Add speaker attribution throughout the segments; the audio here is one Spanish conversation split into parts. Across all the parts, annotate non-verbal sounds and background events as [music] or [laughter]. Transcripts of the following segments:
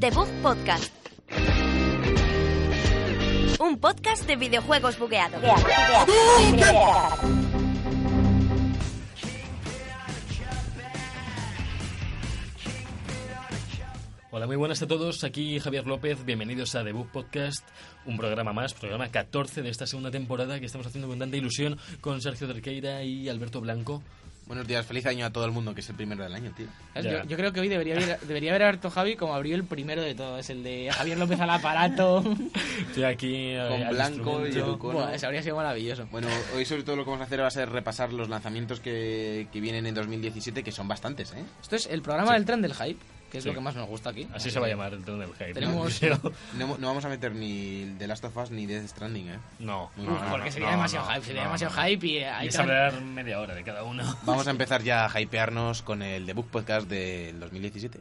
Speaker 1: The Bug Podcast. Un podcast de videojuegos bugueados.
Speaker 2: Hola, muy buenas a todos. Aquí Javier López. Bienvenidos a The Book Podcast, un programa más, programa 14 de esta segunda temporada que estamos haciendo con tanta ilusión con Sergio Terqueira y Alberto Blanco.
Speaker 3: Buenos días, feliz año a todo el mundo, que es el primero del año, tío.
Speaker 4: ¿Sabes?
Speaker 2: Ya.
Speaker 4: Yo, yo creo que hoy debería haber, debería haber abierto Javi como abrió el primero de todos, el de Javier López
Speaker 2: [laughs]
Speaker 4: al aparato.
Speaker 2: Estoy aquí eh,
Speaker 3: Con
Speaker 2: al
Speaker 3: Blanco y
Speaker 2: instrumento.
Speaker 3: el Cono.
Speaker 4: Buah, eso habría sido maravilloso.
Speaker 3: Bueno, hoy sobre todo lo que vamos a hacer va a ser repasar los lanzamientos que, que vienen en 2017, que son bastantes, ¿eh?
Speaker 4: Esto es el programa del tren del hype, que es
Speaker 2: Sí.
Speaker 4: lo que más nos gusta aquí.
Speaker 2: Así se va a llamar el tren del hype.
Speaker 4: Tenemos-
Speaker 2: [laughs] No,
Speaker 3: No, no vamos a meter ni The Last of Us ni Death Stranding, ¿eh?
Speaker 2: no,
Speaker 3: Uf,
Speaker 2: no, no,
Speaker 4: Porque
Speaker 2: no,
Speaker 4: sería
Speaker 2: no,
Speaker 4: demasiado
Speaker 2: no,
Speaker 4: hype, sería
Speaker 2: no,
Speaker 4: demasiado
Speaker 2: no.
Speaker 4: hype y eh,
Speaker 2: Y
Speaker 4: hay
Speaker 2: es
Speaker 4: tan-
Speaker 2: hablar media hora de cada uno.
Speaker 3: Vamos a empezar ya a hypearnos con el debug podcast del 2017.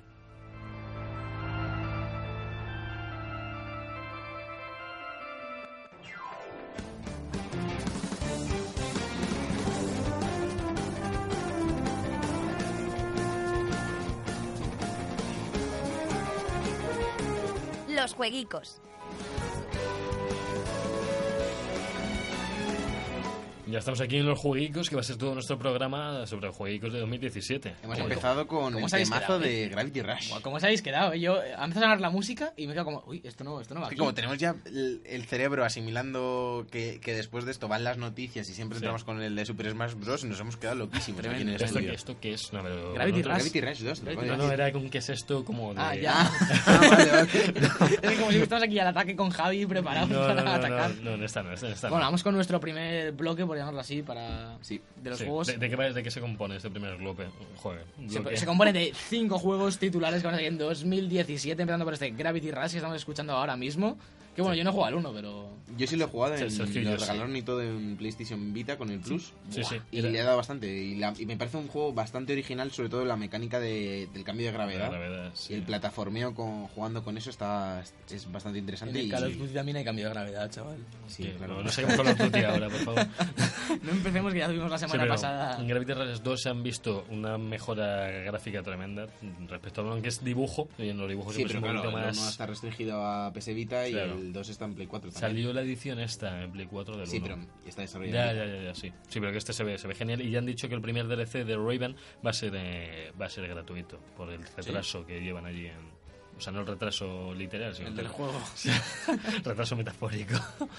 Speaker 1: Los jueguicos.
Speaker 2: Ya estamos aquí en los jueguicos, que va a ser todo nuestro programa sobre jueguicos de 2017.
Speaker 3: Hemos
Speaker 2: Bueno,
Speaker 3: empezado con
Speaker 4: ¿Cómo
Speaker 3: el
Speaker 4: sabéis que
Speaker 3: temazo
Speaker 4: era?
Speaker 3: de Gravity Rush.
Speaker 4: Buah, ¿Cómo os habéis quedado? eh? Yo eh, empezó a sonar la música y me quedo como, uy, esto no, esto no va
Speaker 3: Es que
Speaker 4: aquí.
Speaker 3: como tenemos ya el, el cerebro asimilando que, que después de esto van las noticias y siempre
Speaker 2: Sí.
Speaker 3: entramos con el de Super Smash Bros. nos hemos quedado loquísimos aquí en el
Speaker 2: ¿Esto,
Speaker 3: estudio.
Speaker 2: qué- esto qué es? No, pero-
Speaker 4: Gravity
Speaker 2: no,
Speaker 4: Rush.
Speaker 3: Gravity Rush 2, ¿no?
Speaker 4: Gravity
Speaker 2: No, no, era con qué es esto como de...
Speaker 4: Ah, ya. [laughs]
Speaker 3: Ah, vale, vale.
Speaker 4: es como si estamos aquí al ataque con Javi
Speaker 2: No,
Speaker 4: preparados
Speaker 2: no,
Speaker 4: para
Speaker 2: no, no,
Speaker 4: atacar.
Speaker 2: no, en esta no, en esta no.
Speaker 4: Bueno, vamos con nuestro primer bloque, por llamarlo así, para...
Speaker 3: Sí.
Speaker 4: De los
Speaker 2: Sí,
Speaker 4: juegos...
Speaker 2: ¿De, de qué, va- de qué se compone este primer globe? Joder, bloque.
Speaker 4: Se, se compone de cinco juegos titulares que van a salir en 2017, empezando por este Gravity Rush que estamos escuchando ahora mismo. Que bueno, yo no he jugado al uno, pero.
Speaker 3: Yo sí lo he jugado, en,
Speaker 2: Sí, Sergio,
Speaker 3: lo
Speaker 2: yo sí.
Speaker 3: regalaron y todo en PlayStation Vita con el Plus.
Speaker 2: Sí,
Speaker 3: Buah,
Speaker 2: sí.
Speaker 3: Y
Speaker 2: Era-
Speaker 3: le ha dado bastante. Y, la- y me parece un juego bastante original, sobre todo la mecánica de- del cambio de gravedad.
Speaker 2: La verdad, sí.
Speaker 3: Y el plataformeo con, jugando con eso está es bastante interesante. y,
Speaker 4: también hay cambio de gravedad, chaval.
Speaker 3: sí,
Speaker 2: Que
Speaker 3: claro.
Speaker 2: No, no sé cómo Call of Duty ahora, por
Speaker 3: [laughs]
Speaker 2: favor.
Speaker 4: No empecemos que ya tuvimos la
Speaker 2: Sí,
Speaker 4: semana
Speaker 2: pero
Speaker 4: pasada.
Speaker 2: En Gravity Rush 2 se han visto una mejora gráfica tremenda respecto a lo que es dibujo. Y en los dibujos
Speaker 3: Sí,
Speaker 2: siempre
Speaker 3: pero
Speaker 2: es un
Speaker 3: claro,
Speaker 2: poquito
Speaker 3: el
Speaker 2: más.
Speaker 3: uno está restringido a PS Vita y
Speaker 2: Claro.
Speaker 3: el 2 está en Play 4 también.
Speaker 2: Salió la edición esta en Play 4 del
Speaker 3: Sí,
Speaker 2: 1.
Speaker 3: pero está desarrollado.
Speaker 2: Ya, ya, ya, ya, sí. Sí, pero que este se ve, se ve genial. Y ya han dicho que el primer DLC de Raven va a ser, eh, va a ser gratuito por el retraso que llevan allí en. O sea, no el retraso literal, sino
Speaker 4: El
Speaker 2: [laughs]
Speaker 4: del juego.
Speaker 2: retraso metafórico. [laughs]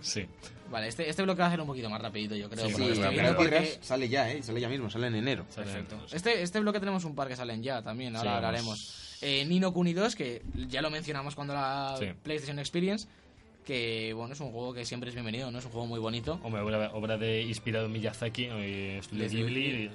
Speaker 2: sí.
Speaker 4: Vale, este, este bloque va a ser un poquito más rapidito, yo creo. este
Speaker 2: Sí, sí,
Speaker 3: Sí,
Speaker 4: por lo que estoy
Speaker 2: claro,
Speaker 4: viendo,
Speaker 3: Gravity
Speaker 2: porque-
Speaker 3: Rush sale ya, ¿eh? Sale ya mismo, sale en enero.
Speaker 2: Sale en enero, sí.
Speaker 4: Este, este bloque tenemos un par que salen ya también, ahora
Speaker 2: Sí, vamos.
Speaker 4: hablaremos. Eh, Nino Kuni 2, que ya lo mencionamos cuando la
Speaker 2: Sí.
Speaker 4: PlayStation Experience, que bueno, es un juego que siempre es bienvenido, ¿no? Es un juego muy bonito.
Speaker 2: Hombre, obra, obra de inspirado en Miyazaki, eh, estudio
Speaker 4: Desde
Speaker 2: Ghibli,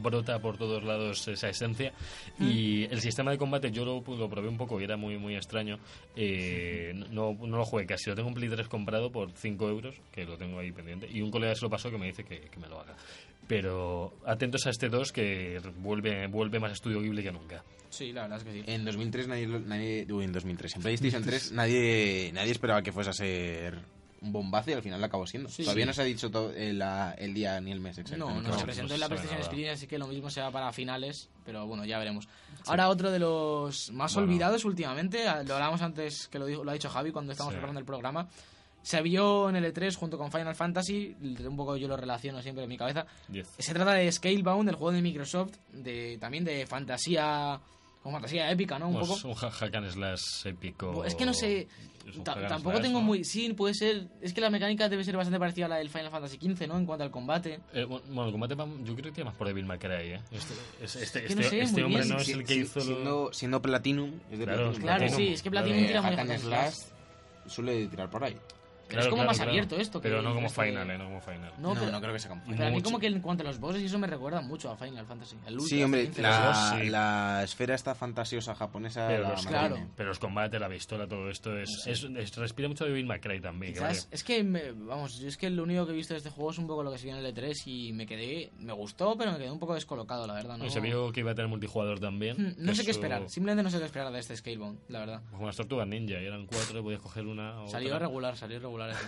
Speaker 2: brota por todos lados esa esencia.
Speaker 4: Mm.
Speaker 2: Y el sistema de combate yo lo, lo probé un poco y era muy muy extraño. Eh, no, no lo jugué casi, lo tengo en Play 3 comprado por 5 euros, que lo tengo ahí pendiente. Y un colega se lo pasó que me dice que, que me lo haga. Pero atentos a este 2 que vuelve, vuelve más estudio Ghibli que nunca.
Speaker 4: Sí, la verdad es que sí.
Speaker 3: En 2003 nadie, lo- nadie uy, en 2003, en PlayStation
Speaker 4: [laughs]
Speaker 3: 3 nadie nadie esperaba que fuese a ser un bombazo y al final lo acabó siendo.
Speaker 4: Sí,
Speaker 3: Todavía
Speaker 4: sí.
Speaker 3: no se ha dicho to- el, la- el día ni el mes exacto.
Speaker 4: No, no
Speaker 2: no,
Speaker 4: se
Speaker 2: no
Speaker 4: presentó
Speaker 2: se
Speaker 4: en la
Speaker 2: sabe
Speaker 4: PlayStation
Speaker 2: nada.
Speaker 4: Experience, así que lo mismo será para finales, pero bueno, ya veremos. Ahora otro de los más
Speaker 2: Bueno.
Speaker 4: olvidados últimamente, a- lo hablábamos antes que lo, dijo- lo ha dicho Javi cuando estábamos
Speaker 2: Sí.
Speaker 4: preparando el programa. Se vio en el E3 junto con Final Fantasy, l- un poco yo lo relaciono siempre en mi cabeza.
Speaker 2: Diez.
Speaker 4: Se trata de Scalebound, el juego de Microsoft, de también de fantasía, como fantasía épica, ¿no? Un
Speaker 2: Pues
Speaker 4: poco.
Speaker 2: un ha- hack and slash épico.
Speaker 4: Es que no sé.
Speaker 2: Es un
Speaker 4: ta-
Speaker 2: hack and
Speaker 4: tampoco
Speaker 2: slash,
Speaker 4: tengo
Speaker 2: ¿no?
Speaker 4: muy. Sí, puede ser. Es que la mecánica debe ser bastante parecida a la del Final Fantasy XV, ¿no? En cuanto al combate.
Speaker 2: Eh, bueno, bueno, el combate va- yo creo que tiene más por Devil May Cry, ¿eh? Este, es- este-
Speaker 4: Es que no
Speaker 2: este-
Speaker 4: sé,
Speaker 2: este
Speaker 4: muy
Speaker 2: hombre
Speaker 4: bien.
Speaker 2: no es
Speaker 3: Si-
Speaker 2: el que
Speaker 3: si-
Speaker 2: hizo... lo-
Speaker 3: siendo, siendo Platinum, es de
Speaker 2: Claro,
Speaker 3: Platinum.
Speaker 4: Claro,
Speaker 2: Platinum.
Speaker 4: sí, es que Platinum
Speaker 2: Claro.
Speaker 3: Eh,
Speaker 4: tira muy
Speaker 3: Hack and
Speaker 4: Hack and
Speaker 3: Slash
Speaker 4: Slash.
Speaker 3: suele tirar por ahí.
Speaker 4: Pero es como más abierto esto que
Speaker 2: Pero no
Speaker 4: el
Speaker 2: como
Speaker 4: resto de-
Speaker 2: Final, ¿eh? No como Final.
Speaker 4: No, pero,
Speaker 3: creo que se compare.
Speaker 4: pero a mí
Speaker 2: mucho.
Speaker 4: como que en cuanto a los bosses y eso me recuerda mucho a Final Fantasy. al
Speaker 3: Sí,
Speaker 4: último,
Speaker 3: hombre,
Speaker 4: al quince.
Speaker 3: la,
Speaker 2: Los dos, sí.
Speaker 3: la esfera esta fantasiosa japonesa
Speaker 2: Pero
Speaker 3: la
Speaker 2: los,
Speaker 4: claro.
Speaker 3: mantiene.
Speaker 2: pero los combates, la pistola, todo esto es, es- es- respira mucho Devil May Cry también. que
Speaker 4: Quizás,
Speaker 2: vale.
Speaker 4: es que, me- vamos, yo es que lo único que he visto de este juego es un poco lo que se vio en el E3 y me quedé, me gustó, pero me quedé un poco descolocado, la verdad. No,
Speaker 2: Pues Se vio que iba a tener multijugador también.
Speaker 4: Mm, no sé
Speaker 2: Eso-
Speaker 4: qué esperar, simplemente no sé qué esperar de este Scalebound, la verdad.
Speaker 2: Como las tortugas ninja, y eran cuatro, podías coger una o
Speaker 4: Salió
Speaker 2: otra.
Speaker 4: regular, salió regular eh. eso.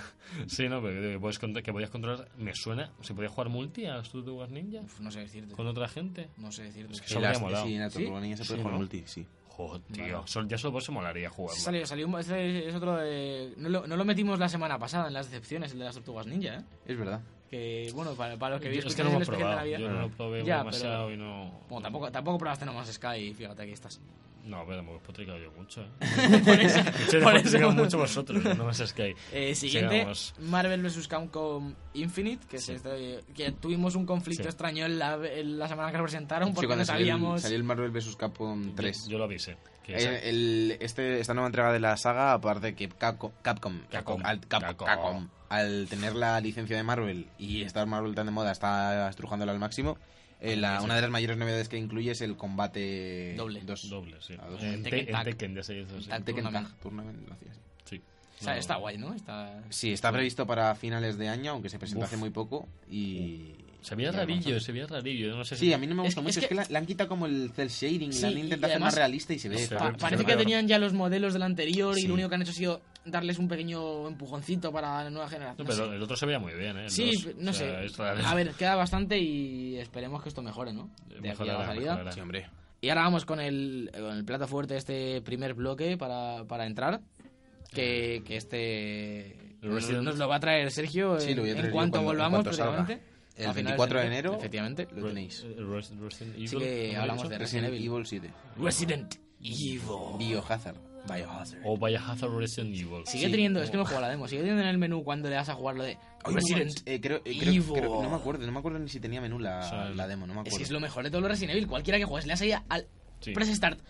Speaker 2: Sí, no, pero que, puedes contra- que podías controlar. Me suena. ¿Se podía jugar multi a las Tortugas Ninja?
Speaker 4: Uf, no sé decirte.
Speaker 2: ¿Con otra gente?
Speaker 4: No sé decirte.
Speaker 2: Es que
Speaker 3: Y
Speaker 2: Eso
Speaker 3: las-
Speaker 2: habría molado.
Speaker 3: Sí, en la
Speaker 4: ¿Sí?
Speaker 3: Tortuga Ninja se puede
Speaker 2: Sí,
Speaker 3: jugar
Speaker 2: ¿no?
Speaker 3: multi, sí.
Speaker 2: Joder, tío. sol- Ya solo por eso molaría
Speaker 4: Sí,
Speaker 2: jugarlo.
Speaker 4: Salió, salió un- este es otro de... No lo, no lo metimos la semana pasada en las decepciones, el de las tortugas ninja, ¿eh?
Speaker 3: Es verdad.
Speaker 4: Que, bueno, para, para los que
Speaker 2: Yo-
Speaker 4: vi
Speaker 2: es que no lo hemos probado.
Speaker 4: vida
Speaker 2: Yo no lo probé
Speaker 4: Ya,
Speaker 2: demasiado
Speaker 4: pero-
Speaker 2: y no.
Speaker 4: Bueno, tampoco, tampoco probaste nomás Sky, fíjate,
Speaker 2: [laughs]
Speaker 4: aquí estás.
Speaker 2: No, pero tampoco he potricado yo mucho,
Speaker 4: [laughs]
Speaker 2: ¿eh?
Speaker 4: Por eso-
Speaker 2: Yo he
Speaker 4: por
Speaker 2: potricado
Speaker 4: eso. [laughs]
Speaker 2: mucho vosotros, no más es que hay.
Speaker 4: Eh, siguiente,
Speaker 2: Sigamos.
Speaker 4: Marvel vs. Capcom Infinite, que, es
Speaker 2: Sí.
Speaker 4: este- que tuvimos un conflicto
Speaker 2: Sí.
Speaker 4: extraño en la, en la semana que lo presentaron
Speaker 3: Sí,
Speaker 4: porque
Speaker 3: cuando
Speaker 4: no
Speaker 3: salió el-
Speaker 4: sabíamos...
Speaker 3: salió el Marvel vs. Capcom 3.
Speaker 2: Yo, yo lo avisé. que
Speaker 3: Eh,
Speaker 2: esa-
Speaker 3: el- este, esta nueva entrega de la saga, aparte que Capco- Capcom,
Speaker 2: Capcom.
Speaker 3: al, Cap-
Speaker 2: Capcom.
Speaker 3: Capcom, al tener la licencia de Marvel y estar Marvel tan de moda, está estrujándola al máximo. eh, la- una de las mayores novedades que incluye es el combate
Speaker 4: Doble.
Speaker 3: Dos,
Speaker 2: Doble, sí.
Speaker 3: A dos.
Speaker 2: En, Te-
Speaker 4: Tekken
Speaker 2: en
Speaker 4: Tag.
Speaker 2: Tekken ya se hizo, sí.
Speaker 4: Tag.
Speaker 3: al Tekken
Speaker 4: Tournament.
Speaker 3: Tag Tournament, lo hacía así.
Speaker 2: Sí.
Speaker 4: O sea,
Speaker 2: No.
Speaker 4: está guay, ¿no? Está...
Speaker 3: Sí, está previsto para finales de año, aunque se presentó
Speaker 2: Uf.
Speaker 3: hace muy poco. Y.
Speaker 2: Se veía
Speaker 3: y ahora vamos a
Speaker 2: rarillo,
Speaker 3: ver.
Speaker 2: se veía rarillo. No sé si
Speaker 3: Sí, a mí no me
Speaker 4: Es
Speaker 3: gusta
Speaker 4: que-
Speaker 3: mucho.
Speaker 4: es
Speaker 3: Es que,
Speaker 4: que-
Speaker 3: la, la han quitado como el cel shading,
Speaker 4: Sí,
Speaker 3: la han
Speaker 4: y-
Speaker 3: intentado
Speaker 4: y
Speaker 3: hacer más
Speaker 4: además-
Speaker 3: realista y se ve.
Speaker 2: No sé,
Speaker 3: fatal.
Speaker 4: Pa-
Speaker 2: pero-
Speaker 4: parece
Speaker 2: pero-
Speaker 4: que tenían ya los modelos del anterior y
Speaker 2: Sí.
Speaker 4: lo único que han hecho ha sido darles un pequeño empujoncito para la nueva
Speaker 2: No,
Speaker 4: generación. No
Speaker 2: pero
Speaker 4: sé.
Speaker 2: el otro se veía muy bien, ¿eh? El
Speaker 4: Sí,
Speaker 2: dos.
Speaker 4: no
Speaker 2: O sea,
Speaker 4: sé.
Speaker 2: es raro.
Speaker 4: A ver, queda bastante y esperemos que esto mejore, ¿no? De aquí a la
Speaker 2: Mejorará,
Speaker 4: salida.
Speaker 2: mejorará.
Speaker 3: Sí, hombre.
Speaker 4: Y ahora vamos con el, con el plato fuerte de este primer bloque para, para entrar. Que, que este.
Speaker 2: El Resident-
Speaker 4: Nos lo va a traer Sergio
Speaker 3: Sí,
Speaker 4: en,
Speaker 3: lo voy a
Speaker 4: en
Speaker 3: traer yo
Speaker 4: cuanto
Speaker 3: cuando- en
Speaker 4: volvamos,
Speaker 3: cuanto salga.
Speaker 4: prácticamente.
Speaker 3: El
Speaker 4: A finales
Speaker 3: 24 de enero.
Speaker 4: Efectivamente.
Speaker 3: Lo tenéis.
Speaker 2: El eh, Res- Resident Evil.
Speaker 4: Así que
Speaker 2: ¿no
Speaker 4: hablamos
Speaker 2: habéis
Speaker 4: de
Speaker 2: dicho?
Speaker 3: Resident
Speaker 4: Resident Evil.
Speaker 3: Evil 7.
Speaker 4: Resident Evil.
Speaker 3: Biohazard. Biohazard.
Speaker 2: O vaya Hazard Resident Evil.
Speaker 4: Sigue teniendo, es que no juego la demo, sigue teniendo en el menú cuando le das a jugar lo de
Speaker 3: Ay,
Speaker 4: Resident
Speaker 3: eh, creo, eh, creo-
Speaker 4: Evil.
Speaker 3: creo- no me acuerdo, no me acuerdo ni si tenía menú la,
Speaker 2: O sea,
Speaker 3: la demo, no me acuerdo.
Speaker 4: Es que es lo mejor de todos los Resident Evil. Cualquiera que juegues, le das ahí al
Speaker 2: Sí.
Speaker 4: press start.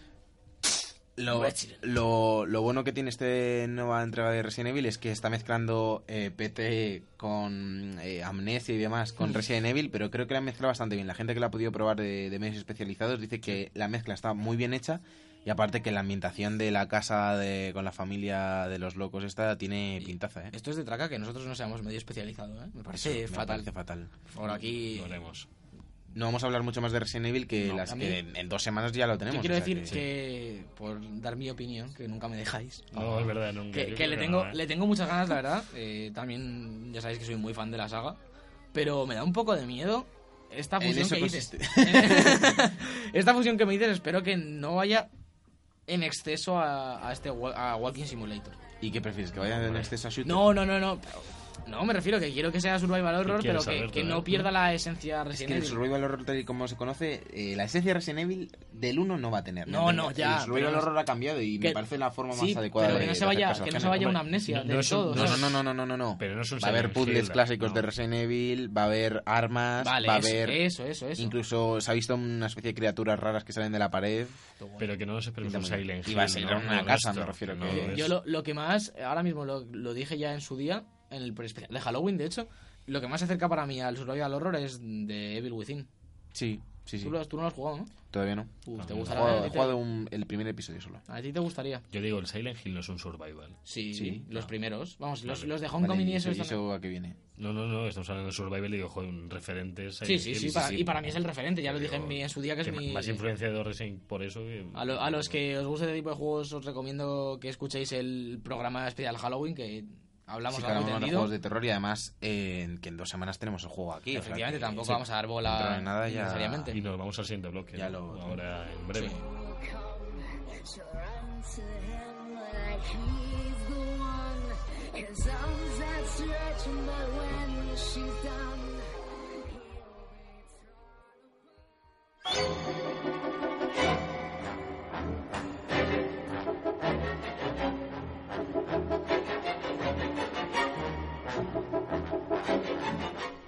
Speaker 3: lo,
Speaker 4: Resident.
Speaker 3: lo- lo bueno que tiene esta nueva entrega de Resident Evil es que está mezclando eh, PT con eh, Amnesia y demás con Resident Evil, pero creo que la mezcla bastante bien. La gente que la ha podido probar de, de medios especializados dice que la mezcla está muy bien hecha y aparte que la ambientación de la casa de, con la familia de los locos esta tiene pintaza, ¿eh?
Speaker 4: Esto es de traca que nosotros no seamos medio especializado, ¿eh? Me parece
Speaker 3: Me
Speaker 4: fatal.
Speaker 3: parece fatal.
Speaker 4: Por aquí.
Speaker 2: Lo haremos.
Speaker 3: No vamos a hablar mucho más de Resident Evil que
Speaker 4: No,
Speaker 3: las
Speaker 4: a mí-
Speaker 3: que en, en dos semanas ya lo tenemos.
Speaker 4: Yo quiero
Speaker 3: o sea
Speaker 4: decir
Speaker 3: que-
Speaker 4: que, por dar mi opinión, que nunca me dejáis,
Speaker 3: Ah,
Speaker 2: No, es verdad, nunca.
Speaker 4: que,
Speaker 2: Yo
Speaker 4: que
Speaker 2: creo
Speaker 4: le, tengo,
Speaker 2: no, ¿eh?
Speaker 4: le tengo muchas ganas, la verdad. Eh, también ya sabéis que soy muy fan de la saga, pero me da un poco de miedo esta
Speaker 3: En
Speaker 4: fusión
Speaker 3: eso
Speaker 4: que dices.
Speaker 3: consiste.
Speaker 4: [laughs] esta fusión que me dices, espero que no vaya en exceso a, a este wa- a Walking Simulator.
Speaker 3: ¿Y qué prefieres? ¿Que vaya en
Speaker 2: Hombre.
Speaker 3: exceso a shooter?
Speaker 4: No, no, no, no. No, me refiero que quiero que sea survival horror,
Speaker 2: quieres
Speaker 4: pero que,
Speaker 2: saber,
Speaker 4: que
Speaker 2: ¿verdad?
Speaker 4: no pierda la esencia
Speaker 3: Es
Speaker 4: Resident
Speaker 3: que el
Speaker 4: Evil.
Speaker 3: survival horror tal y como se conoce, eh, la esencia de Resident Evil del 1 no va a tener.
Speaker 4: No, no, ya,
Speaker 3: El survival
Speaker 4: pero-
Speaker 3: horror ha cambiado y me
Speaker 4: que-
Speaker 3: parece la forma
Speaker 4: sí,
Speaker 3: más adecuada
Speaker 4: pero
Speaker 3: de
Speaker 4: que no se
Speaker 3: de hacer
Speaker 4: vaya,
Speaker 3: caso al
Speaker 4: que no se
Speaker 3: género.
Speaker 4: vaya una
Speaker 2: Hombre,
Speaker 4: amnesia
Speaker 2: no-
Speaker 4: del
Speaker 2: no es un-
Speaker 4: todo.
Speaker 2: no
Speaker 3: No,
Speaker 4: ¿sabes?
Speaker 3: no, no, no, no, no, no, no.
Speaker 2: Pero no es un
Speaker 3: va a haber
Speaker 2: Silent
Speaker 3: puzzles
Speaker 2: Hill,
Speaker 3: clásicos
Speaker 2: no.
Speaker 3: de Resident Evil, va a haber armas,
Speaker 4: Vale,
Speaker 3: va a
Speaker 4: eso,
Speaker 3: haber...
Speaker 4: eso, eso, eso.
Speaker 3: Incluso se ha visto una especie de criaturas raras que salen de la pared.
Speaker 2: Pero que no nos esperemos
Speaker 3: Pinta
Speaker 2: un
Speaker 3: muy bien.
Speaker 2: Silent
Speaker 3: Iba a
Speaker 2: Hill,
Speaker 3: ser
Speaker 2: ¿no?
Speaker 3: una
Speaker 2: No,
Speaker 3: casa,
Speaker 2: esto,
Speaker 3: me refiero,
Speaker 2: no,
Speaker 3: que-
Speaker 2: es-
Speaker 4: Yo lo, lo que más, ahora mismo lo, lo dije ya en su día, en el especial de Halloween, de hecho, lo que más se acerca para mí al survival horror es de Evil Within.
Speaker 3: Sí, sí, sí.
Speaker 4: Tú, lo- tú no lo has jugado, ¿no?
Speaker 3: Todavía no.
Speaker 4: Uf,
Speaker 2: No,
Speaker 4: ¿te
Speaker 2: no.
Speaker 3: He
Speaker 4: gustará?
Speaker 3: jugado,
Speaker 4: a,
Speaker 3: he
Speaker 4: ti te,
Speaker 3: jugado un- el primer episodio solo.
Speaker 4: a ti te gustaría.
Speaker 2: Yo digo, el Silent Hill no es un survival.
Speaker 4: Sí,
Speaker 3: Sí.
Speaker 4: los primeros. Vamos, los,
Speaker 2: Vale.
Speaker 4: los de Homecoming
Speaker 3: Vale,
Speaker 4: y eso.
Speaker 3: ¿y
Speaker 4: están-
Speaker 3: eso a qué viene?
Speaker 2: No, no, no, estamos hablando de survival y digo, joder, un referente es
Speaker 4: Sí,
Speaker 2: Silent
Speaker 4: sí,
Speaker 2: Hill.
Speaker 4: sí, para- y para mí es el referente, ya lo
Speaker 2: Digo,
Speaker 4: dije en, mi- en su día que es mi...
Speaker 2: Más influenciado Resident por eso. que-
Speaker 4: A, lo- a los que os guste este tipo de juegos os recomiendo que escuchéis el programa especial Halloween que hablamos
Speaker 3: Sí, que
Speaker 4: largo y
Speaker 3: hablamos de
Speaker 4: tendido.
Speaker 3: juegos de terror y además eh, en- que en dos semanas tenemos el juego aquí. o sea
Speaker 4: Efectivamente,
Speaker 3: que-
Speaker 4: tampoco
Speaker 3: sí.
Speaker 4: vamos a dar
Speaker 3: Dentro
Speaker 4: bola
Speaker 3: de nada ya-
Speaker 4: necesariamente.
Speaker 2: Y nos vamos al siguiente bloque.
Speaker 3: Ya
Speaker 2: ¿no?
Speaker 3: lo-
Speaker 2: Ahora, en breve.
Speaker 4: Sí.
Speaker 5: Let's run to him like he's the one. His arms outstretched, but when she's done.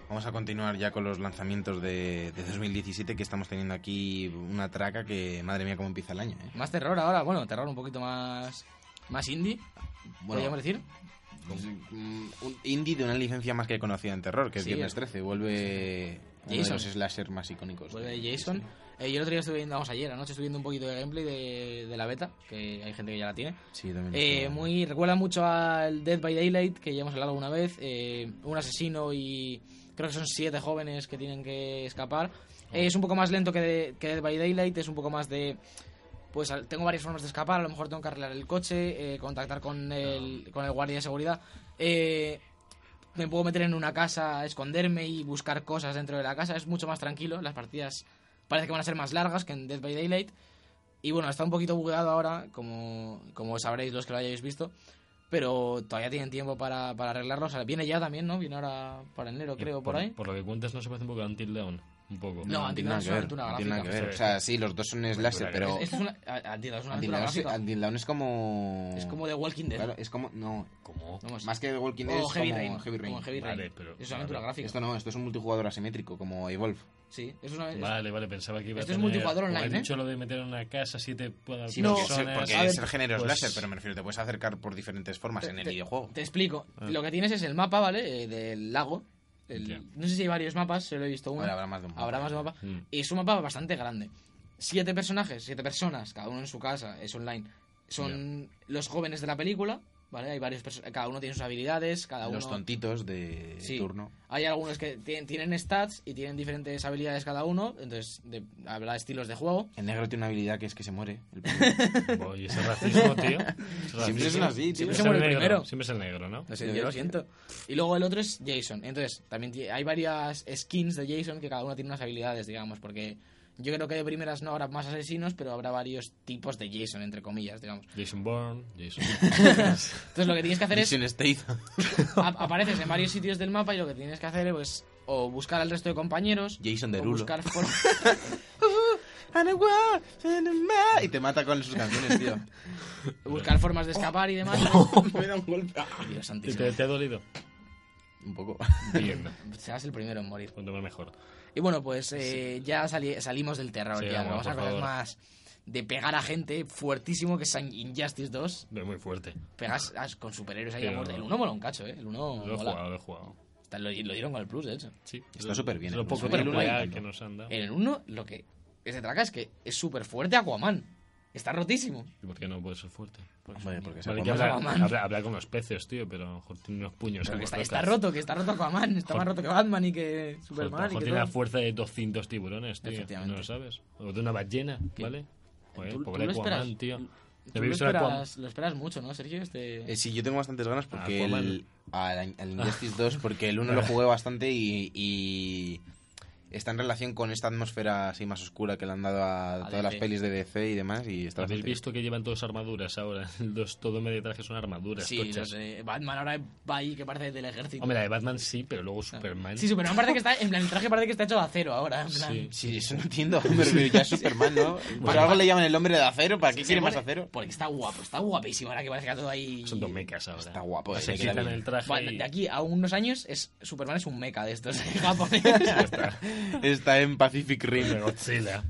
Speaker 3: Vamos a continuar ya con los lanzamientos de, de 2017 que estamos teniendo aquí una traca que, madre mía, cómo empieza el año. ¿eh?
Speaker 4: Más terror ahora, bueno, terror un poquito más más indie, podríamos decir.
Speaker 3: pues, mm, un indie de una licencia más que conocida en terror, que es
Speaker 4: Sí,
Speaker 3: Viernes 13. Vuelve uno de
Speaker 4: Jason.
Speaker 3: los slasher más icónicos.
Speaker 4: Vuelve
Speaker 3: de
Speaker 4: Jason.
Speaker 3: Disney.
Speaker 4: Eh, yo el otro día estuve viendo, vamos, ayer anoche estuve viendo un poquito de gameplay de, de la beta, que hay gente que ya la tiene.
Speaker 3: Sí, también.
Speaker 4: Eh,
Speaker 3: está-
Speaker 4: muy recuerda mucho al Dead by Daylight que ya hemos hablado una vez eh, un asesino y creo que son siete jóvenes
Speaker 3: Ah.
Speaker 4: que tienen que escapar Eh, es un poco más lento que, de- que Dead by Daylight es un poco más de pues al- tengo varias formas de escapar, a lo mejor tengo que arreglar el coche, eh, contactar con el, con el guardia de seguridad. Eh, me puedo meter en una casa, esconderme y buscar cosas dentro de la casa. Es mucho más tranquilo. Las partidas parece que van a ser más largas que en Dead by Daylight. Y bueno, está un poquito bugueado ahora, como, como sabréis los que lo hayáis visto. Pero todavía tienen tiempo para, para arreglarlo. O sea, viene ya también, ¿no? Viene ahora para enero,
Speaker 2: Y
Speaker 4: creo, por, ahí.
Speaker 2: Por lo que cuentas, no se parece un poco a Until Dawn. Un poco.
Speaker 4: No, Until Dawn es una aventura
Speaker 3: tiene nada que
Speaker 4: gráfica.
Speaker 3: ver. O
Speaker 2: Sí.
Speaker 3: sea, sí, los dos son slasher, pero
Speaker 4: Esto es una, a- a- tío, es
Speaker 3: Until
Speaker 4: una aventura
Speaker 3: Dawn es-
Speaker 4: gráfica.
Speaker 3: Until Dawn es como...
Speaker 4: Es como The Walking Dead.
Speaker 3: Claro, es como... No,
Speaker 2: ¿Cómo?
Speaker 4: Vamos.
Speaker 3: más que The Walking Dead
Speaker 4: o
Speaker 3: es
Speaker 4: Heavy
Speaker 3: como
Speaker 4: Rain.
Speaker 3: Heavy Rain.
Speaker 4: como Heavy
Speaker 2: Vale,
Speaker 4: Rain.
Speaker 2: pero-
Speaker 4: es una aventura
Speaker 2: vale.
Speaker 4: gráfica.
Speaker 3: Esto no, esto es un multijugador asimétrico, como Evolve.
Speaker 4: Sí, es una... es-
Speaker 2: Vale, vale, pensaba que iba
Speaker 4: Esto
Speaker 2: a
Speaker 4: es
Speaker 2: tener...
Speaker 4: multijugador
Speaker 2: como
Speaker 4: online,
Speaker 2: He
Speaker 4: ¿eh?
Speaker 2: dicho lo de meter en una casa siete
Speaker 3: Sí,
Speaker 4: No.
Speaker 2: personas...
Speaker 3: porque, es el, porque
Speaker 4: A ver,
Speaker 3: es el género
Speaker 2: pues-
Speaker 3: slasher, pero me refiero, te puedes acercar por diferentes formas en el
Speaker 4: te-
Speaker 3: videojuego.
Speaker 4: Te explico.
Speaker 3: Ah.
Speaker 4: Lo que tienes es el mapa, ¿vale? Eh, del lago. El-
Speaker 2: Ya.
Speaker 4: no sé si hay varios mapas, solo he visto uno.
Speaker 3: Ahora habrá más de un mapa.
Speaker 4: Habrá más de un mapa.
Speaker 2: Mm.
Speaker 4: Y es un mapa bastante grande. Siete personajes, siete personas, cada uno en su casa, es online. Son los jóvenes de la película, ¿vale? Hay varios perso- cada uno tiene sus habilidades, cada uno...
Speaker 3: Los tontitos de
Speaker 4: Sí.
Speaker 3: turno.
Speaker 4: Hay algunos que tienen, tienen stats y tienen diferentes habilidades cada uno, entonces de- habrá estilos de juego.
Speaker 3: El negro tiene una habilidad que es que se muere.
Speaker 4: [laughs]
Speaker 3: El
Speaker 2: Oye, ese racismo, [laughs] tío.
Speaker 3: Siempre son así, tío.
Speaker 2: Siempre es
Speaker 4: Se
Speaker 2: el
Speaker 4: muere el
Speaker 2: negro.
Speaker 4: primero.
Speaker 2: Siempre es el negro, ¿no?
Speaker 4: No sé, yo lo siento. Y luego el otro es Jason. Entonces, también ti- hay varias skins de Jason que cada uno tiene unas habilidades, digamos, porque yo creo que de primeras no habrá más asesinos, pero habrá varios tipos de Jason, entre comillas, digamos.
Speaker 2: Jason Bourne,
Speaker 4: [laughs]
Speaker 2: Jason...
Speaker 4: Entonces, lo que tienes que [laughs] hacer es.
Speaker 3: Jason Statham.
Speaker 4: a- apareces en varios sitios del mapa y lo que tienes que hacer es pues, o buscar al resto de compañeros.
Speaker 3: [laughs] Jason
Speaker 4: o
Speaker 3: Derulo.
Speaker 4: [laughs] buscar for-
Speaker 3: [laughs] And I walk in the ma- Ah, Y te mata con sus canciones,
Speaker 4: [laughs]
Speaker 3: tío.
Speaker 4: buscar formas de escapar y [laughs] demás.
Speaker 3: Me da un golpe.
Speaker 4: Dios
Speaker 2: ¿Te,
Speaker 4: santísimo.
Speaker 2: te, te ha dolido?
Speaker 3: Un poco.
Speaker 4: [laughs]
Speaker 2: Bien.
Speaker 4: Serás el primero en morir.
Speaker 2: Cuanto más mejor.
Speaker 4: Y bueno, pues eh, ya sali- salimos del terror,
Speaker 2: Sí,
Speaker 4: ya
Speaker 2: vamos,
Speaker 4: vamos a
Speaker 2: por
Speaker 4: cosas
Speaker 2: favor.
Speaker 4: más de pegar a gente fuertísimo, que es Injustice 2.
Speaker 2: Es muy fuerte.
Speaker 4: Pegas a- con superhéroes ahí a
Speaker 2: Pero-
Speaker 4: muerte. El 1 mola un cacho, ¿eh? El 1
Speaker 2: Lo he
Speaker 4: mola.
Speaker 2: jugado, lo he jugado.
Speaker 4: Está- Lo, lo dieron con el Plus, de hecho.
Speaker 2: Sí.
Speaker 3: Está súper bien,
Speaker 2: Lo
Speaker 3: ¿eh?
Speaker 2: poco
Speaker 3: El uno y el
Speaker 2: AAA
Speaker 3: uno.
Speaker 2: que nos han dado.
Speaker 4: En el 1 lo que es de traca es que es súper fuerte Aquaman. Está rotísimo.
Speaker 2: ¿Y por qué no puede ser fuerte? Pues
Speaker 3: Vale, porque se
Speaker 2: Vale, que
Speaker 3: ponga-
Speaker 2: habla,
Speaker 4: Aquaman.
Speaker 2: habla- habla con los peces, tío, pero a lo mejor tiene unos puños.
Speaker 4: Pero que
Speaker 2: como rocas.
Speaker 4: está, está roto, que está roto Aquaman. Está más roto que Batman y que
Speaker 2: Joder, a lo
Speaker 4: Superman y
Speaker 2: mejor
Speaker 4: que
Speaker 2: tiene la
Speaker 4: todo.
Speaker 2: fuerza de 200 tiburones, tío.
Speaker 4: Efectivamente.
Speaker 2: No lo sabes. O de una ballena, ¿vale? Joder,
Speaker 4: Tú- tú
Speaker 2: pobre
Speaker 4: lo
Speaker 2: Aquaman,
Speaker 4: esperas-
Speaker 2: tío.
Speaker 4: Tú
Speaker 2: Debe
Speaker 4: lo
Speaker 2: irse al Aquaman.
Speaker 4: esperas, lo esperas mucho, ¿no, Sergio? Este...
Speaker 3: Eh, sí, yo tengo bastantes ganas porque
Speaker 2: Aquaman.
Speaker 3: el, al, al Injustice 2, porque el 1 lo jugué bastante y, y está en relación con esta atmósfera así más oscura que le han dado a,
Speaker 4: A
Speaker 3: todas las
Speaker 4: DC.
Speaker 3: pelis de DC y demás. Y está
Speaker 2: ¿Habéis
Speaker 3: bastante
Speaker 2: visto que llevan todos armaduras ahora? [laughs] Los, todo medio traje son armaduras,
Speaker 4: Sí,
Speaker 2: tochas.
Speaker 4: los de Batman ahora va ahí que parece del ejército.
Speaker 2: Hombre, la de Batman sí, pero
Speaker 3: Ah.
Speaker 2: luego Superman.
Speaker 4: Sí, Superman parece que está. En plan, el traje parece que está hecho de acero ahora. En plan,
Speaker 2: Sí.
Speaker 3: bien. Sí, eso no entiendo, hombre, pero ya es Superman, ¿no? Por algo le llaman el hombre de acero, ¿para qué quiere más acero?
Speaker 4: Porque está guapo, está guapísimo ahora que parece que está todo ahí.
Speaker 2: Son dos mecas ahora.
Speaker 3: Está guapo, eh,
Speaker 2: Se
Speaker 3: le queda
Speaker 2: quitan
Speaker 3: bien.
Speaker 2: el traje
Speaker 4: Bueno,
Speaker 2: y- [laughs]
Speaker 4: de aquí a unos años, es, Superman es un meca de estos ¿eh? japoneses.
Speaker 3: [laughs] Está en Pacific Rim. [laughs]
Speaker 2: Godzilla.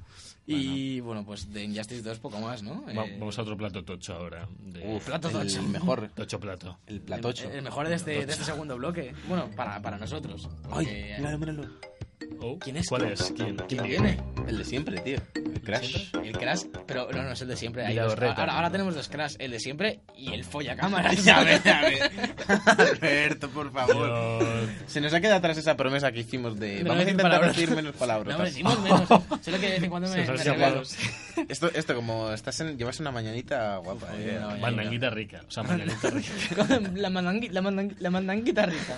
Speaker 4: Y bueno, pues de Injustice 2 poco más, ¿no?
Speaker 2: Va-
Speaker 4: Eh,
Speaker 2: Vamos a otro plato tocho ahora. de-
Speaker 3: Uf,
Speaker 4: Plato tocho.
Speaker 3: El mejor,
Speaker 2: Tocho plato.
Speaker 3: el platocho.
Speaker 4: El, el mejor de este, de este segundo bloque. Bueno, para, para nosotros. Eh,
Speaker 3: Ay,
Speaker 4: Porque-
Speaker 3: míralo, míralo.
Speaker 2: Oh,
Speaker 4: ¿Quién es
Speaker 2: ¿Cuál
Speaker 4: tú?
Speaker 2: es? ¿Quién?
Speaker 4: ¿Quién viene?
Speaker 3: El de siempre, tío. El Crash.
Speaker 4: El Crash, pero no, no es el de siempre. Hay
Speaker 2: Mira,
Speaker 4: dos-
Speaker 2: Reta.
Speaker 4: ahora, ahora tenemos dos Crash, el de siempre y
Speaker 2: [laughs]
Speaker 4: el follacámara.
Speaker 3: [laughs] Ya ves, ya ves. [laughs] Alberto, por favor.
Speaker 2: [laughs] Dios.
Speaker 3: Se nos ha quedado atrás esa promesa que hicimos de
Speaker 4: De no
Speaker 3: vamos a
Speaker 4: decir
Speaker 3: intentar
Speaker 4: palabras. [laughs]
Speaker 3: decir menos palabras.
Speaker 4: No, me decimos menos. Solo que de vez en cuando
Speaker 2: [laughs]
Speaker 4: me,
Speaker 2: Se nos
Speaker 4: me
Speaker 2: han
Speaker 4: revelo.
Speaker 2: escapado.
Speaker 3: esto, esto como estás en, llevas una mañanita guapa. eh.
Speaker 4: una mañana.
Speaker 2: Mandanguita rica. O sea,
Speaker 3: [laughs]
Speaker 2: mandanguita rica.
Speaker 4: [laughs] Con la, mandangui- la, mandangui- la mandanguita rica.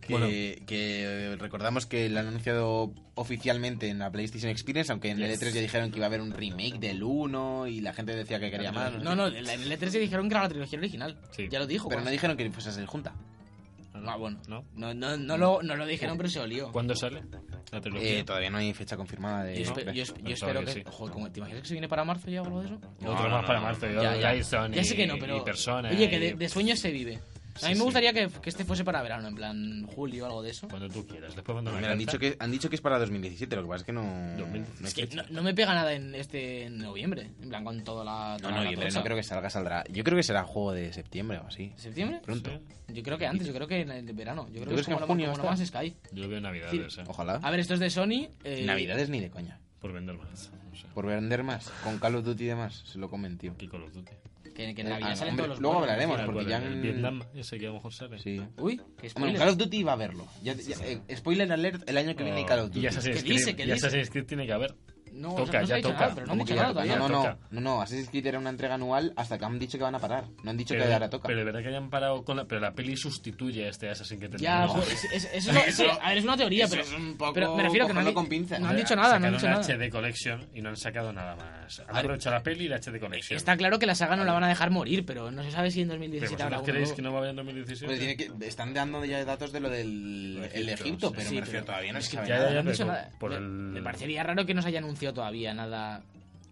Speaker 3: Que, que, eh, recordamos que lo han anunciado oficialmente en la PlayStation Experience, aunque en el E3 ya dijeron que iba a haber un remake del 1 y la gente decía que quería más.
Speaker 4: No, no, en el E3 se dijeron que era la trilogía original.
Speaker 2: Sí.
Speaker 4: Ya lo dijo.
Speaker 3: Pero no
Speaker 4: cuando-
Speaker 3: dijeron que fuese a ser junta.
Speaker 4: Ah, bueno.
Speaker 2: ¿No?
Speaker 4: No, no, no, lo, no lo dijeron, pero se olió.
Speaker 2: ¿Cuándo sale? La trilogía.
Speaker 3: Eh, todavía Pues, no hay fecha confirmada de.
Speaker 4: Yo, espe-
Speaker 3: Crash.
Speaker 4: yo es- yo
Speaker 2: Pensaba
Speaker 4: espero
Speaker 2: que
Speaker 4: que.
Speaker 2: sí.
Speaker 4: Ojo, ¿cómo- ¿te imaginas que se viene para marzo ya o algo de eso?
Speaker 2: Otro
Speaker 3: No, no,
Speaker 2: más
Speaker 3: no,
Speaker 2: para
Speaker 3: no.
Speaker 2: marzo. Ya, Dyson
Speaker 4: ya
Speaker 2: y,
Speaker 4: sé que no, pero.
Speaker 2: y Persona.
Speaker 4: oye, que de,
Speaker 2: y-
Speaker 4: de sueños se vive. A mí me gustaría que, que este fuese para verano, en plan julio o algo de
Speaker 3: Pues,
Speaker 4: eso.
Speaker 2: Cuando tú quieras. Después cuando me
Speaker 3: Me han
Speaker 2: alcanza.
Speaker 3: dicho, que, han dicho que es para 2017, lo que pasa es que no. no
Speaker 4: Es que no, no me pega nada en este en noviembre, en plan con toda la.
Speaker 3: No,
Speaker 4: toda la
Speaker 3: no, yo creo-
Speaker 4: tocha.
Speaker 3: no creo que salga, saldrá. Yo creo que será juego de septiembre o así.
Speaker 4: ¿Septiembre?
Speaker 3: Pronto.
Speaker 4: Yo creo que antes, yo creo que en el verano. Yo creo que
Speaker 3: crees
Speaker 4: es como,
Speaker 3: que en
Speaker 4: lo-
Speaker 3: junio
Speaker 4: como lo
Speaker 3: está? Ah.
Speaker 4: más Sky.
Speaker 2: Yo lo veo en Navidades, ¿eh?
Speaker 3: Ojalá.
Speaker 4: A ver, esto es de Sony. eh,
Speaker 3: Navidades ni de coña.
Speaker 2: Por vender más. No sé.
Speaker 3: Por vender más. Con Call of Duty y demás. Se lo comen, tío.
Speaker 2: Aquí Call of Duty.
Speaker 4: Que, que en
Speaker 3: Ah,
Speaker 4: Navidad
Speaker 3: no,
Speaker 4: salen
Speaker 3: hombre,
Speaker 4: todos los
Speaker 3: luego
Speaker 4: juegos.
Speaker 3: hablaremos.
Speaker 2: Ah,
Speaker 3: porque
Speaker 2: ¿cuál?
Speaker 3: ya
Speaker 2: El
Speaker 3: en-
Speaker 2: Vietnam, ese que a lo mejor sale.
Speaker 3: Sí.
Speaker 4: Uy, que
Speaker 3: Bueno,
Speaker 4: spoiler.
Speaker 3: Call of Duty va a verlo. Ya, ya- eh, spoiler alert, el año que viene hay Call of
Speaker 2: Y
Speaker 3: Duty.
Speaker 4: Oh,
Speaker 2: Assassin's
Speaker 4: ¿Qué dice?
Speaker 2: Creed-
Speaker 4: ¿Qué
Speaker 2: y
Speaker 4: dice?
Speaker 2: Assassin's Creed tiene que haber.
Speaker 4: No, o sea,
Speaker 2: Toca,
Speaker 4: no se
Speaker 2: ya
Speaker 4: ha dicho
Speaker 2: toca.
Speaker 4: nada, pero no han
Speaker 2: ¿Cómo
Speaker 4: dicho
Speaker 2: que ya
Speaker 4: nada
Speaker 2: toca?
Speaker 4: todavía.
Speaker 3: no, no,
Speaker 2: toca.
Speaker 3: no, no, no. Assassin's Creed era una entrega anual hasta que han dicho que van a parar. No han dicho que ahora toca.
Speaker 2: pero de verdad que hayan parado con la... Pero la peli sustituye a este Assassin que
Speaker 4: Ya,
Speaker 2: tenemos.
Speaker 4: pues, es, es- eso es lo-
Speaker 3: Eso-
Speaker 4: sí, a ver, es una teoría,
Speaker 3: eso
Speaker 4: pero,
Speaker 3: es un poco
Speaker 4: pero me refiero que no han,
Speaker 3: cogerlo
Speaker 4: di-
Speaker 3: con pinzas.
Speaker 4: no han dicho nada, no han dicho
Speaker 2: Sacaron
Speaker 4: nada.
Speaker 2: HD Collection y no han sacado nada más. Han
Speaker 3: ver.
Speaker 2: aprovechado la peli y la HD Collection.
Speaker 4: Está claro que la saga no la van a dejar morir, pero no se sabe si en 2017
Speaker 2: ¿Pero
Speaker 4: habrá
Speaker 2: vosotros
Speaker 4: uno
Speaker 2: creéis
Speaker 4: nuevo.
Speaker 2: que no va a haber en
Speaker 3: Pues
Speaker 2: 2017?
Speaker 3: tiene que- están dando ya datos de lo del
Speaker 2: Lo de
Speaker 3: el
Speaker 2: Egipto,
Speaker 3: Egipto,
Speaker 2: sí.
Speaker 3: pero
Speaker 4: Sí,
Speaker 3: me refiero,
Speaker 4: pero-
Speaker 3: todavía no se
Speaker 2: que
Speaker 3: sabe
Speaker 2: ya-
Speaker 3: nada.
Speaker 4: No
Speaker 2: ya-
Speaker 4: han dicho
Speaker 2: pero
Speaker 4: nada.
Speaker 2: por
Speaker 4: me,
Speaker 2: el-
Speaker 4: me parecería raro que no se haya anunciado todavía nada.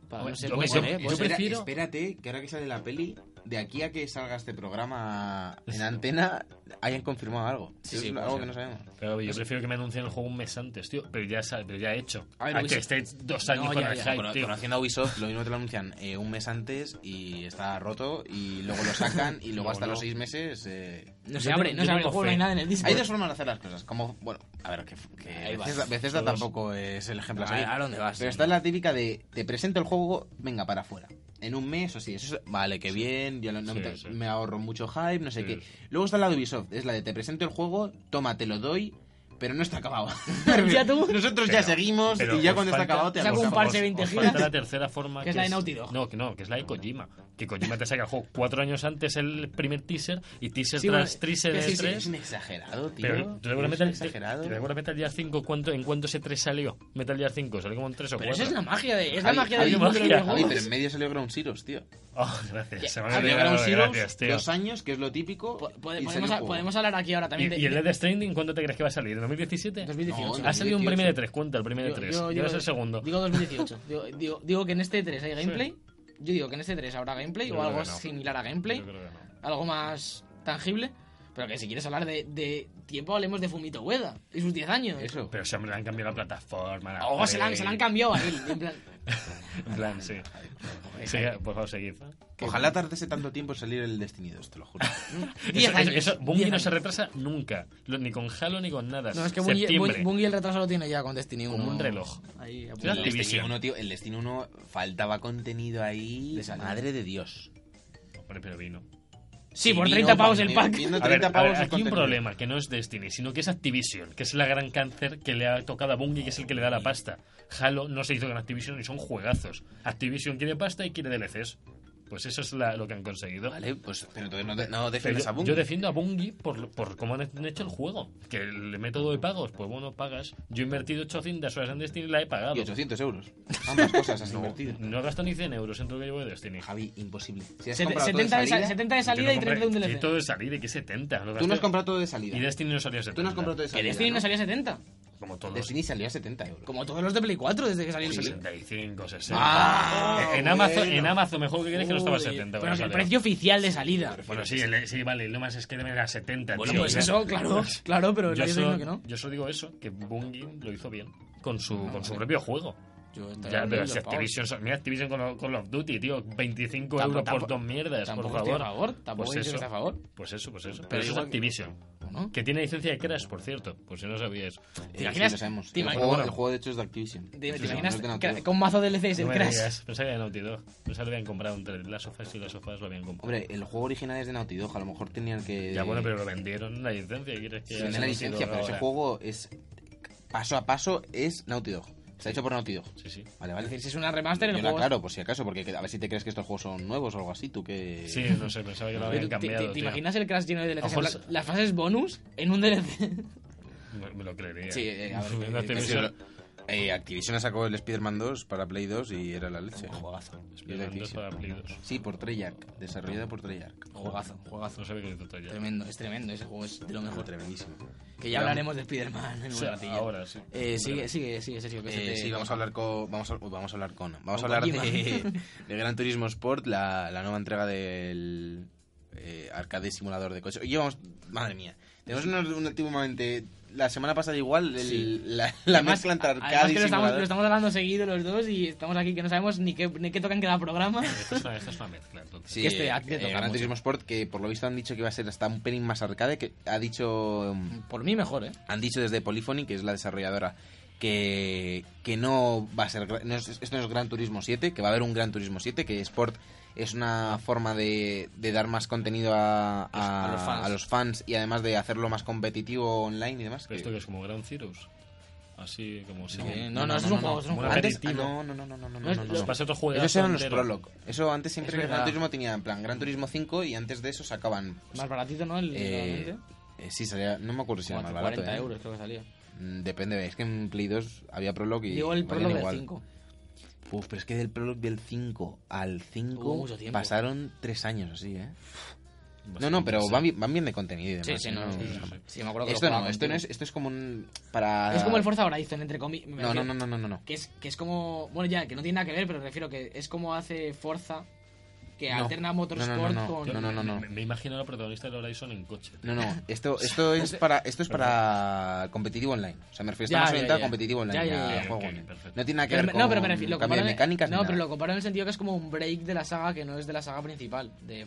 Speaker 4: para-
Speaker 2: Hombre,
Speaker 4: no sé,
Speaker 2: yo-
Speaker 4: puede
Speaker 2: yo-
Speaker 4: ser, ¿eh?
Speaker 2: yo
Speaker 4: Puede ser.
Speaker 3: Espera-
Speaker 2: prefiero-
Speaker 3: pues Espérate, que ahora que sale la peli, de aquí a que salga este programa en antena, hayan confirmado algo.
Speaker 4: Sí,
Speaker 3: es
Speaker 4: sí, puede
Speaker 3: algo que
Speaker 4: ser.
Speaker 3: no sabemos.
Speaker 2: Claro, yo prefiero que me anuncien el juego un mes antes, tío. Pero ya, sa- pero ya he hecho.
Speaker 4: A ver,
Speaker 2: A
Speaker 4: Luis-
Speaker 2: que estéis dos años
Speaker 4: No,
Speaker 2: con
Speaker 4: ya,
Speaker 2: el
Speaker 4: ya.
Speaker 2: hype,
Speaker 3: Cono-
Speaker 2: tío.
Speaker 3: conociendo a Ubisoft, lo mismo te lo anuncian eh, un mes antes y está roto, y luego lo sacan, y luego
Speaker 2: No,
Speaker 3: hasta
Speaker 2: no.
Speaker 3: los seis meses. eh,
Speaker 4: No se
Speaker 2: Yo
Speaker 4: abre,
Speaker 2: tengo-
Speaker 4: no se
Speaker 2: yo
Speaker 4: abre
Speaker 2: tengo
Speaker 4: el juego, no
Speaker 2: fe.
Speaker 4: hay nada en el disco.
Speaker 3: Hay dos formas de hacer las cosas. Como, bueno, a ver, que, que
Speaker 4: Ahí vas.
Speaker 3: Bethesda, Bethesda
Speaker 2: Todos-
Speaker 3: tampoco es el ejemplo a seguir.
Speaker 4: ¿A, a dónde vas?
Speaker 3: Pero está la típica de te presento el juego, venga para afuera. En un mes o así, eso es- vale, que bien, ya lo- no
Speaker 2: Sí,
Speaker 3: te-
Speaker 2: sí.
Speaker 3: me ahorro mucho hype, no sé
Speaker 2: Sí.
Speaker 3: qué. Luego está la de Ubisoft, es la de te presento el juego, toma, te lo doy, pero no está acabado.
Speaker 4: Ya tú.
Speaker 3: [laughs] Nosotros ya
Speaker 2: Pero-
Speaker 3: seguimos
Speaker 2: pero
Speaker 3: y ya
Speaker 2: os
Speaker 3: cuando
Speaker 2: falta-
Speaker 3: está acabado te
Speaker 4: Saca un
Speaker 3: acabamos.
Speaker 4: parche de
Speaker 2: Os-
Speaker 4: 20
Speaker 2: os
Speaker 4: gigas.
Speaker 2: falta
Speaker 4: [laughs]
Speaker 2: la tercera forma.
Speaker 4: Que es la de Naughty Dog.
Speaker 2: No, que no, que es la de Kojima. Que Kojima te saca el juego cuatro años antes el primer teaser y teaser
Speaker 4: Sí,
Speaker 2: tras
Speaker 4: bueno,
Speaker 2: teaser
Speaker 4: que
Speaker 2: de
Speaker 4: sí, sí,
Speaker 2: tres.
Speaker 3: Es un exagerado, tío.
Speaker 2: Pero ¿tú te
Speaker 3: Es
Speaker 2: acuerdas
Speaker 3: un
Speaker 2: Metal, te-
Speaker 3: exagerado.
Speaker 2: te acuerdas Metal Gear 5 cuánto, en cuánto ese 3 salió? Metal Gear 5 salió como en 3 o 4.
Speaker 4: Pero esa es la magia de. Es la
Speaker 3: Javi,
Speaker 4: magia
Speaker 3: Javi,
Speaker 4: del mundo de los
Speaker 2: magia.
Speaker 3: Javi, pero
Speaker 4: videojuegos.
Speaker 3: en medio salió Ground Zeroes, tío.
Speaker 2: [laughs] Oh, gracias. Se me había
Speaker 4: Había
Speaker 2: olvidado,
Speaker 4: Ground Zeroes,
Speaker 2: gracias, tío.
Speaker 3: Dos años, que es lo típico.
Speaker 4: Po- pode-
Speaker 3: y salió
Speaker 4: podemos,
Speaker 3: el
Speaker 4: a-
Speaker 3: juego.
Speaker 4: podemos hablar aquí ahora también
Speaker 2: ¿Y,
Speaker 4: de.
Speaker 2: y el E Death Stranding cuándo te crees que va a salir? ¿En 2017?
Speaker 4: 2018.
Speaker 3: No,
Speaker 2: Ha salido un premio de
Speaker 3: 2018.
Speaker 2: 3, cuenta el premio de 3.
Speaker 4: yo
Speaker 2: Ya
Speaker 4: digo-
Speaker 2: es el segundo.
Speaker 4: Digo
Speaker 2: [laughs]
Speaker 4: 2018. digo, digo- digo que en este 3 hay gameplay. Yo digo que en este 3 habrá gameplay
Speaker 2: Yo
Speaker 4: o
Speaker 2: creo
Speaker 4: algo
Speaker 2: que no.
Speaker 4: similar a gameplay.
Speaker 2: Yo creo que no.
Speaker 4: algo más tangible. Pero que si quieres hablar de, de tiempo, hablemos de Fumito Ueda y sus 10 años.
Speaker 3: Eso.
Speaker 2: Pero siempre le han cambiado la plataforma. la
Speaker 4: Oh, se la, han-
Speaker 2: Play.
Speaker 4: se la han cambiado a él. en plan,
Speaker 2: En plan, sí. Siga, por favor, seguid.
Speaker 3: Ojalá tardase tanto tiempo en salir el Destiny 2, te lo juro.
Speaker 2: [laughs]
Speaker 4: 10
Speaker 2: Eso, eso,
Speaker 4: años.
Speaker 2: eso,
Speaker 4: 10
Speaker 2: Bungie no
Speaker 4: años.
Speaker 2: se retrasa nunca. Lo- Ni con Halo ni con nada.
Speaker 4: No, es que Bungie,
Speaker 2: Septiembre.
Speaker 4: Bungie- Bungie el retraso lo tiene ya con Destiny 1.
Speaker 2: Como un reloj.
Speaker 4: Ahí,
Speaker 2: Sí,
Speaker 4: a punto.
Speaker 3: El
Speaker 2: Activision.
Speaker 3: Destiny 1, tío, el Destiny 1 faltaba contenido ahí.
Speaker 4: De salud.
Speaker 3: Madre de Dios.
Speaker 2: Hombre, pero vino.
Speaker 4: sí,
Speaker 3: Y
Speaker 4: por
Speaker 3: vino
Speaker 4: 30 pavos el
Speaker 3: contenido,
Speaker 4: pack.
Speaker 3: vino
Speaker 2: A ver,
Speaker 3: 30
Speaker 2: a
Speaker 3: pavos
Speaker 2: ver,
Speaker 3: el
Speaker 2: aquí hay un
Speaker 3: contenido.
Speaker 2: problema, que no es Destiny, sino que es Activision, que es la gran cáncer que le ha tocado a Bungie, que es el que le da la pasta. Halo no se hizo con Activision y son juegazos. Activision quiere pasta y quiere DLCs. Pues eso es la- lo que han conseguido.
Speaker 3: Vale, pues, pero entonces no, te- no
Speaker 2: Pero
Speaker 3: defiendes a
Speaker 2: yo,
Speaker 3: Bungie.
Speaker 2: yo defiendo a Bungie por, por cómo han hecho el juego. Que el método de pagos, pues bueno, pagas. Yo he invertido 800 horas en Destiny y la he pagado.
Speaker 3: Y 800 [laughs] euros. Ambas cosas has invertido.
Speaker 2: No he gastado ni 100 euros en todo lo que llevo de Destiny.
Speaker 3: Javi, imposible. Si has
Speaker 4: Set-
Speaker 3: comprado todo de
Speaker 4: 70 de, sa-
Speaker 3: salida-
Speaker 4: 70
Speaker 2: Yo
Speaker 4: de
Speaker 2: no
Speaker 4: salida y
Speaker 2: compré-
Speaker 4: 30 de un
Speaker 2: sí, todo
Speaker 4: DLC.
Speaker 2: de salida, que 70. Lo
Speaker 3: Tú
Speaker 2: gasté-
Speaker 3: no has comprado todo de
Speaker 2: Y
Speaker 3: salida.
Speaker 2: Destiny no salía 70.
Speaker 3: Tú no has comprado todo de
Speaker 4: Que
Speaker 3: salida.
Speaker 4: Destiny no
Speaker 3: ¿no?
Speaker 4: salía 70.
Speaker 2: Como todos.
Speaker 3: Destiny salió a 70 euros.
Speaker 4: Como todos los de Play 4 desde que salió el Play.
Speaker 2: 65, 60.
Speaker 3: Ah,
Speaker 2: en, Amazon,
Speaker 3: bueno.
Speaker 2: en Amazon, mejor que crees que no estaba a
Speaker 4: Joder,
Speaker 2: 70.
Speaker 4: Pero
Speaker 2: cuando
Speaker 4: que el
Speaker 2: salió.
Speaker 4: precio oficial de salida.
Speaker 2: Bueno, sí, el- sí, vale, no más es que era 70.
Speaker 4: Bueno,
Speaker 2: tío,
Speaker 4: pues
Speaker 2: ya.
Speaker 4: eso, claro, claro, pero
Speaker 2: Yo
Speaker 4: nadie está
Speaker 2: solo,
Speaker 4: diciendo que no. Ah,
Speaker 2: yo solo digo eso, que Bungie lo hizo bien con su, con su propio juego.
Speaker 4: Yo estaría
Speaker 2: Ya, pero
Speaker 4: vendiendo
Speaker 2: si
Speaker 4: pavos.
Speaker 2: Activision, mira Activision con Call of Duty, tío, 25
Speaker 4: Tampo-
Speaker 2: euros
Speaker 4: tampo-
Speaker 2: por dos mierdas, por
Speaker 4: Tampoco
Speaker 2: favor.
Speaker 4: estoy a favor, tampoco he
Speaker 2: pues
Speaker 4: dicho que
Speaker 2: eso,
Speaker 4: esté a favor.
Speaker 2: pues eso, pues eso. Pero,
Speaker 4: Pero
Speaker 2: eso es
Speaker 4: igual-
Speaker 2: Activision,
Speaker 4: ¿no?
Speaker 2: que tiene licencia de Crash, por cierto, por si no sabías.
Speaker 3: Eh,
Speaker 4: ¿Te imaginas?
Speaker 3: sí, lo sabemos.
Speaker 4: ¿Te
Speaker 3: el,
Speaker 4: imag-
Speaker 3: juego,
Speaker 2: bueno.
Speaker 3: el juego, de hecho, es de Activision.
Speaker 4: ¿Te, te
Speaker 3: Sí, sí,
Speaker 4: imaginas
Speaker 3: no es de
Speaker 4: que-
Speaker 3: Naughty Dog.
Speaker 4: con mazo DLCs el
Speaker 2: No me
Speaker 4: Crash?
Speaker 2: digas, Pensaba que era Naughty Dog, pensaba que habían comprado entre las sofás y las sofás lo habían comprado.
Speaker 3: Hombre, el juego original es de Naughty Dog, a lo mejor tenían que...
Speaker 2: Ya bueno, pero lo vendieron la licencia. ¿quieres que
Speaker 3: Sí,
Speaker 2: haya
Speaker 3: tiene la
Speaker 2: Naughty
Speaker 3: licencia,
Speaker 2: Dog
Speaker 3: pero ese
Speaker 2: ahora?
Speaker 3: juego es... Paso a paso es Naughty Dog. Está hecho por Naughty Dog.
Speaker 2: Sí, sí.
Speaker 3: Vale,
Speaker 4: Es
Speaker 3: vale.
Speaker 4: decir, si es una remaster, el
Speaker 3: Yo la
Speaker 4: juego...
Speaker 3: aclaro, por si acaso, porque a ver si te crees que estos juegos son nuevos o algo así, tú que...
Speaker 2: Sí, no sé, pensaba que lo
Speaker 4: Pero
Speaker 2: habían
Speaker 4: ¿Te, te-
Speaker 2: cambiado.
Speaker 4: te
Speaker 2: tío.
Speaker 4: imaginas el Crash lleno de DLCs? En
Speaker 2: Ojo,
Speaker 4: plan,
Speaker 2: es-
Speaker 4: Las fases bonus en un DLC.
Speaker 2: Me, me lo creería.
Speaker 3: Sí, eh, a ver,
Speaker 2: [laughs] Me da
Speaker 3: que- que-
Speaker 2: televisión.
Speaker 3: que- eh, Activision sacó el Spider-Man 2 para Play 2 y era la leche.
Speaker 4: Juegazo.
Speaker 2: Spider-Man
Speaker 3: Yo
Speaker 2: 2
Speaker 3: creo que
Speaker 2: para Play 2.
Speaker 3: Sí, por Treyarch, desarrollado por Treyarch.
Speaker 4: Juegazo, juegazo.
Speaker 2: No sabía que lo traía.
Speaker 4: Tremendo, es tremendo. Ese juego es de lo mejor.
Speaker 3: Tremendísimo.
Speaker 4: Que
Speaker 3: Pero-
Speaker 4: ya hablaremos de Spider-Man en
Speaker 2: O
Speaker 4: un
Speaker 2: sea,
Speaker 4: ratillo.
Speaker 2: ahora sí.
Speaker 4: Eh, sigue, sigue, sigue, Sergio. Que se
Speaker 3: Eh,
Speaker 4: te-
Speaker 3: sí, vamos a hablar con. Vamos a, vamos a hablar con. Vamos a
Speaker 4: Pues este Con
Speaker 3: hablar
Speaker 4: Kojima.
Speaker 3: de, [laughs] de Gran Turismo Sport, la, la nueva entrega del eh, arcade simulador de coches. Oye, vamos. Madre mía. Tenemos un, un últimamente. La semana pasada, igual, el-
Speaker 4: Sí.
Speaker 3: la, la
Speaker 4: Además-
Speaker 3: mezcla entre arcade
Speaker 4: además
Speaker 3: y
Speaker 4: que lo estamos,
Speaker 3: simulador.
Speaker 4: lo estamos hablando seguido los dos y estamos aquí que no sabemos ni qué, ni qué toca en cada
Speaker 3: [laughs]
Speaker 4: programa.
Speaker 2: Esta es una, esta es una mezcla. Entonces.
Speaker 3: Sí,
Speaker 4: que este
Speaker 3: eh,
Speaker 4: hack le
Speaker 3: eh,
Speaker 4: toca
Speaker 3: Gran
Speaker 4: mucho.
Speaker 3: Turismo Sport, que por lo visto han dicho que va a ser hasta un pelín más arcade, que ha dicho. mm,
Speaker 4: Por mí mejor, ¿eh?
Speaker 3: han dicho desde Polyphony, que es la desarrolladora, que, que no va a ser. gra- no es- esto no es Gran Turismo 7, que va a haber un Gran Turismo 7, que Sport es una forma de, de dar más contenido a, a-
Speaker 4: A los fans.
Speaker 3: a los fans y además de hacerlo más competitivo online y demás.
Speaker 2: Pero
Speaker 3: que-
Speaker 2: esto que es como Ground Zeroes. Así como si...
Speaker 4: Eh, no, no, eso es un juego, es un
Speaker 2: Buen
Speaker 4: juego.
Speaker 3: Antes, ah,
Speaker 2: aperitivo.
Speaker 3: no, no, no, no, no, no,
Speaker 4: No es-
Speaker 3: no, no,
Speaker 4: los
Speaker 3: no.
Speaker 2: pasa otro juegazo
Speaker 3: Esos eran los
Speaker 2: entero.
Speaker 3: prologue. Eso antes siempre
Speaker 4: Es
Speaker 3: que Gran
Speaker 4: verdad.
Speaker 3: Turismo tenía en plan Gran Turismo 5 y antes de eso sacaban... pues,
Speaker 4: Más baratito, ¿no? El,
Speaker 3: eh,
Speaker 4: realmente.
Speaker 3: eh, sí, salía, no me acuerdo si era
Speaker 4: Como
Speaker 3: más
Speaker 4: a
Speaker 3: barato.
Speaker 4: 40
Speaker 3: eh.
Speaker 4: euros creo que salía.
Speaker 3: Mm, Depende, es que en Play 2 había prologue y...
Speaker 4: Digo el
Speaker 3: valían
Speaker 4: prologue del
Speaker 3: igual.
Speaker 4: 5.
Speaker 3: Uf, pero es que del prologue del 5 al 5
Speaker 4: Hubo Uh, mucho tiempo.
Speaker 3: pasaron 3 años así, ¿eh? No,
Speaker 2: Bastante,
Speaker 3: no, pero
Speaker 2: Pues sí.
Speaker 3: van, bi- van bien de contenido y demás. ¿eh?
Speaker 4: Sí, sí, no.
Speaker 3: ¿no?
Speaker 4: sí, sí,
Speaker 2: no.
Speaker 4: sí, me acuerdo que lo
Speaker 3: Esto no,
Speaker 4: jugaba
Speaker 3: esto no es,
Speaker 4: contigo.
Speaker 3: esto es como un... Para...
Speaker 4: Es como el Forza Horizon, entre comillas.
Speaker 3: No, no, no, no, no, no, no.
Speaker 4: Que es, que es como. Bueno, ya, que no tiene nada que ver, pero refiero que es como hace Forza, que
Speaker 3: No.
Speaker 4: alterna
Speaker 3: No, no,
Speaker 4: Motorsport
Speaker 3: no, no.
Speaker 4: con.
Speaker 3: No, no, no, no.
Speaker 2: Me, me imagino a la protagonista del Horizon en coche.
Speaker 3: No, no,
Speaker 4: [laughs]
Speaker 3: esto, esto es para esto es para competitivo online. O sea, me refiero,
Speaker 4: Ya,
Speaker 3: estamos
Speaker 4: ya,
Speaker 3: orientados
Speaker 4: ya.
Speaker 3: a competitivo online.
Speaker 4: Ya, ya,
Speaker 3: a
Speaker 4: ya, ya.
Speaker 3: juego
Speaker 2: Ok,
Speaker 3: online.
Speaker 2: perfecto.
Speaker 3: No tiene nada que
Speaker 4: Pero
Speaker 3: ver
Speaker 4: me-
Speaker 3: con
Speaker 4: no, pero me refiero. lo
Speaker 3: cambio
Speaker 4: comparo
Speaker 3: de
Speaker 4: en-
Speaker 3: mecánicas. ni
Speaker 4: No, pero
Speaker 3: nada.
Speaker 4: lo comparo en el sentido que es como un break de la saga que no es de la saga principal. De, de-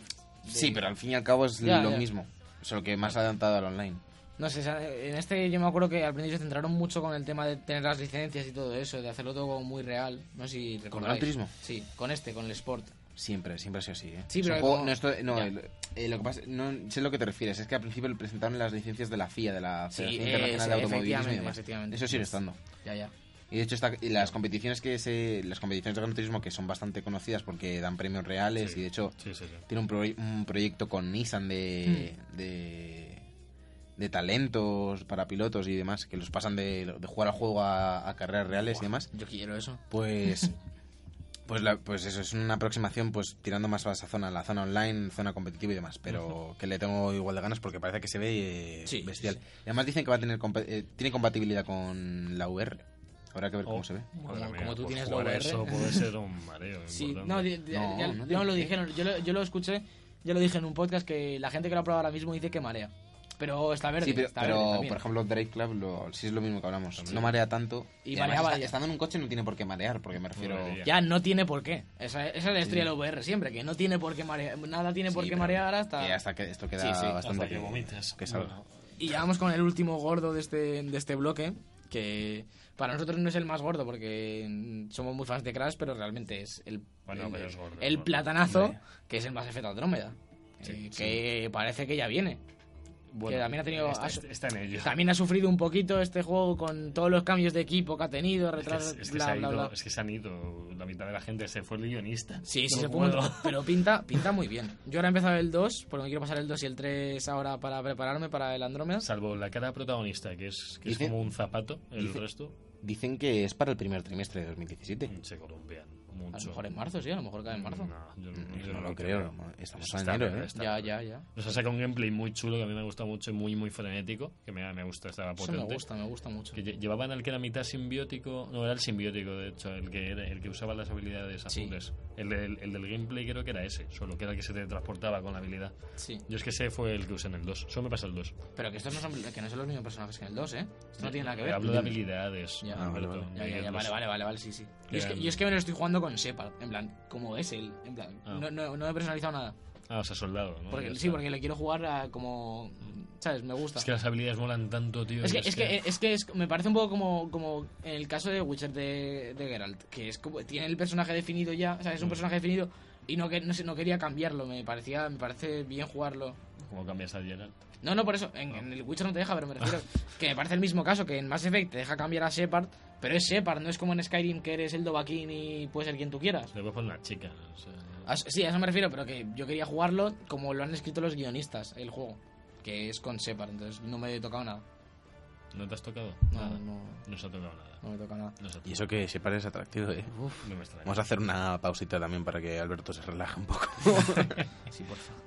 Speaker 3: Sí, pero al fin y al cabo es
Speaker 4: Ya,
Speaker 3: lo
Speaker 4: ya.
Speaker 3: mismo, solo que más adelantado al online.
Speaker 4: No sé, o sea, en este yo me acuerdo que al principio se centraron mucho con el tema de tener las licencias y todo eso, de hacerlo todo como muy real. No sé si recordáis.
Speaker 3: Gran Turismo?
Speaker 4: Sí, con este, con el Sport.
Speaker 3: Siempre, siempre ha sido así, ¿eh?
Speaker 4: Sí,
Speaker 3: O sea,
Speaker 4: pero
Speaker 3: el juego-
Speaker 4: como-
Speaker 3: no, esto- no,
Speaker 4: Ya.
Speaker 3: el- eh, lo que pasa, no sé lo que te refieres, es que al principio le presentaron las licencias de la FIA, de la
Speaker 4: Sí,
Speaker 3: Federación
Speaker 4: eh,
Speaker 3: Internacional de
Speaker 4: sí,
Speaker 3: Automovilismo y
Speaker 4: efectivamente,
Speaker 3: demás.
Speaker 4: efectivamente.
Speaker 3: Eso sigue estando.
Speaker 4: Ya, ya.
Speaker 3: Y de hecho está, y las competiciones que se, las competiciones de Gran Turismo que son bastante conocidas porque dan premios reales
Speaker 2: Sí.
Speaker 3: y de hecho
Speaker 2: Sí, sí, sí.
Speaker 3: tiene un, proye- un proyecto con Nissan de,
Speaker 4: Mm.
Speaker 3: de, de talentos para pilotos y demás, que los pasan de, de jugar al juego a, a carreras reales y demás,
Speaker 4: Yo quiero eso.
Speaker 3: pues... Pues, la- pues eso, es una aproximación pues tirando más a esa zona, la zona online, zona competitiva y demás, pero que le tengo igual de ganas porque parece que se ve eh,
Speaker 4: Sí,
Speaker 3: bestial.
Speaker 4: sí,
Speaker 3: Y además dicen que va a tener compa- eh, tiene compatibilidad con la VR. Habrá que ver cómo
Speaker 2: Oh,
Speaker 3: se ve.
Speaker 2: madre
Speaker 4: Como-
Speaker 2: mía,
Speaker 4: como tú
Speaker 2: pues
Speaker 4: tienes la
Speaker 2: jugar a
Speaker 4: VR.
Speaker 2: Eso puede ser un mareo.
Speaker 4: Sí,
Speaker 2: importante.
Speaker 4: no, di- di-
Speaker 3: No,
Speaker 4: ya-
Speaker 3: no
Speaker 4: no
Speaker 3: tiene
Speaker 4: lo
Speaker 3: por qué.
Speaker 4: dijeron, yo lo, yo lo escuché, yo lo dije en un podcast que la gente que lo ha probado ahora mismo dice que marea. Pero está verde,
Speaker 3: Sí, pero,
Speaker 4: está
Speaker 3: pero,
Speaker 4: verde también.
Speaker 3: por ejemplo, Drive Club lo, sí es lo mismo que hablamos. No marea tanto.
Speaker 4: Y
Speaker 3: además
Speaker 4: mareaba
Speaker 3: está-
Speaker 4: ya.
Speaker 3: Estando en un coche no tiene por qué marear, porque me refiero.
Speaker 2: marearía.
Speaker 4: Ya no tiene por qué. Esa, esa es la historia del VR siempre, que no tiene por qué marear, nada tiene
Speaker 3: Sí,
Speaker 4: por qué
Speaker 3: pero
Speaker 4: marear hasta...
Speaker 3: que hasta que esto queda
Speaker 4: Sí, sí,
Speaker 3: bastante.
Speaker 2: hasta que vomites.
Speaker 3: que salga.
Speaker 2: Bueno.
Speaker 4: Y ya vamos con el último gordo de este, de este bloque, que para nosotros no es el más gordo porque mm, somos muy fans de Crash, pero realmente es el,
Speaker 2: Bueno,
Speaker 4: el,
Speaker 2: pero es gordo,
Speaker 4: el
Speaker 2: es gordo.
Speaker 4: platanazo
Speaker 3: Hombre.
Speaker 4: que es el más Effect Andrómeda, eh, que parece que ya viene.
Speaker 2: Bueno,
Speaker 4: también ha tenido-
Speaker 2: Está,
Speaker 4: ha su-
Speaker 2: está en ello.
Speaker 4: También ha sufrido un poquito este juego con todos los cambios de equipo que ha
Speaker 2: [laughs]
Speaker 4: tenido,
Speaker 2: Es que,
Speaker 4: retrasos,
Speaker 2: es que se
Speaker 4: bla,
Speaker 2: ha
Speaker 4: bla,
Speaker 2: ido-
Speaker 4: bla.
Speaker 2: es que se han ido. La mitad de la gente se fue el guionista.
Speaker 4: Sí, sí,
Speaker 2: Del
Speaker 4: se puede,
Speaker 2: [laughs] juego.
Speaker 4: pero pinta, pinta muy bien. Yo ahora he empezado el 2, porque me quiero pasar el 2 y el 3 ahora para prepararme para el Andrómeda.
Speaker 2: Salvo la cara protagonista, que es, que es
Speaker 3: Dice-
Speaker 2: como un zapato, el
Speaker 3: dice-
Speaker 2: resto
Speaker 3: Dicen que es para el primer trimestre de 2017.
Speaker 2: mm, se columpian
Speaker 4: A
Speaker 2: mucho.
Speaker 4: lo mejor en marzo, sí, a lo mejor cae en marzo.
Speaker 2: No, yo, no-
Speaker 3: Mm,
Speaker 2: yo
Speaker 3: no lo creo. Estamos en
Speaker 2: Está
Speaker 3: enero,
Speaker 2: bien,
Speaker 3: ¿eh?
Speaker 2: está
Speaker 4: Ya,
Speaker 2: bien.
Speaker 4: ya, ya.
Speaker 2: Nos ha sacado un gameplay muy chulo que a mí me ha gustado mucho y muy, muy frenético. Que me, me gusta, estaba
Speaker 4: Eso
Speaker 2: potente.
Speaker 4: me gusta, me gusta mucho.
Speaker 2: Que lle- llevaban al que era mitad simbiótico, no era el simbiótico de hecho, el que era- el que usaba las habilidades
Speaker 4: Sí.
Speaker 2: azules. El, del- el del gameplay creo que era ese, solo que era el que se te transportaba con la habilidad.
Speaker 4: Sí.
Speaker 2: Yo es que ese fue el que usé en el 2, solo me pasó el 2.
Speaker 4: Pero que estos no son, que no son los mismos personajes que en el 2, ¿eh? Esto no tiene nada que ver.
Speaker 2: Hablo de pues. habilidades.
Speaker 4: Ya,
Speaker 3: vale,
Speaker 2: Alberto,
Speaker 3: vale.
Speaker 4: Ya,
Speaker 2: de
Speaker 4: ya, ya,
Speaker 2: los-
Speaker 4: vale, vale, vale, vale, sí, sí. Yo es, que,
Speaker 2: Eran-
Speaker 4: yo es que me lo estoy jugando con Shepard, en plan, como es él, en plan,
Speaker 2: Ah.
Speaker 4: no, no, no he personalizado nada.
Speaker 2: Ah, o sea, soldado, ¿no?
Speaker 4: Porque,
Speaker 2: Ya
Speaker 4: sí,
Speaker 2: está.
Speaker 4: porque le quiero jugar a como, ¿sabes? Me gusta.
Speaker 2: Es que las habilidades molan tanto, tío.
Speaker 4: Es que, eh, es que, es que es- me parece un poco como, como en el caso de Witcher de, de Geralt, que es como, tiene el personaje definido ya, o sea,
Speaker 2: Mm.
Speaker 4: es un personaje definido y no, que, no, sé, no quería cambiarlo, me parecía, me parece bien jugarlo.
Speaker 2: Como cambias a Geralt.
Speaker 4: No, no, por eso, en, en el Witcher no te deja, pero me refiero [laughs] que me parece el mismo caso, que en Mass Effect te deja cambiar a Shepard, pero es Shepard, no es como en Skyrim que eres el Dovahkiin y puedes ser quien tú quieras.
Speaker 2: Le puedes poner una chica. o sea,
Speaker 4: A eso- sí, a eso me refiero, pero que yo quería jugarlo como lo han escrito los guionistas, el juego, que es con Shepard, entonces no me he tocado nada.
Speaker 2: ¿No te has tocado?
Speaker 4: No,
Speaker 2: nada.
Speaker 4: no,
Speaker 2: No se ha tocado nada.
Speaker 4: no me toca nada.
Speaker 2: No se ha tocado.
Speaker 3: Y eso que se parece atractivo, ¿eh?
Speaker 2: No me extraña.
Speaker 3: Vamos a hacer una pausita también para que Alberto se relaje un poco.
Speaker 4: Sí, por favor.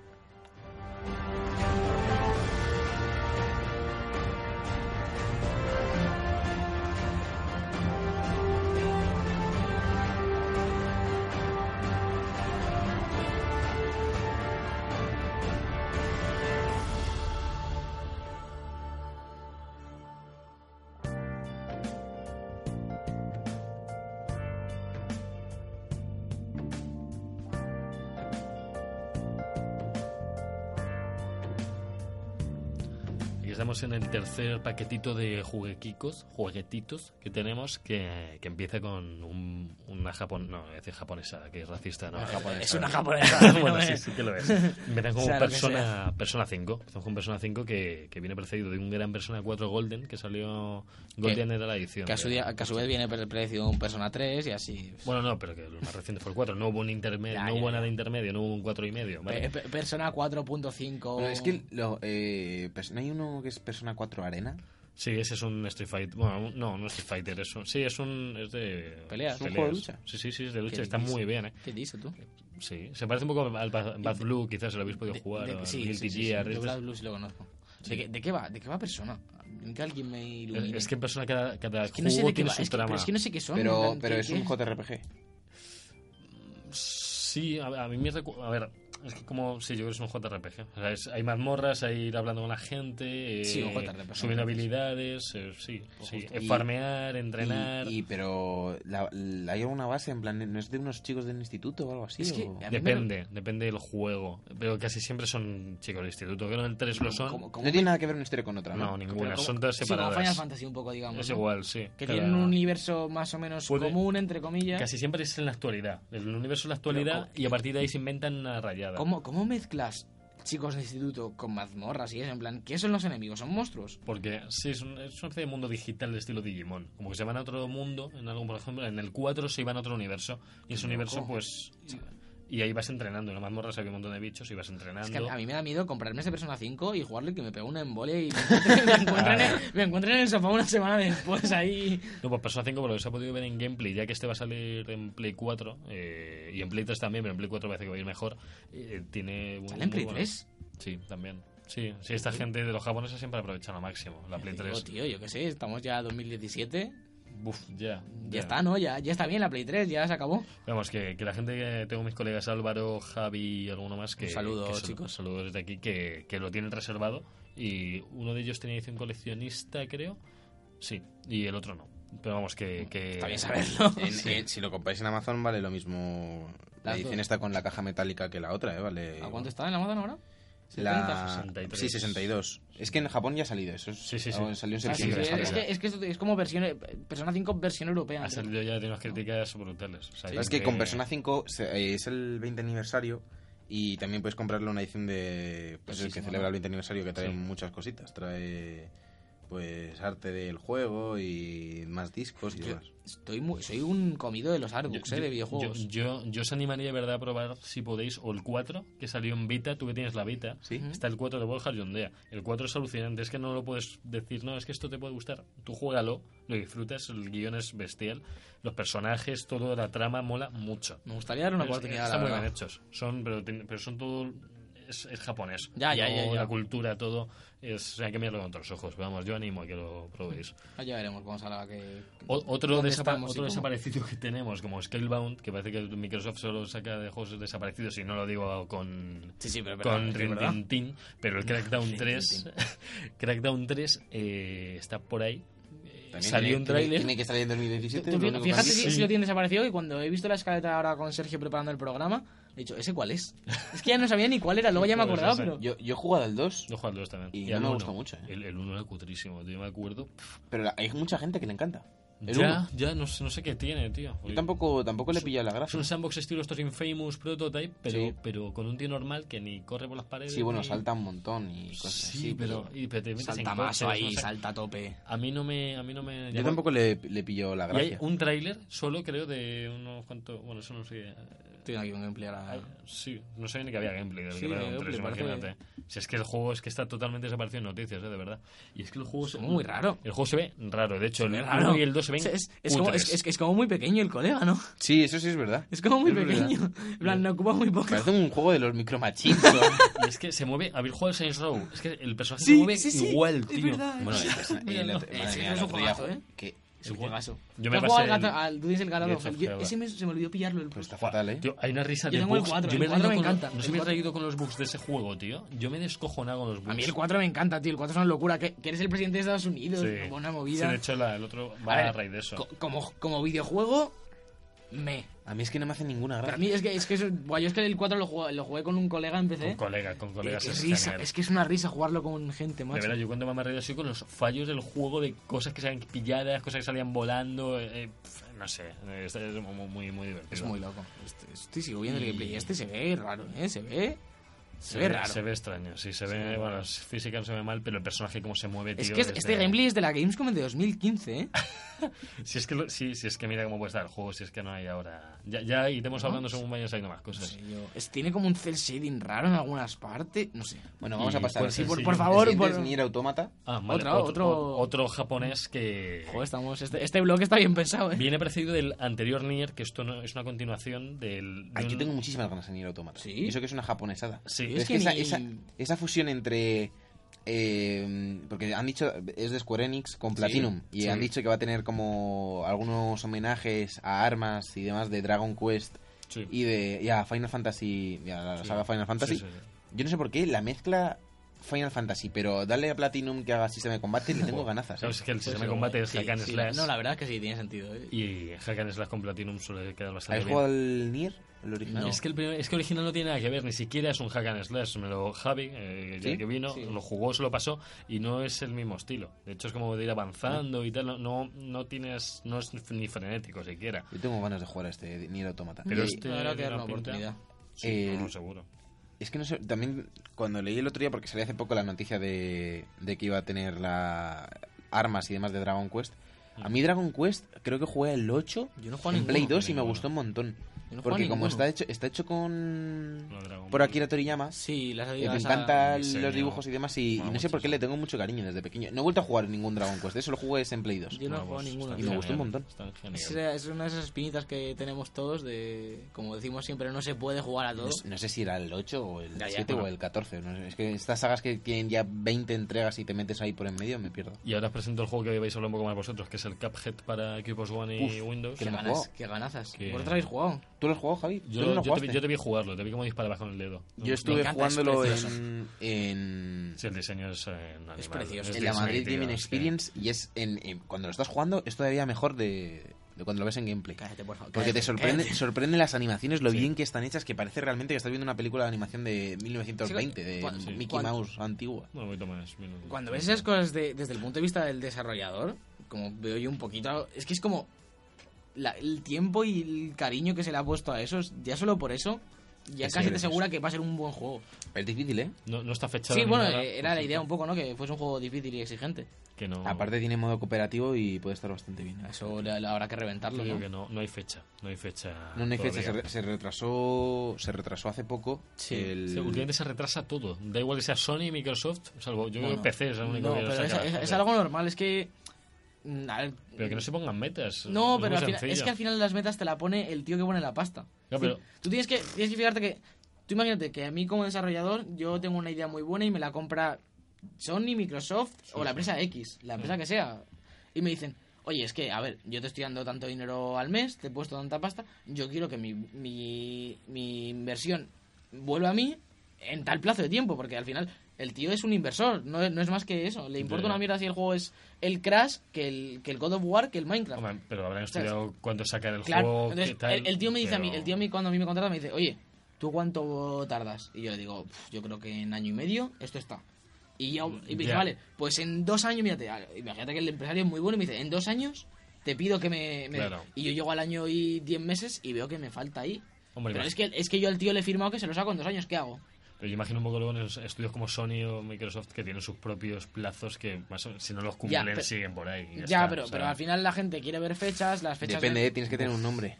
Speaker 2: estamos en el tercer paquetito de jugueticos, juguetitos que tenemos, que, que empieza con un- una japon, no, voy a decir japonesa, que es racista, ¿no? Eh,
Speaker 4: Es una
Speaker 2: [laughs]
Speaker 4: japonesa. a mí no
Speaker 2: bueno,
Speaker 4: me-
Speaker 2: sí, sí que lo
Speaker 4: [laughs]
Speaker 2: es. Empiezan con
Speaker 4: Sea lo que
Speaker 2: persona, persona 5. Empezamos con Persona 5 que, que viene precedido de un gran Persona 4 Golden que salió. Golden era la edición.
Speaker 4: Que a, su
Speaker 2: de-
Speaker 4: día- que a su vez viene pre- predecido un Persona 3 y así.
Speaker 2: Bueno, no, pero que lo más reciente fue el 4. No hubo, un intermedio,
Speaker 4: Ya,
Speaker 2: no
Speaker 4: ya,
Speaker 2: hubo
Speaker 4: ya. Eh.
Speaker 2: nada intermedio, no hubo un 4 y medio. ¿vale?
Speaker 4: Pe- pe- Persona 4.5.
Speaker 3: Bueno, es que lo, eh, pers- ¿no hay uno que es Persona 4 Arena.
Speaker 2: Sí, ese es un Street Fighter. Bueno, un- no, no Street Fighter. Es un- sí, es un. Es de.
Speaker 4: Peleas.
Speaker 3: ¿Es un juego de lucha?
Speaker 2: Sí, sí, sí, es de lucha.
Speaker 4: ¿Qué
Speaker 2: Está
Speaker 4: dices?
Speaker 2: muy bien, ¿eh?
Speaker 4: ¿Qué dices tú?
Speaker 2: Sí. Se parece un poco al Bad Bad Blue, quizás se lo habéis podido
Speaker 4: De-
Speaker 2: jugar.
Speaker 4: de-
Speaker 2: o al
Speaker 4: sí, sí,
Speaker 2: Guilty
Speaker 4: sí, sí,
Speaker 2: Gear,
Speaker 4: yo
Speaker 2: estos.
Speaker 4: Black Blues lo conozco. ¿De, qué, de qué va? ¿De qué va Persona? Que alguien me ilumine.
Speaker 2: Es que en persona cada, cada
Speaker 4: Es que no sé de
Speaker 2: juego
Speaker 4: qué
Speaker 2: tiene
Speaker 4: va.
Speaker 2: su
Speaker 4: Es que, pero
Speaker 2: trama.
Speaker 4: es que no sé qué son. en
Speaker 3: Pero,
Speaker 4: plan,
Speaker 3: pero
Speaker 4: ¿qué-
Speaker 3: es
Speaker 4: qué
Speaker 3: un JRPG.
Speaker 2: Sí, a, a mí me recuerda. A ver, es que como. Sí, yo creo que es un JRPG. O sea, es- hay mazmorras, hay ir hablando con la gente. eh,
Speaker 4: Sí, un JRPG,
Speaker 2: Subiendo
Speaker 4: entonces.
Speaker 2: habilidades. eh, sí,
Speaker 4: Pues
Speaker 2: sí.
Speaker 3: justo.
Speaker 2: eh,
Speaker 3: Y-
Speaker 2: farmear,
Speaker 3: Y-
Speaker 2: entrenar.
Speaker 3: Y, pero la- la- hay alguna base, en plan, ¿no es de unos chicos del instituto o algo así?
Speaker 4: Es que-
Speaker 3: o-
Speaker 4: a mí me
Speaker 2: Depende, depende del juego. Pero casi siempre son chicos del instituto. Creo que en el 3 lo son.
Speaker 4: ¿Cómo- cómo-
Speaker 3: No tiene nada que ver una historia con otra, ¿no?
Speaker 2: No, ninguna.
Speaker 4: pero cómo-
Speaker 2: Son todas
Speaker 4: sí, como
Speaker 2: separadas.
Speaker 4: Final Fantasy un poco, digamos.
Speaker 2: es
Speaker 4: ¿no?
Speaker 2: igual, sí.
Speaker 4: Que
Speaker 2: Cada-
Speaker 4: tienen un universo más o menos
Speaker 2: Puede-
Speaker 4: común, entre comillas.
Speaker 2: Casi siempre es en la actualidad. El universo es la actualidad
Speaker 4: Pero,
Speaker 2: y a partir de ahí se inventan una rayada.
Speaker 4: ¿Cómo, ¿Cómo mezclas chicos de instituto con mazmorras y eso? En plan, ¿qué son los enemigos? ¿Son monstruos?
Speaker 2: Porque sí, es, un- es una especie de mundo digital de estilo Digimon. Como que se van a otro mundo, en algo, por ejemplo, en el 4 se iban a otro universo. Y ese universo, pues. Y ahí vas entrenando. En la mazmorra había un montón de bichos y vas entrenando.
Speaker 4: Es que a a mí me da miedo comprarme ese Persona 5 y jugarlo y que me pegue una
Speaker 2: [laughs]
Speaker 4: embolia y me encuentren, me encuentren en, me encuentren en el sofá una semana después ahí.
Speaker 2: No, pues Persona 5 por lo que se ha podido ver en gameplay, ya que este va a salir en Play 4 eh, y en Play 3 también, pero en Play 4 parece que va a ir mejor. eh, tiene un,
Speaker 4: ¿Sale en
Speaker 2: muy
Speaker 4: Play
Speaker 2: bueno.
Speaker 4: 3?
Speaker 2: Sí, también. Sí, sí, esta gente de los japoneses siempre aprovechan al máximo la Play
Speaker 4: Digo,
Speaker 2: 3.
Speaker 4: tío, yo qué sé, estamos ya 2017.
Speaker 2: Buf, ya.
Speaker 4: Ya, está, ¿no? Ya, ya está bien la Play 3, ya se acabó.
Speaker 2: Vamos, que, que la gente que tengo mis colegas Álvaro, Javi y alguno más que.
Speaker 4: Un saludo,
Speaker 2: que sal-
Speaker 4: chicos.
Speaker 2: Saludos desde aquí, que, que lo tienen reservado. Y uno de ellos tenía edición coleccionista, creo. Sí, y el otro no. Pero vamos, que. que
Speaker 4: Mm, Está bien saberlo.
Speaker 3: [laughs] En- eh, si lo compráis en Amazon vale lo mismo. La
Speaker 4: Las
Speaker 3: edición
Speaker 4: dos.
Speaker 3: está con la caja metálica que la otra, ¿eh? Vale.
Speaker 4: ¿A cuánto está en la moda ahora?
Speaker 3: La...
Speaker 2: 63.
Speaker 3: Sí, 62. Es que en Japón ya ha salido eso. es-
Speaker 2: Sí, sí, sí.
Speaker 3: o Salió en
Speaker 4: Ah, sí,
Speaker 3: septiembre.
Speaker 4: sí,
Speaker 2: sí,
Speaker 4: es,
Speaker 2: sí.
Speaker 4: que, es que esto es como versión, eh, Persona 5 versión europea.
Speaker 2: Ha
Speaker 4: creo.
Speaker 2: salido ya de unas críticas brutales. O sea,
Speaker 3: Es que con Persona 5 se- eh, es el 20 aniversario y también puedes comprarle una edición de pues
Speaker 4: Sí,
Speaker 3: el que
Speaker 4: sí,
Speaker 3: celebra el 20 aniversario que trae
Speaker 2: Sí.
Speaker 3: muchas cositas, trae pues arte del juego y más discos y demás.
Speaker 4: Estoy muy- soy un comido de los artbooks, eh, de videojuegos.
Speaker 2: Yo, yo, yo os animaría de verdad a probar, si podéis, o el 4, que salió en Vita, tú que tienes la Vita.
Speaker 3: Sí. Este
Speaker 2: Está el 4 de Borja Yondea. El 4 es alucinante, es que no lo puedes decir, no, es que esto te puede gustar. Tú juégalo, lo disfrutas, el guión es bestial, los personajes, toda la trama mola mucho.
Speaker 4: Me gustaría dar una
Speaker 2: Pero es-
Speaker 4: oportunidad.
Speaker 2: Están
Speaker 4: la
Speaker 2: muy
Speaker 4: verdad.
Speaker 2: bien hechos. Son, pero, ten- pero son todo. Es, es japonés.
Speaker 4: Ya, ya, ya,
Speaker 2: Todo,
Speaker 4: ya.
Speaker 2: La cultura, todo. Es, hay que mirarlo con otros ojos. Vamos, yo animo a que lo probéis.
Speaker 4: Ah, ya veremos cómo salga que...
Speaker 2: O- otro
Speaker 4: dónde
Speaker 2: desapa-
Speaker 4: estamos y
Speaker 2: otro
Speaker 4: cómo.
Speaker 2: desaparecido que tenemos, como Scalebound, que parece que Microsoft solo saca de juegos desaparecidos, y no lo digo con,
Speaker 4: Sí, sí, pero es verdad,
Speaker 2: con
Speaker 4: es que es
Speaker 2: Rin
Speaker 4: verdad.
Speaker 2: Tin Tin, pero el Crackdown 3, [laughs] Crackdown 3 eh, está por ahí. Eh, Salió
Speaker 3: También tiene-
Speaker 2: un
Speaker 3: Tiene,
Speaker 2: tráiler.
Speaker 3: tiene que salir en 2017.
Speaker 4: Tú
Speaker 3: lo
Speaker 4: fí-
Speaker 3: único que
Speaker 4: fíjate
Speaker 3: han dicho.
Speaker 4: si, si lo tienen desaparecido y cuando he visto la escaleta ahora con Sergio preparando el programa, he dicho, ¿ese
Speaker 2: [laughs]
Speaker 4: cuál es? Es que ya no sabía ni cuál era, luego ya me
Speaker 2: Pues
Speaker 4: acordaba,
Speaker 2: ese.
Speaker 4: pero...
Speaker 3: Yo, yo he jugado al 2,
Speaker 2: Yo jugué al dos también.
Speaker 3: Y no
Speaker 2: al
Speaker 3: me
Speaker 2: uno.
Speaker 3: gustó mucho, eh.
Speaker 2: El, el uno era cutrísimo, tío, yo me acuerdo.
Speaker 3: pero la- hay mucha gente que le encanta. El
Speaker 2: ya,
Speaker 3: uno.
Speaker 2: ya, no, sé- no sé qué tiene, tío.
Speaker 3: Yo tampoco, tampoco le he pillado la
Speaker 2: Es
Speaker 3: gracia.
Speaker 2: un sandbox estilo estos Infamous Prototype, pero,
Speaker 3: Sí.
Speaker 2: pero con un tío normal que ni corre por las paredes.
Speaker 3: Sí, bueno,
Speaker 2: ni-
Speaker 3: salta un montón y
Speaker 2: Sí,
Speaker 3: cosas así,
Speaker 2: pero, y- pero te metes en
Speaker 4: Salta mazo
Speaker 2: coches,
Speaker 4: ahí,
Speaker 2: no sé.
Speaker 4: salta a tope.
Speaker 2: A mí no me. A mí no me
Speaker 3: Yo
Speaker 2: llamó-
Speaker 3: tampoco le, le pillo la
Speaker 2: Y hay
Speaker 3: gracia.
Speaker 2: un tráiler solo, creo, de unos cuantos. Bueno, eso no sé. eh,
Speaker 4: Estoy aquí un gameplay ahora.
Speaker 2: hay- Sí, no sabía ni que había gameplay del
Speaker 4: Sí,
Speaker 2: Crackdown
Speaker 4: hay
Speaker 2: 3,
Speaker 4: gameplay,
Speaker 2: imagínate. Si es que el juego es que está totalmente desaparecido en noticias, eh, de verdad. Y es que el juego es
Speaker 4: Es muy raro.
Speaker 2: El juego se ve raro. De hecho, el
Speaker 4: Es raro.
Speaker 2: 1 y el 2 se ven.
Speaker 4: Es- es, es como,
Speaker 2: cutres.
Speaker 4: es, es que es como muy pequeño el colega, ¿no?
Speaker 3: Sí, eso sí es verdad.
Speaker 4: Es como muy
Speaker 3: Es verdad.
Speaker 4: pequeño. En plan, no ocupa muy poco.
Speaker 3: Parece un juego de los micromachitos.
Speaker 2: [laughs] Y es que se mueve. Habéis jugado el Saints Row. Es que el personaje
Speaker 4: Sí,
Speaker 2: se mueve
Speaker 4: sí, sí,
Speaker 2: igual,
Speaker 4: es
Speaker 2: tío.
Speaker 4: verdad.
Speaker 3: bueno,
Speaker 4: [laughs]
Speaker 2: Sí,
Speaker 3: el- el- el-
Speaker 2: míralo.
Speaker 3: madre
Speaker 4: Es que
Speaker 3: mía,
Speaker 4: Eh,
Speaker 3: el
Speaker 4: es un
Speaker 3: otro día
Speaker 4: juegazo, ¿eh?
Speaker 3: que-
Speaker 4: Es un juegazo.
Speaker 2: Yo
Speaker 4: ¿Te
Speaker 2: me
Speaker 4: has jugado
Speaker 2: pasé
Speaker 4: al,
Speaker 2: el-
Speaker 4: gato, al Dudes el Gato
Speaker 2: Gears
Speaker 4: Rojo?
Speaker 2: of
Speaker 4: Yo-
Speaker 2: Hell.
Speaker 4: Ese me, se me olvidó pillarlo. El...
Speaker 3: Pues está fatal, ¿eh?
Speaker 2: Tío, hay una risa
Speaker 4: Yo
Speaker 2: de
Speaker 4: tengo el
Speaker 2: bugs.
Speaker 4: cuatro,
Speaker 2: yo
Speaker 4: el
Speaker 2: me he reído
Speaker 4: cuatro me
Speaker 2: con los-
Speaker 4: encanta,
Speaker 2: No
Speaker 4: el
Speaker 2: se me he
Speaker 4: cuatro.
Speaker 2: reído con los bugs de ese juego, tío. Yo me he descojonado con los bugs.
Speaker 4: A mí el 4 me encanta, tío. El 4 es una locura. Que, que eres el presidente de Estados Unidos.
Speaker 2: Sí.
Speaker 4: Una
Speaker 2: Sí,
Speaker 4: movida.
Speaker 2: de hecho, la- el otro
Speaker 4: A
Speaker 2: va a,
Speaker 4: ver,
Speaker 2: raíz de eso.
Speaker 4: Co- como, como videojuego, me.
Speaker 3: A mí es que no me hace ninguna
Speaker 4: Para
Speaker 3: gracia.
Speaker 4: mí es que, es que eso- buah, yo es que el 4 lo jugué, lo jugué con un colega en PC.
Speaker 2: Con colegas, con
Speaker 4: Eh,
Speaker 2: colegas.
Speaker 4: qué
Speaker 2: es
Speaker 4: risa,
Speaker 2: genial.
Speaker 4: es que es una risa jugarlo con gente,
Speaker 2: De
Speaker 4: macho.
Speaker 2: verdad, yo cuando me amarré soy con los fallos del juego, de cosas que se han pilladas, cosas que salían volando, eh, eh, pf, no sé, eh, es, es muy, muy, muy divertido.
Speaker 4: Es muy loco. Este, estoy sigo viendo el gameplay. y Este se ve raro, ¿eh? Se ve. Se,
Speaker 2: se
Speaker 4: ve
Speaker 2: ve,
Speaker 4: raro.
Speaker 2: se ve extraño, sí, se ve, bueno, física se ve mal, pero el personaje cómo se mueve, tío.
Speaker 4: es que este, este gameplay es de la Gamescom de 2015,
Speaker 2: [laughs]
Speaker 4: ¿eh?
Speaker 2: Si es que, lo- sí, si es que mira cómo puede estar el juego, si es que no hay ahora... Ya, ya iremos hablando según vayan saliendo más
Speaker 4: No
Speaker 2: cosas.
Speaker 4: sé, yo- es- tiene como un cel shading raro en algunas partes. No sé.
Speaker 3: Bueno, vamos a
Speaker 2: Y
Speaker 3: pasar.
Speaker 2: pues sí,
Speaker 3: El
Speaker 4: por-
Speaker 3: siguiente
Speaker 4: por favor,
Speaker 3: es
Speaker 4: por-
Speaker 3: Nier Automata.
Speaker 2: Ah, vale,
Speaker 4: Otra,
Speaker 2: otro,
Speaker 4: otro-
Speaker 2: otro japonés que...
Speaker 4: Joder, estamos. Este, este bloque está bien pensado, ¿eh?
Speaker 2: Viene parecido del anterior Nier, que esto no, es una continuación del... de
Speaker 3: Ay, yo
Speaker 2: un-
Speaker 3: tengo muchísimas ganas de Nier Automata.
Speaker 4: Sí.
Speaker 3: Y Eso que es una japonesada.
Speaker 2: Sí.
Speaker 3: Pero
Speaker 4: Es
Speaker 3: es que
Speaker 4: que
Speaker 3: esa,
Speaker 4: ni-
Speaker 3: esa, esa fusión entre. eh, porque han dicho. Es de Square Enix con Platinum. Y
Speaker 4: sí.
Speaker 3: han dicho que va a tener como. Algunos homenajes a armas y demás de Dragon Quest.
Speaker 2: Sí.
Speaker 3: Y, de, y a Final Fantasy. y a la
Speaker 2: Sí.
Speaker 3: saga Final Fantasy.
Speaker 2: Sí, sí, sí.
Speaker 3: Yo no sé por qué la mezcla Final Fantasy. Pero darle a Platinum que haga sistema de
Speaker 2: [laughs]
Speaker 3: combate le tengo ganazas. ¿eh?
Speaker 2: Sabes que el
Speaker 4: Pues
Speaker 2: sistema de
Speaker 4: sí,
Speaker 2: combate es
Speaker 4: sí,
Speaker 2: hack and
Speaker 4: sí,
Speaker 2: slash.
Speaker 4: No, la verdad es que sí, tiene sentido, ¿eh?
Speaker 2: Y hack and slash con Platinum suele quedar bastante
Speaker 3: ¿Habéis
Speaker 2: bien.
Speaker 3: jugado al Nier? El original.
Speaker 2: Es, que el primer- es que original no tiene nada que ver, ni siquiera es un hack and slash. Me lo Javi, eh, ya
Speaker 3: ¿Sí?
Speaker 2: que vino,
Speaker 3: Sí.
Speaker 2: lo jugó, se lo pasó y no es el mismo estilo. De hecho, es como de ir avanzando y tal. no- No, no tienes, no es ni frenético siquiera.
Speaker 3: Yo tengo ganas de jugar a este Nier Automata.
Speaker 2: Pero
Speaker 3: Y-
Speaker 2: este
Speaker 4: Habrá que
Speaker 2: tiene
Speaker 4: darle una
Speaker 2: una pinta-
Speaker 4: oportunidad.
Speaker 2: Sí,
Speaker 3: Eh,
Speaker 2: no, seguro.
Speaker 3: Es que no sé, también cuando leí el otro día, porque salió hace poco la noticia de, de que iba a tener la armas y demás de Dragon Quest. A mí Dragon Quest creo que jugué el 8
Speaker 4: Yo no juego a
Speaker 3: en Play
Speaker 4: ninguno.
Speaker 3: 2 y me
Speaker 2: ninguno.
Speaker 3: gustó un montón.
Speaker 4: Yo no juego a
Speaker 3: Porque como
Speaker 4: ninguno.
Speaker 3: está hecho está hecho con
Speaker 2: No, Dragon
Speaker 3: por
Speaker 2: Ball.
Speaker 3: Akira Toriyama,
Speaker 4: Sí, las
Speaker 3: eh, me
Speaker 4: las-
Speaker 3: encantan
Speaker 2: el diseño.
Speaker 3: los dibujos y demás y, y
Speaker 2: Mola
Speaker 3: no sé por qué
Speaker 2: muchísimo.
Speaker 3: le tengo mucho cariño desde pequeño. No he vuelto a jugar ningún Dragon Quest, eso lo jugué es en Play 2.
Speaker 4: Yo no he
Speaker 2: Vamos,
Speaker 4: jugado a ninguno.
Speaker 2: están
Speaker 3: Y me gustó un
Speaker 2: pues, genial,
Speaker 3: montón.
Speaker 2: están genial.
Speaker 4: Es, es una de esas espinitas que tenemos todos de, como decimos siempre, no se puede jugar a todo.
Speaker 3: No, s- no sé si era el 8 o el
Speaker 4: Ya, ya,
Speaker 3: 7 o
Speaker 4: bueno.
Speaker 3: el 14. no sé, es que estas sagas que tienen ya 20 entregas y te metes ahí por en medio, me pierdo.
Speaker 2: Y ahora os presento el juego que hoy vais a hablar un poco más vosotros, que es el Cuphead para equipos One y
Speaker 3: Uf,
Speaker 2: Windows.
Speaker 3: que
Speaker 4: Qué
Speaker 3: no
Speaker 4: ganas,
Speaker 3: me he jugado.
Speaker 4: qué ganazas.
Speaker 2: Que-
Speaker 4: ¿Vosotros habéis jugado?
Speaker 3: ¿Tú lo has jugado, Javi? ¿Tú
Speaker 2: Yo,
Speaker 3: no lo
Speaker 2: yo, te, vi-
Speaker 3: jugaste?
Speaker 2: yo te vi jugarlo, te vi cómo disparabas con el dedo.
Speaker 3: Yo estuve
Speaker 4: encanta, es
Speaker 3: jugándolo
Speaker 4: precioso.
Speaker 3: en, en,
Speaker 2: Sí, el diseño es, eh, un animal.
Speaker 4: precioso.
Speaker 2: Es
Speaker 3: en la
Speaker 2: diseño
Speaker 3: Madrid
Speaker 2: adictivo,
Speaker 3: Gaming
Speaker 2: es que-
Speaker 3: Experience y es en, en- cuando lo estás jugando es todavía mejor de, de cuando lo ves en gameplay.
Speaker 4: Cállate, por favor.
Speaker 3: Porque te
Speaker 4: cállate,
Speaker 3: sorprende,
Speaker 4: cállate.
Speaker 3: sorprenden las animaciones, lo
Speaker 2: Eh, Sí.
Speaker 3: bien que están hechas, que parece realmente que estás viendo una película de animación de 1920, de
Speaker 4: cuando-
Speaker 3: Mickey
Speaker 4: cuando-
Speaker 3: Mouse antigua.
Speaker 2: Bueno, voy a tomar más minutos.
Speaker 4: Cuando ves esas cosas de- desde el punto de vista del desarrollador, como veo yo un poquito, es que es como la- el tiempo y el cariño que se le ha puesto a eso, es- ya solo por eso, ya
Speaker 3: Es
Speaker 4: casi te
Speaker 3: gracioso.
Speaker 4: asegura que va a ser un buen juego.
Speaker 3: Es difícil, ¿eh?
Speaker 2: No, no está fechado.
Speaker 4: Sí,
Speaker 2: ni
Speaker 4: bueno,
Speaker 2: nada,
Speaker 4: eh,
Speaker 2: por
Speaker 4: era la
Speaker 2: cierto,
Speaker 4: idea un poco, ¿no? Que fuese un juego difícil y exigente.
Speaker 2: Que no.
Speaker 3: Aparte tiene modo cooperativo y puede estar bastante bien. ¿eh?
Speaker 4: Eso la- la habrá que
Speaker 2: yo
Speaker 4: reventarlo,
Speaker 2: digo
Speaker 4: ¿no?
Speaker 2: que no, no hay fecha. No hay fecha.
Speaker 3: No, no hay fecha, se,
Speaker 2: todavía.
Speaker 3: re- se retrasó se retrasó hace poco.
Speaker 4: Sí,
Speaker 3: el-
Speaker 2: Sí, últimamente se retrasa todo. Da igual que sea Sony, Microsoft, salvo yo creo
Speaker 3: no.
Speaker 2: que PC es la única
Speaker 4: No,
Speaker 2: que lo
Speaker 4: pero es,
Speaker 2: saca
Speaker 4: es-
Speaker 2: bastante.
Speaker 4: es algo normal, es que... mm, a ver,
Speaker 2: Pero que no se pongan metas.
Speaker 4: No,
Speaker 2: es
Speaker 4: pero
Speaker 2: muy
Speaker 4: al final- es
Speaker 2: sencillo.
Speaker 4: que al final las metas te la pone el tío que pone la pasta.
Speaker 2: Ya,
Speaker 4: Es decir,
Speaker 2: pero-
Speaker 4: Tú tienes que, tienes que fijarte que... Tú imagínate que a mí como desarrollador yo tengo una idea muy buena y me la compra Sony, Microsoft o la empresa X, la
Speaker 2: Ah.
Speaker 4: empresa que sea. Y me dicen, oye, es que, a ver, yo te estoy dando tanto dinero al mes, te he puesto tanta pasta, yo quiero que mi, mi, mi inversión vuelva a mí en tal plazo de tiempo, porque al final el tío es un inversor, no, es- no es más que eso. Le importa
Speaker 2: Ya.
Speaker 4: una mierda si el juego es el Crash, que el, que el God of War, que el Minecraft.
Speaker 2: Hombre, pero habrán estudiado cuánto sacar el
Speaker 4: Claro,
Speaker 2: juego.
Speaker 4: entonces,
Speaker 2: qué tal,
Speaker 4: el, el tío me dice a mí,
Speaker 2: pero-
Speaker 4: el tío a mí cuando a mí me contrata me dice, oye, ¿tú cuánto tardas? Y yo le digo, "Pf, yo creo que en año y medio esto está. Y, yo, y me dice,
Speaker 2: Ya.
Speaker 4: vale, pues en dos años, mírate, ah, imagínate que el empresario es muy bueno y me dice, en dos años te pido que me... me-".
Speaker 2: Claro.
Speaker 4: Y yo llego al año y diez meses y veo que me falta ahí.
Speaker 2: Hombre,
Speaker 4: Pero
Speaker 2: imagínate.
Speaker 4: es que, es que yo al tío le he firmado que se lo saco en dos años, ¿qué hago?
Speaker 2: Pero yo imagino un poco luego en los estudios como Sony o Microsoft que tienen sus propios plazos que más o- si no los cumplen
Speaker 4: pero-
Speaker 2: siguen por ahí. y
Speaker 4: Ya,
Speaker 2: está,
Speaker 4: pero,
Speaker 2: o sea.
Speaker 4: pero al final la gente quiere ver fechas, las fechas...
Speaker 3: Depende,
Speaker 4: de-
Speaker 3: ¿eh? tienes que tener un nombre.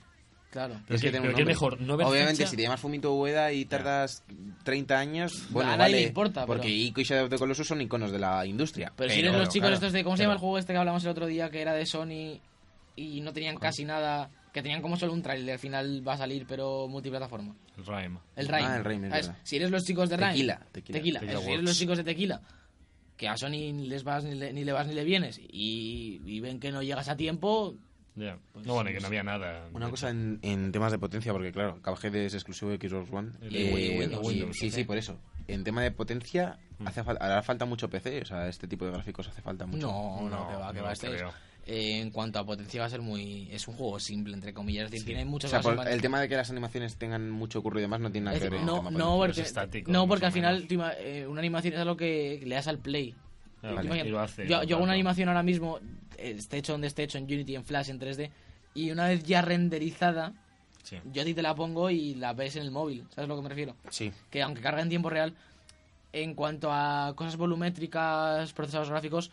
Speaker 4: Claro.
Speaker 2: Pero
Speaker 3: Tienes que
Speaker 2: qué-
Speaker 3: tener un
Speaker 2: pero qué
Speaker 3: nombre.
Speaker 2: mejor, no ver
Speaker 3: Obviamente,
Speaker 2: fecha.
Speaker 3: si te llamas Fumito Ueda y tardas 30 años, bueno,
Speaker 4: nadie
Speaker 3: vale,
Speaker 4: le importa,
Speaker 3: porque
Speaker 4: pero-
Speaker 3: Ico y Shadow of the Colossus son iconos de la industria.
Speaker 4: Pero, si eres los chicos
Speaker 3: claro.
Speaker 4: estos de... ¿Cómo se llama
Speaker 2: claro.
Speaker 4: el juego este que hablamos el otro día que era de Sony y no tenían casi nada? Que tenían como solo un trailer, al final va a salir, pero multiplataforma.
Speaker 2: El Rhyme.
Speaker 4: El Rain.
Speaker 3: Ah, el Rhyme, es
Speaker 4: ¿Sabes?
Speaker 3: verdad.
Speaker 4: Si eres los chicos de Rain.
Speaker 3: Tequila, tequila,
Speaker 2: Tequila
Speaker 4: eso, si eres
Speaker 2: Works.
Speaker 4: los chicos de Tequila. Que a Sony ni, les vas, ni, le, ni le vas ni le vienes y, y ven que no llegas a tiempo.
Speaker 2: Ya. no, bueno, y que no había nada.
Speaker 3: Una cosa en, en temas de potencia, porque claro, Cuphead es exclusivo de Xbox One.
Speaker 2: Y de Wii- Windows,
Speaker 3: y-
Speaker 2: Windows,
Speaker 3: sí,
Speaker 2: ok.
Speaker 3: sí, por eso. En tema de
Speaker 4: Mm.
Speaker 3: potencia, hace fal- hará falta mucho PC. O sea, este tipo de gráficos hace falta mucho.
Speaker 4: No, no,
Speaker 2: No,
Speaker 4: que va, que
Speaker 2: no
Speaker 4: va. Este,
Speaker 2: creo.
Speaker 4: eh, en cuanto a potencia va a ser muy... Es un juego simple, entre comillas. Es decir, tiene
Speaker 3: O
Speaker 4: muchos
Speaker 3: sea,
Speaker 4: más
Speaker 3: por-
Speaker 4: infantes-
Speaker 3: el tema de que las animaciones tengan mucho curro y demás no tiene nada
Speaker 4: Es
Speaker 3: que ver.
Speaker 4: decir, no,
Speaker 3: con el tema
Speaker 4: no,
Speaker 3: político.
Speaker 4: porque,
Speaker 2: es estático,
Speaker 4: no,
Speaker 2: más
Speaker 4: porque
Speaker 2: o
Speaker 4: al final
Speaker 2: menos.
Speaker 4: tú ima- eh, una animación es algo que que le das al play.
Speaker 2: Ah,
Speaker 3: Vale.
Speaker 2: y
Speaker 4: Imagínate,
Speaker 2: lo hace.
Speaker 4: yo,
Speaker 2: por
Speaker 4: yo hago
Speaker 2: tanto.
Speaker 4: una animación ahora mismo, eh, esté hecho donde esté hecho en Unity, en Flash, en 3D, y una vez ya renderizada,
Speaker 2: Sí.
Speaker 4: yo a ti te la pongo y la ves en el móvil, ¿sabes a lo que me refiero?
Speaker 3: Sí.
Speaker 4: Que aunque carga en tiempo real, en cuanto a cosas volumétricas, procesados gráficos,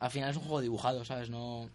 Speaker 4: al final es un juego dibujado, ¿sabes? No, no,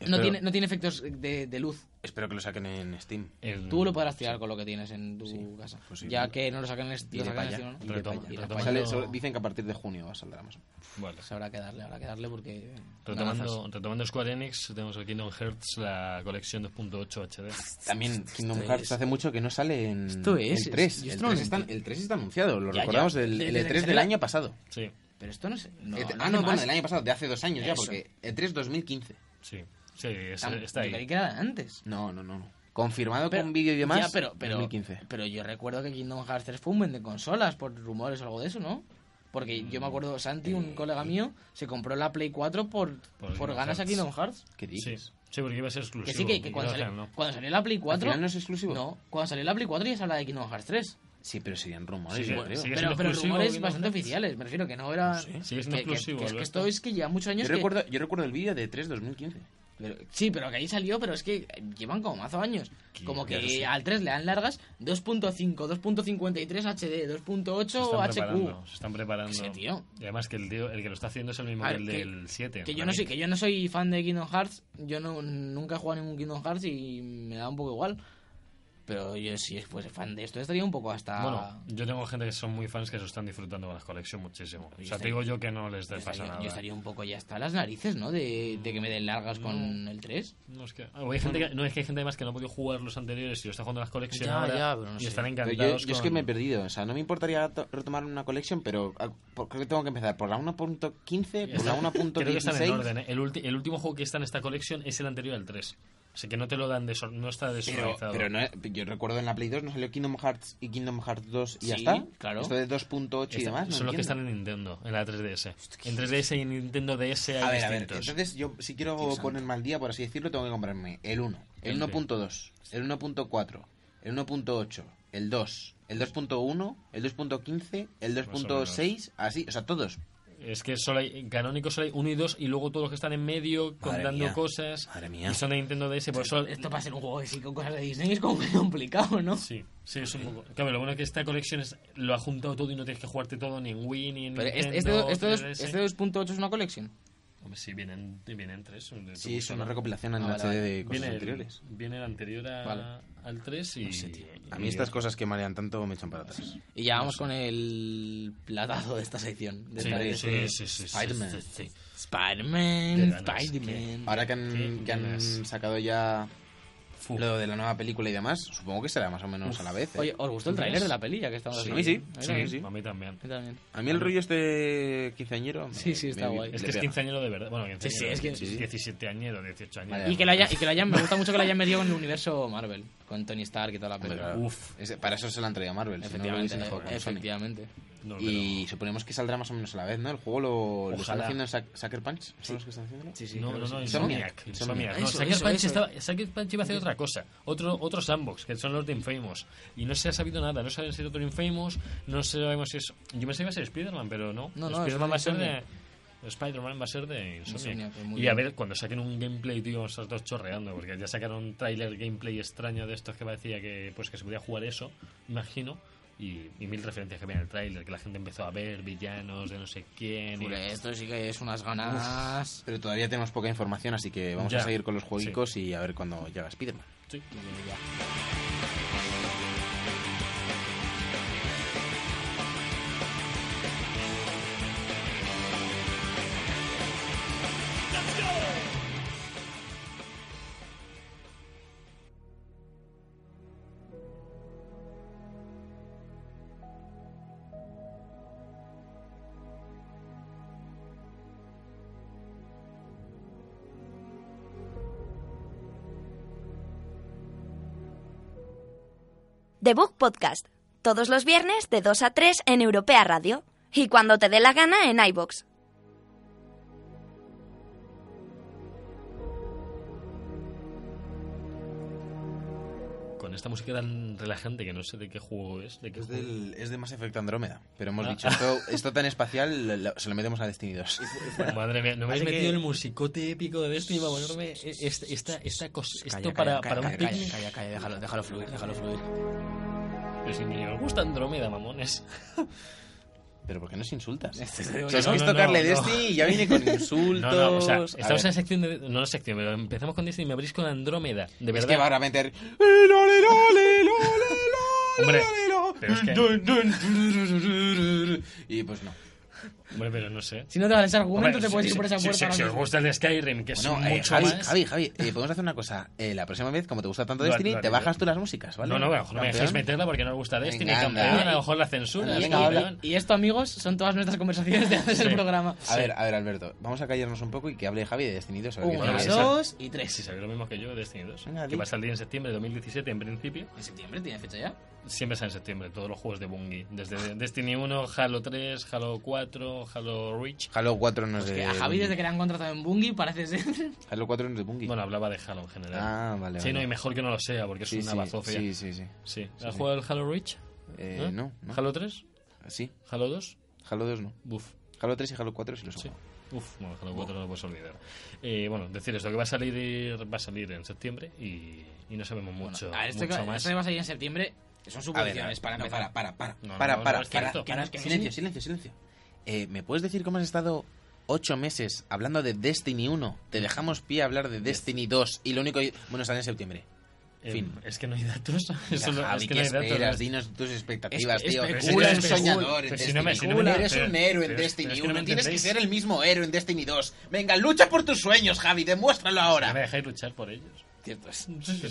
Speaker 3: Espero-
Speaker 4: tiene, no tiene efectos de, de luz.
Speaker 3: Espero que lo saquen en Steam.
Speaker 2: El-
Speaker 4: Tú lo podrás tirar con lo que tienes en tu
Speaker 3: Sí,
Speaker 4: casa.
Speaker 3: pues sí.
Speaker 4: ya que no lo saquen en est-
Speaker 3: Y
Speaker 4: lo
Speaker 3: de
Speaker 4: sacan en
Speaker 3: paya.
Speaker 4: Steam, ¿no?
Speaker 3: Y de
Speaker 2: Retoma,
Speaker 3: paya.
Speaker 4: y de
Speaker 2: retoma.
Speaker 4: paya.
Speaker 3: Sale-
Speaker 2: Cuando-
Speaker 3: solo- dicen que a partir de junio va a salir Amazon.
Speaker 2: Vale.
Speaker 4: Pues habrá que darle, habrá que darle porque... eh,
Speaker 2: Retomando,
Speaker 4: naranjas.
Speaker 2: retomando Square Enix, tenemos el Kingdom Hearts, la colección 2.8 HD.
Speaker 3: También Kingdom
Speaker 4: Esto
Speaker 3: Hearts
Speaker 4: es-
Speaker 3: hace mucho que no sale en
Speaker 4: Esto es-
Speaker 3: el 3.
Speaker 4: yo
Speaker 3: El
Speaker 4: esto no
Speaker 3: 3,
Speaker 4: lo
Speaker 3: está,
Speaker 4: entiendo.
Speaker 3: el 3 está anunciado, lo
Speaker 4: Ya, ya.
Speaker 3: recordamos del
Speaker 4: Desde
Speaker 3: el
Speaker 4: que
Speaker 3: E3 del
Speaker 4: salió-
Speaker 3: año pasado.
Speaker 2: Sí,
Speaker 4: Pero esto no es... No,
Speaker 3: E3
Speaker 4: no
Speaker 3: ah,
Speaker 4: hay
Speaker 3: no,
Speaker 4: más.
Speaker 3: bueno, del año pasado, de hace dos años ya,
Speaker 4: Eso.
Speaker 3: porque E E3 2015.
Speaker 2: sí. Sí, es-
Speaker 4: Tam-
Speaker 2: está
Speaker 4: yo creí
Speaker 2: ahí.
Speaker 4: que era de antes.
Speaker 3: No, no, no. no. Confirmado
Speaker 4: Pero-
Speaker 3: con vídeo y demás,
Speaker 4: ya, pero, pero,
Speaker 3: 2015.
Speaker 4: pero yo recuerdo que Kingdom Hearts 3 fue un vende consolas por rumores o algo de eso, ¿no? Porque yo me acuerdo, Santi, un colega mío, se compró la Play 4 por, por,
Speaker 2: Kingdom
Speaker 4: ganas a
Speaker 2: Hearts. Pues
Speaker 4: Kingdom Hearts.
Speaker 3: ¿Qué
Speaker 2: Sí.
Speaker 3: dices?
Speaker 2: Sí, porque iba a ser
Speaker 4: Que
Speaker 2: exclusivo.
Speaker 4: sí, que, que
Speaker 2: y
Speaker 4: cuando,
Speaker 2: ahora
Speaker 4: salió,
Speaker 2: no.
Speaker 4: cuando salió la Play 4...
Speaker 3: ¿Al final no es exclusivo?
Speaker 4: No, cuando salió la Play 4 ya se hablaba de Kingdom Hearts 3.
Speaker 3: Sí, pero serían rumores,
Speaker 2: Sí,
Speaker 3: yo
Speaker 2: bueno,
Speaker 3: creo.
Speaker 2: sí, Sigue
Speaker 4: Pero,
Speaker 2: siendo
Speaker 4: pero
Speaker 2: exclusivo
Speaker 4: rumores
Speaker 2: Kingdom
Speaker 4: bastante
Speaker 2: Hearts.
Speaker 4: oficiales, me refiero que no era...
Speaker 2: Sigue siendo
Speaker 4: que- que-
Speaker 2: exclusivo,
Speaker 4: que es que
Speaker 2: Alberto.
Speaker 4: esto es que lleva muchos años
Speaker 3: Yo
Speaker 4: que-
Speaker 3: recuerdo, yo recuerdo el vídeo de E E3 2015.
Speaker 4: Pero- sí, pero que ahí salió, pero es que llevan como mazo años.
Speaker 2: Que-
Speaker 4: Como
Speaker 2: ya lo sé.
Speaker 4: que al 3 le dan largas 2.5, 2.53 HD,
Speaker 2: Se están
Speaker 4: 2.8
Speaker 2: preparando, se están preparando.
Speaker 4: Pues Sí, tío.
Speaker 2: Y además que el tío, el que lo está haciendo es el mismo
Speaker 4: A
Speaker 2: que
Speaker 4: ver,
Speaker 2: el
Speaker 4: que-
Speaker 2: del 7.
Speaker 4: HQ. Que yo,
Speaker 2: para
Speaker 4: no
Speaker 2: mí.
Speaker 4: soy, que yo no soy fan de Kingdom Hearts, yo no, nunca he jugado a ningún Kingdom Hearts y me da un poco igual. Pero yo si fuese fan de esto estaría un poco hasta...
Speaker 2: Bueno, yo tengo gente que son muy fans que se están disfrutando con las colección muchísimo. O sea,
Speaker 4: estaría-
Speaker 2: te digo yo que no les
Speaker 4: yo,
Speaker 2: dé pasa
Speaker 4: estaría,
Speaker 2: nada.
Speaker 4: yo estaría un poco ya hasta las narices, ¿no? De, de que me den largas con el 3.
Speaker 2: No, es que, ah, hay gente que- no, es que hay gente además que no ha podido jugar los anteriores y lo está jugando las colecciones
Speaker 4: Ya,
Speaker 2: ahora
Speaker 4: ya, pero no
Speaker 2: y
Speaker 4: sé.
Speaker 2: están
Speaker 3: Pero
Speaker 2: encantados
Speaker 3: Yo, yo es
Speaker 2: con- [laughs]
Speaker 3: que me he perdido, o sea, no me importaría to- retomar una colección, pero ah, por- creo que tengo que empezar por la 1.15, por la
Speaker 2: Creo que están en
Speaker 3: 1.16.
Speaker 2: orden. ¿eh? El, ulti- el último juego que está en esta colección es el anterior al 3. Así que no te lo dan desor- no está
Speaker 3: Pero,
Speaker 2: desorganizado.
Speaker 3: pero no, yo recuerdo en la Play 2 no salió Kingdom Hearts y Kingdom Hearts 2 y ya
Speaker 4: Sí,
Speaker 3: está.
Speaker 4: claro.
Speaker 3: Esto de 2.8 y
Speaker 2: Está-
Speaker 3: demás. No
Speaker 2: Este, son los que están
Speaker 3: entiendo.
Speaker 2: en Nintendo, en la 3DS. En 3DS y Nintendo DS hay
Speaker 3: A ver, a ver,
Speaker 2: distintos.
Speaker 3: entonces yo si quiero ponerme al día, por así decirlo, tengo que comprarme el 1, el
Speaker 2: El
Speaker 3: 1.2, el 1.4, el 1.8, el 2, el 2.1, el 2.15, el
Speaker 2: o menos.
Speaker 3: 2.6, así, o sea, todos.
Speaker 2: Es que solo hay, en canónico solo hay uno y dos y luego todos los que están en medio contando
Speaker 3: mía.
Speaker 2: cosas.
Speaker 3: Madre mía.
Speaker 2: Y son de Nintendo DS, por eso...
Speaker 4: Esto para ser un juego que sí, con cosas de Disney es como muy complicado, ¿no?
Speaker 2: Sí, sí, es un poco... Claro, lo bueno es que esta colección es- lo ha juntado todo y no tienes que jugarte todo ni en Wii ni en
Speaker 4: Pero este, este,
Speaker 2: Nintendo,
Speaker 4: este dos-
Speaker 2: 3DS.
Speaker 4: este 2.8 es una colección.
Speaker 2: Hombre, sí, vienen, vienen tres. son de-
Speaker 3: Sí, son una
Speaker 2: son-
Speaker 3: recopilación en
Speaker 4: Ah, vale,
Speaker 3: HD de cosas
Speaker 2: Viene el-
Speaker 3: anteriores.
Speaker 2: Viene el anterior a-
Speaker 4: Vale.
Speaker 2: al 3 y...
Speaker 3: A mí
Speaker 2: y-
Speaker 3: estas cosas que marean tanto me echan para atrás.
Speaker 4: Y ya vamos con el platazo de esta sección. De
Speaker 2: Sí,
Speaker 4: esta- de
Speaker 2: sí,
Speaker 4: este-
Speaker 2: sí, sí, sí,
Speaker 3: Spider-Man.
Speaker 2: sí, sí. Qué
Speaker 4: Spider-Man,
Speaker 2: ganas,
Speaker 4: Spider-Man.
Speaker 3: Ahora que han,
Speaker 2: Qué
Speaker 3: que han
Speaker 2: ganas.
Speaker 3: sacado ya
Speaker 2: Fu.
Speaker 3: lo de la nueva película y demás, supongo que será más o menos a la vez. ¿eh?
Speaker 4: Oye, ¿os gustó el tráiler de la peli ya que estamos
Speaker 3: Sí,
Speaker 4: aquí?
Speaker 3: sí,
Speaker 4: A mí
Speaker 2: Sí,
Speaker 4: también.
Speaker 3: sí.
Speaker 2: a mí también.
Speaker 4: Yo también.
Speaker 3: a mí el rollo este quinceañero... me-
Speaker 4: Sí, sí, está
Speaker 3: me-
Speaker 4: guay.
Speaker 3: le
Speaker 2: Es que es
Speaker 3: pega.
Speaker 2: quinceañero de verdad. Bueno, quinceañero.
Speaker 4: sí, es que-
Speaker 3: Sí.
Speaker 2: 17 añero, 18 añero.
Speaker 3: Vaya.
Speaker 4: Y que, la haya- y que la hayan, me gusta mucho que la hayan metido en el universo Marvel, con Tony Stark y toda la peli.
Speaker 3: Hombre, claro.
Speaker 2: Uf. eh,
Speaker 3: Ese- para eso se la han traído a Marvel. si no, lo
Speaker 4: Efectivamente,
Speaker 3: hubiesen dejado con Sony.
Speaker 4: efectivamente.
Speaker 2: No,
Speaker 3: Y suponemos que saldrá más o menos a la vez, ¿no? El juego lo, lo están
Speaker 2: Ojalá.
Speaker 3: haciendo en Sac- Sucker Punch. ¿Son los que están haciéndolo?
Speaker 4: Sí, sí.
Speaker 2: pero- no,
Speaker 4: creo
Speaker 2: no,
Speaker 4: que
Speaker 2: no,
Speaker 4: sí.
Speaker 2: Insomniac.
Speaker 3: Insomniac.
Speaker 2: Insomniac. No,
Speaker 4: Eso,
Speaker 2: Sucker
Speaker 4: eso,
Speaker 2: Punch
Speaker 4: eso.
Speaker 2: estaba- Sucker Punch iba a hacer otra cosa. Otro, otro sandbox, que son los de Infamous. Y no se ha sabido nada. No saben si es otro Infamous. No sabemos si es. Yo pensé que iba a ser Spider-Man, pero no.
Speaker 4: No, no,
Speaker 2: Spider-Man va a
Speaker 4: es de
Speaker 2: ser de.
Speaker 4: Insomniac.
Speaker 2: Spider-Man va a ser de Insomniac.
Speaker 4: Insomniac, pues muy
Speaker 2: Y a
Speaker 4: bien.
Speaker 2: ver, cuando saquen un gameplay, tío, vamos a estar todos chorreando. Porque ya sacaron un trailer gameplay extraño de estos que parecía que, pues, que se podía jugar eso, imagino. Y, y mil referencias que había en el trailer, que la gente empezó a ver, villanos de no sé quién. y-
Speaker 4: Joder, esto sí que es unas ganas.
Speaker 3: Pero todavía tenemos poca información, así que vamos
Speaker 2: Ya.
Speaker 3: a seguir con los jueguicos y a ver cuándo llega Spider-Man.
Speaker 2: Sí.
Speaker 1: The Book Podcast. Todos los viernes de 2 a 3 en Europea Radio. Y cuando te dé la gana en iBox.
Speaker 2: con esta música tan relajante que no sé de qué juego es. De qué
Speaker 3: Es,
Speaker 2: juego.
Speaker 3: del, es de Mass Effect Andrómeda. Pero hemos
Speaker 2: Ah. [laughs]
Speaker 3: dicho, esto, esto tan espacial lo- lo- se lo metemos a Destiny 2.
Speaker 2: Madre mía, no me has
Speaker 3: Así que-
Speaker 2: metido el musicote épico de Destiny para ponerme e- esta, esta, esta cosa, esto para,
Speaker 4: Calla, calla, calla,
Speaker 2: para un
Speaker 4: calla,
Speaker 2: picnic.
Speaker 4: calla, calla, déjalo, déjalo fluir, déjalo fluir.
Speaker 2: Pero si ni os gusta Andrómeda, mamones.
Speaker 3: Pero ¿por qué nos insultas?
Speaker 2: Este digo
Speaker 3: O sea, es
Speaker 2: yo.
Speaker 3: que es
Speaker 2: No, no,
Speaker 3: tocarle
Speaker 2: no.
Speaker 3: Destiny y ya viene
Speaker 2: [laughs]
Speaker 3: con
Speaker 2: No,
Speaker 3: insultos.
Speaker 2: no, o sea,
Speaker 3: A
Speaker 2: estamos en
Speaker 3: ver,
Speaker 2: la sección de. No en la sección, pero empezamos con Destiny y me abrís con Andrómeda. De
Speaker 3: Es
Speaker 2: verdad.
Speaker 3: que va a meter... ¡Eh, lole, lole, lole, lole,
Speaker 2: Hombre,
Speaker 3: lole, lole!
Speaker 2: pero es que-
Speaker 3: Dun, dun, Y pues no.
Speaker 2: Hombre, pero no sé.
Speaker 4: Si no te vales argumento,
Speaker 2: Hombre,
Speaker 4: te puedes
Speaker 2: si-
Speaker 4: ir por esa
Speaker 2: si-
Speaker 4: puerta.
Speaker 2: Si,
Speaker 4: ahora
Speaker 2: si os
Speaker 4: mismo.
Speaker 2: gusta el Skyrim, que es
Speaker 3: Bueno, eh,
Speaker 2: mucho
Speaker 3: Javi,
Speaker 2: más.
Speaker 3: Javi, Javi, eh, podemos hacer una cosa. Eh, la próxima vez, como te gusta tanto
Speaker 2: Lo-
Speaker 3: Destiny,
Speaker 2: lo
Speaker 3: te
Speaker 2: haré.
Speaker 3: bajas tú las músicas, ¿vale?
Speaker 2: No, no, a lo mejor no me dejéis
Speaker 3: Campeón.
Speaker 2: meterla porque no os gusta Destiny,
Speaker 3: Venga, anda.
Speaker 2: campeón, a lo mejor la censura.
Speaker 3: Anda,
Speaker 4: Y
Speaker 3: venga,
Speaker 4: esto-
Speaker 3: habla.
Speaker 4: y esto, amigos, son todas nuestras conversaciones de antes del
Speaker 2: Sí. Uh,
Speaker 4: programa.
Speaker 3: A ver, a ver, Alberto, vamos a callarnos un poco y que hable Javi de Destiny 2. a ver qué
Speaker 4: Uno,
Speaker 3: tal
Speaker 2: Bueno,
Speaker 3: es.
Speaker 4: dos y
Speaker 2: Si
Speaker 4: tres.
Speaker 2: sabéis lo mismo que yo, Destiny 2,
Speaker 3: Venga, di.
Speaker 2: que va a salir en septiembre de 2017 en principio.
Speaker 4: ¿En septiembre tiene fecha ya?
Speaker 2: Siempre sale en septiembre, todos los juegos de Bungie.
Speaker 3: Ah.
Speaker 2: Desde Destiny 1, Halo 3, Halo 4, Halo Reach.
Speaker 3: Halo 4 no es
Speaker 4: Pues que
Speaker 3: de.
Speaker 4: a
Speaker 2: Eh,
Speaker 4: Javi, desde que le han contratado en Bungie, parece ser.
Speaker 3: Halo 4 no es de Bungie.
Speaker 2: Bueno, hablaba de Halo en general.
Speaker 3: ah, vale.
Speaker 2: sí,
Speaker 3: vale.
Speaker 2: no, y mejor que no lo sea porque es
Speaker 3: sí,
Speaker 2: una
Speaker 3: sí,
Speaker 2: bazofia.
Speaker 3: Sí, sí, sí.
Speaker 2: Sí.
Speaker 3: Sí,
Speaker 2: ¿Has
Speaker 3: sí.
Speaker 2: jugado el Halo Reach?
Speaker 3: Eh,
Speaker 2: ¿Eh?
Speaker 3: No, no.
Speaker 2: ¿Halo 3?
Speaker 3: Sí,
Speaker 2: ¿Halo 2?
Speaker 3: Halo 2 no.
Speaker 2: Buf.
Speaker 3: Halo 3 y Halo 4 sí los
Speaker 2: Sí.
Speaker 3: juego.
Speaker 2: Uf, bueno, Halo 4 no lo puedes olvidar. Eh, bueno, decir esto, que va a salir va a salir en septiembre y, y no sabemos mucho,
Speaker 4: a ver,
Speaker 3: este
Speaker 4: esto,
Speaker 2: mucho
Speaker 4: que,
Speaker 2: más.
Speaker 4: esto va a salir en septiembre. Son suposiciones para
Speaker 3: no,
Speaker 4: empezar.
Speaker 3: para, para, para.
Speaker 2: No, no,
Speaker 3: para,
Speaker 2: no,
Speaker 3: para.
Speaker 2: no, es
Speaker 3: para,
Speaker 2: cierto.
Speaker 3: que no,
Speaker 4: Que no, que
Speaker 3: silencio,
Speaker 4: sí.
Speaker 3: silencio, silencio. Eh, ¿Me puedes decir cómo has estado ocho meses hablando de Destiny 1? Te dejamos pie a hablar de Destiny 2 y lo único. que- Bueno, sale en septiembre.
Speaker 2: Eh,
Speaker 3: fin.
Speaker 2: Es que no hay datos. [laughs] Eso
Speaker 3: Mira,
Speaker 2: no-
Speaker 3: Javi,
Speaker 2: es que
Speaker 3: ¿qué
Speaker 2: no hay datos.
Speaker 3: esperas? Dinos tus expectativas,
Speaker 4: Es-
Speaker 3: tío.
Speaker 4: especula,
Speaker 3: Eres un
Speaker 4: especula.
Speaker 3: soñador
Speaker 2: Pero
Speaker 3: en
Speaker 2: si
Speaker 3: Destiny
Speaker 2: no me- si no me-
Speaker 3: 1.
Speaker 2: pero-
Speaker 3: Eres un héroe en
Speaker 2: pero es-
Speaker 3: Destiny
Speaker 2: pero es que no
Speaker 3: 1.
Speaker 2: me
Speaker 3: Tienes que
Speaker 2: entendéis.
Speaker 3: ser el mismo héroe en Destiny 2. Venga, lucha por tus sueños, Javi. Demuéstralo ahora.
Speaker 2: No me dejáis luchar por ellos.
Speaker 4: Cierto es.
Speaker 2: que, que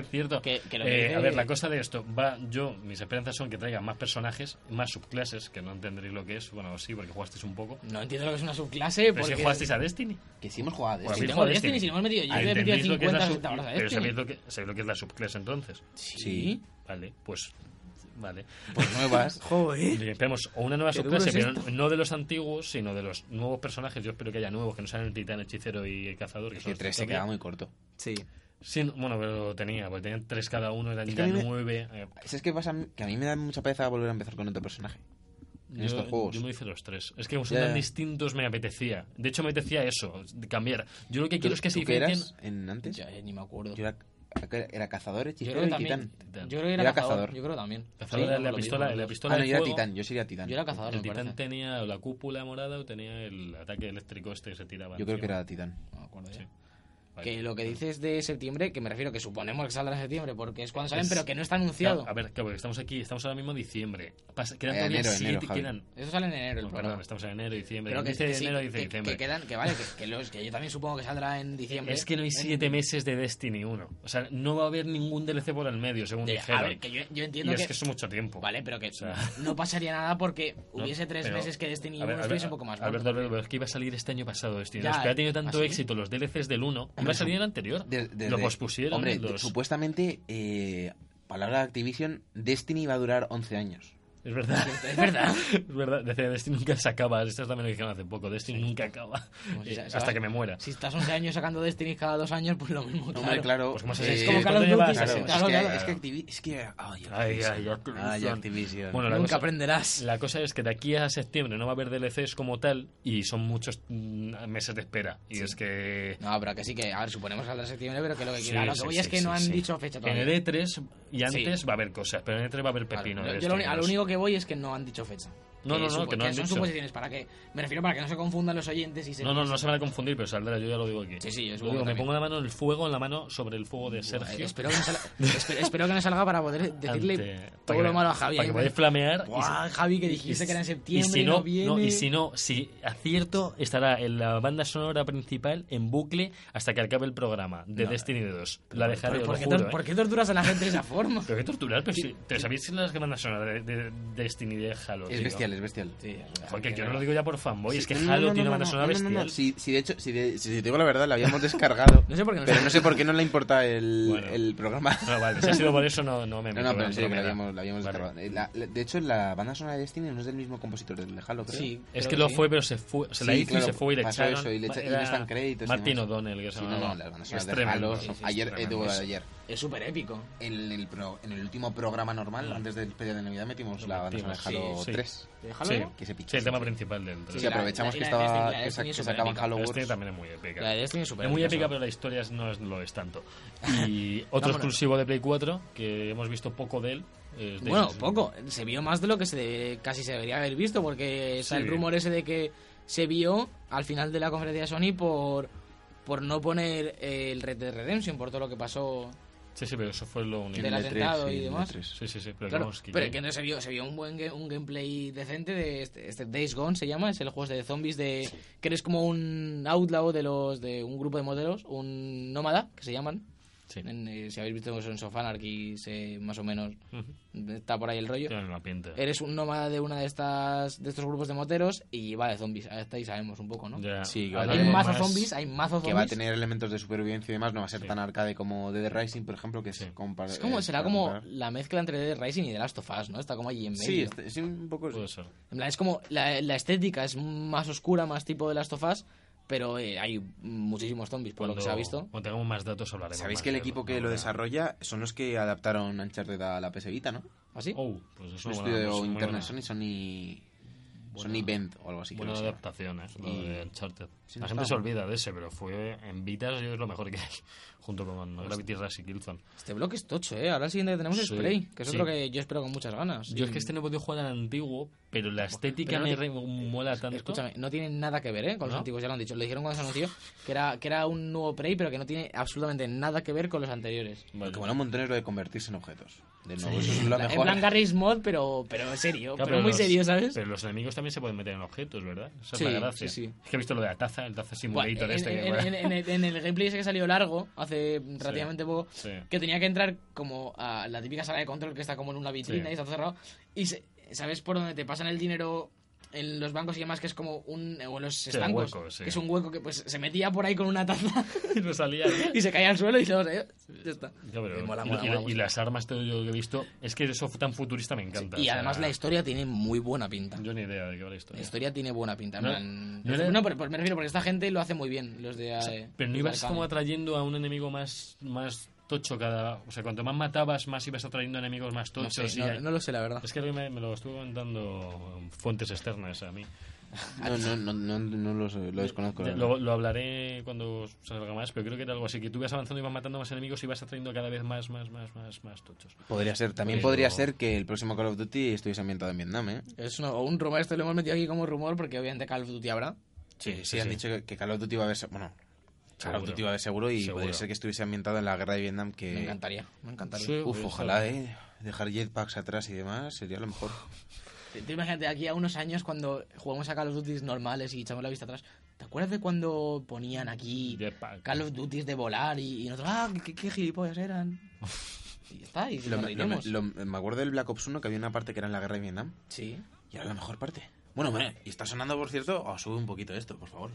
Speaker 2: es cierto.
Speaker 4: Que- que lo
Speaker 2: Eh,
Speaker 4: que dice-
Speaker 2: A ver, la cosa de esto, va, yo, mis esperanzas son que traigan más personajes, más subclases, que no entenderéis lo que es, bueno, sí, porque jugasteis un poco.
Speaker 4: No entiendo lo que es una subclase.
Speaker 2: Pero
Speaker 4: porque
Speaker 2: si jugasteis a Destiny.
Speaker 3: Que sí hemos jugado a
Speaker 2: Bueno,
Speaker 3: Destiny.
Speaker 2: sí,
Speaker 4: tengo
Speaker 2: Destiny.
Speaker 4: Destiny, si lo hemos metido. Yo
Speaker 2: Ah,
Speaker 4: le he metido
Speaker 2: ¿entendéis lo que es la
Speaker 4: 50
Speaker 2: sub-
Speaker 4: 60 horas a
Speaker 2: pero ¿sabéis
Speaker 4: Destiny.
Speaker 2: lo, que, ¿sabéis lo que es la subclase entonces?
Speaker 3: Sí.
Speaker 2: Vale, pues... Vale.
Speaker 3: Pues
Speaker 2: [laughs]
Speaker 3: nuevas. ¿Eh?
Speaker 4: Joder.
Speaker 2: Y Esperemos o una nueva
Speaker 4: Qué duro
Speaker 2: subclase,
Speaker 4: es
Speaker 2: pero
Speaker 4: esto.
Speaker 2: no de los antiguos, sino de los nuevos personajes. Yo espero que haya nuevos, que no sean el titán, hechicero y el cazador. Que
Speaker 3: Es
Speaker 2: son
Speaker 3: que
Speaker 2: los
Speaker 3: 3
Speaker 2: que
Speaker 3: se queda
Speaker 2: tocan.
Speaker 3: muy corto.
Speaker 4: Sí.
Speaker 2: Sí, no- bueno, pero tenía, porque tenían tres cada uno, eran
Speaker 3: Es que
Speaker 2: ya
Speaker 3: a mí me-
Speaker 2: nueve. eh,
Speaker 3: Es que pasa que a mí me da mucha pereza volver a empezar con otro personaje. en
Speaker 2: yo,
Speaker 3: estos juegos.
Speaker 2: yo me hice los tres. Es que como son
Speaker 3: Ya, ya.
Speaker 2: tan distintos, me apetecía. De hecho, me apetecía eso, de cambiar. Yo lo que quiero es que se
Speaker 3: ¿Tú qué
Speaker 2: diferencien.
Speaker 3: eras en antes?
Speaker 4: Ya, eh, ni me acuerdo.
Speaker 3: Yo era, era cazador,
Speaker 4: Yo
Speaker 3: hechicero
Speaker 4: creo que
Speaker 3: y
Speaker 4: también.
Speaker 3: titán.
Speaker 2: titán.
Speaker 4: Yo creo que era,
Speaker 3: Yo era
Speaker 4: cazador.
Speaker 3: cazador.
Speaker 4: Yo creo que también.
Speaker 2: Cazador
Speaker 4: Sí,
Speaker 2: era
Speaker 4: no,
Speaker 2: la
Speaker 4: lo mismo,
Speaker 2: pistola,
Speaker 4: lo
Speaker 2: la
Speaker 4: mismo.
Speaker 2: pistola
Speaker 3: Ah, no,
Speaker 2: de
Speaker 3: yo era
Speaker 2: fuego.
Speaker 3: titán. Yo sería titán.
Speaker 4: Yo era cazador,
Speaker 2: El
Speaker 4: me
Speaker 2: titán
Speaker 4: parece.
Speaker 2: tenía la cúpula morada o tenía el ataque eléctrico este que se tiraba.
Speaker 3: Yo creo que
Speaker 2: encima.
Speaker 3: era titán.
Speaker 4: No me acuerdo eh. ya.
Speaker 2: Sí. Vale.
Speaker 4: Que lo que dices de septiembre, que me refiero que suponemos que saldrá en septiembre porque es cuando salen,
Speaker 2: Es-
Speaker 4: pero que no está anunciado.
Speaker 2: Claro, a ver, claro, porque estamos aquí, estamos ahora mismo en diciembre. Pasa- quedan
Speaker 3: Eh,
Speaker 2: todavía
Speaker 3: enero,
Speaker 2: siete,
Speaker 3: enero, Javi.
Speaker 2: quedan-
Speaker 4: Eso sale en enero el
Speaker 2: Bueno,
Speaker 4: programa.
Speaker 2: perdón, estamos en enero, diciembre.
Speaker 4: Pero que,
Speaker 2: dice
Speaker 4: sí,
Speaker 2: enero,
Speaker 4: que-
Speaker 2: dice
Speaker 4: que-
Speaker 2: diciembre.
Speaker 4: que quedan, que vale, que, que los, que yo también supongo que saldrá en diciembre.
Speaker 2: Es que no hay
Speaker 4: En-
Speaker 2: siete meses de Destiny 1. O sea, no va a haber ningún DLC por el medio, según
Speaker 4: de-
Speaker 2: dijeron.
Speaker 4: a ver, que yo, yo
Speaker 2: y
Speaker 4: entiendo
Speaker 2: es que es mucho tiempo.
Speaker 4: Vale, pero que
Speaker 2: O sea,
Speaker 4: [laughs] no pasaría nada porque
Speaker 2: [laughs] no,
Speaker 4: hubiese tres
Speaker 2: pero-
Speaker 4: meses que Destiny
Speaker 2: a ver,
Speaker 4: 1
Speaker 2: Albert-
Speaker 4: estuviese un poco más muerto,
Speaker 2: Alberto, Alberto,
Speaker 4: porque-
Speaker 2: pero es que iba a salir este año pasado Destiny
Speaker 4: Ya,
Speaker 2: 2. Que ha tenido tanto
Speaker 4: ¿ah, sí?
Speaker 2: éxito los DLCs del 1. Iba a salir el anterior.
Speaker 3: De- de-
Speaker 2: lo
Speaker 3: de-
Speaker 2: pospusieron. ¿eh?
Speaker 3: Hombre,
Speaker 2: los-
Speaker 3: supuestamente, eh, palabra de Activision, Destiny va a durar 11 años.
Speaker 2: Es verdad.
Speaker 4: [laughs] Es verdad.
Speaker 2: [laughs] Es verdad, decía, Destiny nunca se acaba. Esto también lo dijeron hace poco. Destiny nunca acaba.
Speaker 4: Como si
Speaker 2: Eh,
Speaker 4: sa-
Speaker 2: hasta
Speaker 4: sabes-
Speaker 2: que me muera.
Speaker 4: Si estás 11 años sacando Destiny cada dos años, pues lo mismo. Claro.
Speaker 3: Hombre, claro.
Speaker 2: Pues como se
Speaker 4: Es
Speaker 2: eh,
Speaker 4: como Call
Speaker 2: ¿cuánto
Speaker 4: of Duty,
Speaker 2: llevas?
Speaker 3: claro,
Speaker 4: sí,
Speaker 3: es,
Speaker 4: claro,
Speaker 3: que,
Speaker 4: claro.
Speaker 3: es que Activi- es que- ay,
Speaker 2: Ay, ay,
Speaker 3: Activision.
Speaker 2: Activision.
Speaker 3: Ay, Activision.
Speaker 2: Bueno, la
Speaker 4: Nunca
Speaker 2: cosa,
Speaker 4: aprenderás.
Speaker 2: la cosa es que de aquí a septiembre no va a haber DLCs como tal y son muchos mm, meses de espera. Y es que
Speaker 4: No, pero que sí que, a ver, suponemos que saldrá en septiembre, pero que lo que
Speaker 2: Sí,
Speaker 4: quiera. Lo que
Speaker 2: sí,
Speaker 4: voy
Speaker 2: sí,
Speaker 4: es que
Speaker 2: sí,
Speaker 4: no han
Speaker 2: sí.
Speaker 4: dicho fecha
Speaker 2: en
Speaker 4: todavía.
Speaker 2: el E3 y antes va a haber cosas, pero en el E3 va a haber
Speaker 4: Claro,
Speaker 2: pepino.
Speaker 4: yo-
Speaker 2: de
Speaker 4: yo lo,
Speaker 2: Destiny
Speaker 4: uni- a lo
Speaker 2: 2.
Speaker 4: único que voy es que no han dicho fecha.
Speaker 2: No, no, no,
Speaker 4: supo-
Speaker 2: que no han
Speaker 4: son
Speaker 2: dicho.
Speaker 4: suposiciones para que, me refiero para que no se confundan los oyentes y se
Speaker 2: No, no, no se van a confundir, pero saldrá, yo ya lo digo aquí.
Speaker 4: Sí, sí, yo
Speaker 2: Lo
Speaker 4: supongo
Speaker 2: digo,
Speaker 4: que
Speaker 2: me
Speaker 4: también.
Speaker 2: pongo la mano en el fuego, en la mano sobre el fuego de
Speaker 4: Eh,
Speaker 2: Sergio.
Speaker 4: espero, que no salga, espero, espero que no salga para poder decirle
Speaker 2: ante- para
Speaker 4: todo
Speaker 2: que-
Speaker 4: lo malo a Javi. eh,
Speaker 2: Para que podáis flamear. y-
Speaker 4: Buah, Javi, que
Speaker 2: y-
Speaker 4: dijiste que era en
Speaker 2: y
Speaker 4: septiembre.
Speaker 2: si
Speaker 4: no,
Speaker 2: no,
Speaker 4: viene.
Speaker 2: no, y si no, si acierto, estará en la banda sonora principal en bucle hasta que acabe el programa de Destiny 2. La dejaré,
Speaker 4: ¿Por,
Speaker 2: os
Speaker 4: por
Speaker 2: lo
Speaker 4: qué
Speaker 2: juro,
Speaker 4: tor-
Speaker 2: ¿eh?
Speaker 4: por qué torturas
Speaker 2: [laughs]
Speaker 4: a la gente de esa forma?
Speaker 2: Pero qué torturar, pero si, ¿te sabéis las bandas sonoras de, de Destiny de Halo?
Speaker 3: Es
Speaker 2: tío?
Speaker 3: bestial, es bestial.
Speaker 6: Sí,
Speaker 2: Porque yo no lo digo ya por fanboy,
Speaker 3: Sí,
Speaker 2: es que
Speaker 3: no, no,
Speaker 2: Halo
Speaker 3: no,
Speaker 2: tiene
Speaker 3: no,
Speaker 2: una
Speaker 3: no,
Speaker 2: persona
Speaker 3: no, no, no.
Speaker 2: bestial.
Speaker 3: Si, si de hecho, si, de- si te digo la verdad, la
Speaker 2: [laughs]
Speaker 3: habíamos descargado.
Speaker 4: No sé por qué no
Speaker 3: pero
Speaker 4: sé.
Speaker 3: no sé por qué no le importa el,
Speaker 2: Bueno.
Speaker 3: el programa.
Speaker 2: No, vale, si ha sido por eso no, no me meto,
Speaker 3: No, no, pero
Speaker 2: pero
Speaker 3: en serio que
Speaker 2: me
Speaker 3: la
Speaker 2: da.
Speaker 3: habíamos, la habíamos
Speaker 2: Vale.
Speaker 3: descargado. Eh, la- la- de hecho, la banda sonora de Destiny no es del mismo compositor del de Halo, creo.
Speaker 6: Sí,
Speaker 2: Es
Speaker 6: creo
Speaker 2: que lo
Speaker 6: sí.
Speaker 2: fue, pero se fue, se la
Speaker 3: Sí,
Speaker 2: hizo
Speaker 3: claro,
Speaker 2: y se fue y le
Speaker 3: pasó
Speaker 2: echaron.
Speaker 3: eso, y le echa- y no
Speaker 2: Era
Speaker 3: están créditos y
Speaker 2: Martin
Speaker 3: demás.
Speaker 2: O'Donnell, que se
Speaker 3: Sí, no,
Speaker 2: llamaba.
Speaker 3: no, las bandas sonoras
Speaker 2: Es
Speaker 3: de
Speaker 2: tremendo.
Speaker 3: Halo.
Speaker 2: Sí, sí,
Speaker 3: ayer,
Speaker 2: es
Speaker 3: eh,
Speaker 2: tremendo.
Speaker 3: tuvo
Speaker 2: Es-
Speaker 3: ayer.
Speaker 6: Es súper épico.
Speaker 3: En el, pro- en el último programa normal, antes del periodo de Navidad, metimos
Speaker 2: Lo
Speaker 3: la banda
Speaker 2: Mm. metimos,
Speaker 3: sonora de Halo
Speaker 2: sí, sí.
Speaker 3: 3.
Speaker 6: Déjalo.
Speaker 2: Sí.
Speaker 3: Que se pichó.
Speaker 2: Sí, el tema principal del
Speaker 6: Sí,
Speaker 3: Sí,
Speaker 2: del-
Speaker 6: la- la-
Speaker 3: aprovechamos que,
Speaker 6: la
Speaker 3: estaba,
Speaker 6: Destiny- la
Speaker 3: que sa-
Speaker 6: Destiny
Speaker 3: que
Speaker 6: es súper
Speaker 3: sacaban
Speaker 6: épica.
Speaker 3: Halo
Speaker 2: Este
Speaker 3: Wars.
Speaker 2: también es muy épica.
Speaker 6: La de Destiny es súper
Speaker 2: Es muy épica,
Speaker 6: ¿no?
Speaker 2: pero la historia es- no es- lo es
Speaker 3: [laughs]
Speaker 2: tanto. Y otro
Speaker 4: Vámonos.
Speaker 2: exclusivo de Play 4, que hemos visto poco de él. es de-
Speaker 4: Bueno, poco. Se vio más de lo que se debe- casi se debería haber visto, porque está
Speaker 2: Sí.
Speaker 4: el rumor ese de que se vio al final de la conferencia de Sony por, por no poner eh, el Red Dead Redemption, por todo lo que pasó.
Speaker 2: Sí, sí, pero eso fue lo único.
Speaker 4: Del
Speaker 3: El E3,
Speaker 4: atentado
Speaker 3: sí,
Speaker 4: y
Speaker 3: el
Speaker 4: demás.
Speaker 3: E3.
Speaker 2: Sí, sí, sí. Pero,
Speaker 4: Claro,
Speaker 2: vamos, que
Speaker 4: pero
Speaker 2: yo-
Speaker 4: que no se vio, se vio un buen ga- un gameplay decente de este, este Days Gone, se llama, es el juego este de zombies de que eres como un outlaw de los de un grupo de modelos, un nómada que se llaman.
Speaker 2: Sí.
Speaker 4: En, eh, si habéis visto Sons of Anarchy, se- más o menos
Speaker 2: Ujú.
Speaker 4: está por ahí el rollo.
Speaker 2: Tiene la misma pinta.
Speaker 4: Eres un nómada de una de estas de estos grupos de moteros y va de zombies. Hasta ahí sabemos un poco, ¿no?
Speaker 2: Ya.
Speaker 3: Sí, que
Speaker 4: Hay
Speaker 3: vale.
Speaker 2: Hablaremos
Speaker 4: mazo
Speaker 2: más-
Speaker 4: zombies, hay mazo zombies.
Speaker 3: Que va a tener elementos de supervivencia y demás. No va a ser
Speaker 2: Sí.
Speaker 3: tan arcade como Dead Rising, por ejemplo, que
Speaker 2: Sí.
Speaker 3: es, compar-
Speaker 4: Es como,
Speaker 3: eh,
Speaker 4: será
Speaker 3: para
Speaker 4: como
Speaker 3: comparar.
Speaker 4: la mezcla entre Dead Rising y The Last of Us, ¿no? Está como allí en medio.
Speaker 3: Sí, este- sí, un poco...
Speaker 2: Puede ser.
Speaker 4: En plan, es como la, la estética es más oscura, más tipo de Last of Us, pero eh, hay muchísimos zombies, por lo que se ha visto.
Speaker 2: Cuando tengamos más datos hablaremos.
Speaker 3: Sabéis
Speaker 2: más
Speaker 3: que el
Speaker 2: de
Speaker 3: equipo
Speaker 2: ello,
Speaker 3: que
Speaker 2: ¿no?
Speaker 3: lo
Speaker 2: Ya.
Speaker 3: desarrolla son los que adaptaron Uncharted a la PS Vita, ¿no?
Speaker 4: ¿Así?
Speaker 2: Oh, pues eso
Speaker 3: Es un
Speaker 2: bueno, pues
Speaker 3: estudio
Speaker 2: muy
Speaker 3: interno de
Speaker 2: buena-
Speaker 3: Sony, Sony...
Speaker 2: Buena-
Speaker 3: Sony Bend o algo así. creo
Speaker 2: Buena
Speaker 3: que se llama.
Speaker 2: adaptación, ¿eh? Lo
Speaker 3: Y-
Speaker 2: de Uncharted.
Speaker 3: Sí,
Speaker 2: la
Speaker 3: no
Speaker 2: gente
Speaker 3: estaba
Speaker 2: se
Speaker 3: mal.
Speaker 2: olvida de ese, pero fue en Vitas yo es lo mejor que hay. [laughs] Junto con
Speaker 4: Pues
Speaker 2: Gravity Rush y Killzone.
Speaker 4: Este bloque es tocho, ¿eh? Ahora el siguiente que tenemos es
Speaker 2: Sí,
Speaker 4: Prey, que es otro
Speaker 2: sí.
Speaker 4: que yo espero con muchas ganas.
Speaker 2: Yo es que este no he podido jugar al antiguo, pero la estética
Speaker 4: Pero no
Speaker 2: me
Speaker 4: te-
Speaker 2: re- mola tanto.
Speaker 4: Escúchame, no tiene nada que ver ¿eh? con los
Speaker 2: ¿No?
Speaker 4: antiguos, ya lo han dicho. Lo dijeron cuando se anunció que era, que era un nuevo Prey, pero que no tiene absolutamente nada que ver con los anteriores.
Speaker 2: Vale.
Speaker 3: Lo que mola un montón es lo de convertirse en objetos. De nuevo, eso es lo
Speaker 4: En
Speaker 3: mejor.
Speaker 4: plan Garry's Mod, pero, pero en serio,
Speaker 2: Claro,
Speaker 4: pero muy
Speaker 2: los-
Speaker 4: serio, ¿sabes?
Speaker 2: Pero los enemigos también se pueden meter en objetos, ¿verdad? Esa
Speaker 4: Sí,
Speaker 2: es la gracia.
Speaker 4: sí, sí.
Speaker 2: Es que he visto lo de la taza, el taza
Speaker 4: Buah,
Speaker 2: simulator
Speaker 4: en,
Speaker 2: este. que,
Speaker 4: en-
Speaker 2: bueno.
Speaker 4: en- en el, en el gameplay ese que salió largo, hace relativamente poco,
Speaker 2: [laughs] Sí. [laughs]
Speaker 4: que tenía que entrar como a la típica sala de control que está como en una vitrina
Speaker 2: Sí.
Speaker 4: y está todo cerrado. Y se- sabes por donde te pasan el dinero en los bancos y demás, que es como un. o en los estancos,
Speaker 2: hueco, sí.
Speaker 4: que es un hueco que pues se metía por ahí con una taza [laughs]
Speaker 2: Y no salía.
Speaker 4: y se caía al suelo y luego se- ya está.
Speaker 2: Ya, pero-
Speaker 4: Eh, mola,
Speaker 2: y-
Speaker 4: mola,
Speaker 2: y,
Speaker 4: mola
Speaker 2: y
Speaker 4: mucho.
Speaker 2: las armas todo yo que he visto, es que eso tan futurista me encanta.
Speaker 4: Y
Speaker 2: o sea,
Speaker 4: además la historia tiene muy buena pinta.
Speaker 2: Yo ni idea de qué va la
Speaker 4: La
Speaker 2: historia.
Speaker 4: historia tiene buena pinta. en
Speaker 2: No-
Speaker 4: plan-
Speaker 2: no era-
Speaker 4: No, pero, pero me refiero porque esta gente lo hace muy bien, los de. eh,
Speaker 2: Pero no
Speaker 4: los de
Speaker 2: ibas
Speaker 4: Arcane.
Speaker 2: como atrayendo a un enemigo más, más tocho cada... O sea, cuanto más matabas, más ibas atrayendo enemigos más
Speaker 4: No, sé,
Speaker 2: tochos. y-
Speaker 4: no- no lo sé, la verdad.
Speaker 2: Es que me, me lo estuvo contando fuentes externas a mí.
Speaker 3: No, no, no, no, no lo, sé, lo desconozco. la
Speaker 2: Ya,
Speaker 3: verdad.
Speaker 2: Lo, lo hablaré cuando salga más, pero creo que era algo así, que tú ibas avanzando, ibas matando más enemigos y ibas atrayendo cada vez más, más, más, más, más tochos.
Speaker 3: Podría ser. También
Speaker 2: Pero-
Speaker 3: podría ser que el próximo Call of Duty estuviese ambientado en Vietnam, ¿eh?
Speaker 4: Es una- un rumor, esto lo hemos metido aquí como rumor porque obviamente Call of Duty habrá.
Speaker 2: Sí,
Speaker 3: Sí, han dicho que, que Call of Duty va a haber... se- Bueno, Call of
Speaker 2: Seguro.
Speaker 3: Duty va a haber seguro y
Speaker 2: Seguro.
Speaker 3: podría ser que estuviese ambientado en la guerra de Vietnam que...
Speaker 4: Me encantaría, me encantaría.
Speaker 2: Sí,
Speaker 3: Uf,
Speaker 2: puede
Speaker 3: ojalá,
Speaker 2: ser.
Speaker 3: ¿eh? Dejar jetpacks atrás y demás sería lo mejor.
Speaker 4: Te- te imagínate, aquí a unos años cuando jugamos a Call of Duty normales y echamos la vista atrás, ¿te acuerdas de cuando ponían aquí
Speaker 2: Jetpack.
Speaker 4: Call of Duty de volar y, y nosotros, ah, qué, qué
Speaker 2: [laughs]
Speaker 4: gilipollas eran? Y ya está, y
Speaker 3: Lo-
Speaker 4: nos
Speaker 3: me- lo- me,
Speaker 4: reiremos.
Speaker 3: lo- me acuerdo del Black Ops 1 que había una parte que era en la guerra de Vietnam
Speaker 4: Sí. [laughs]
Speaker 3: y era la mejor parte. Bueno, bueno, y está sonando, por cierto... Oh, sube un poquito esto, por favor.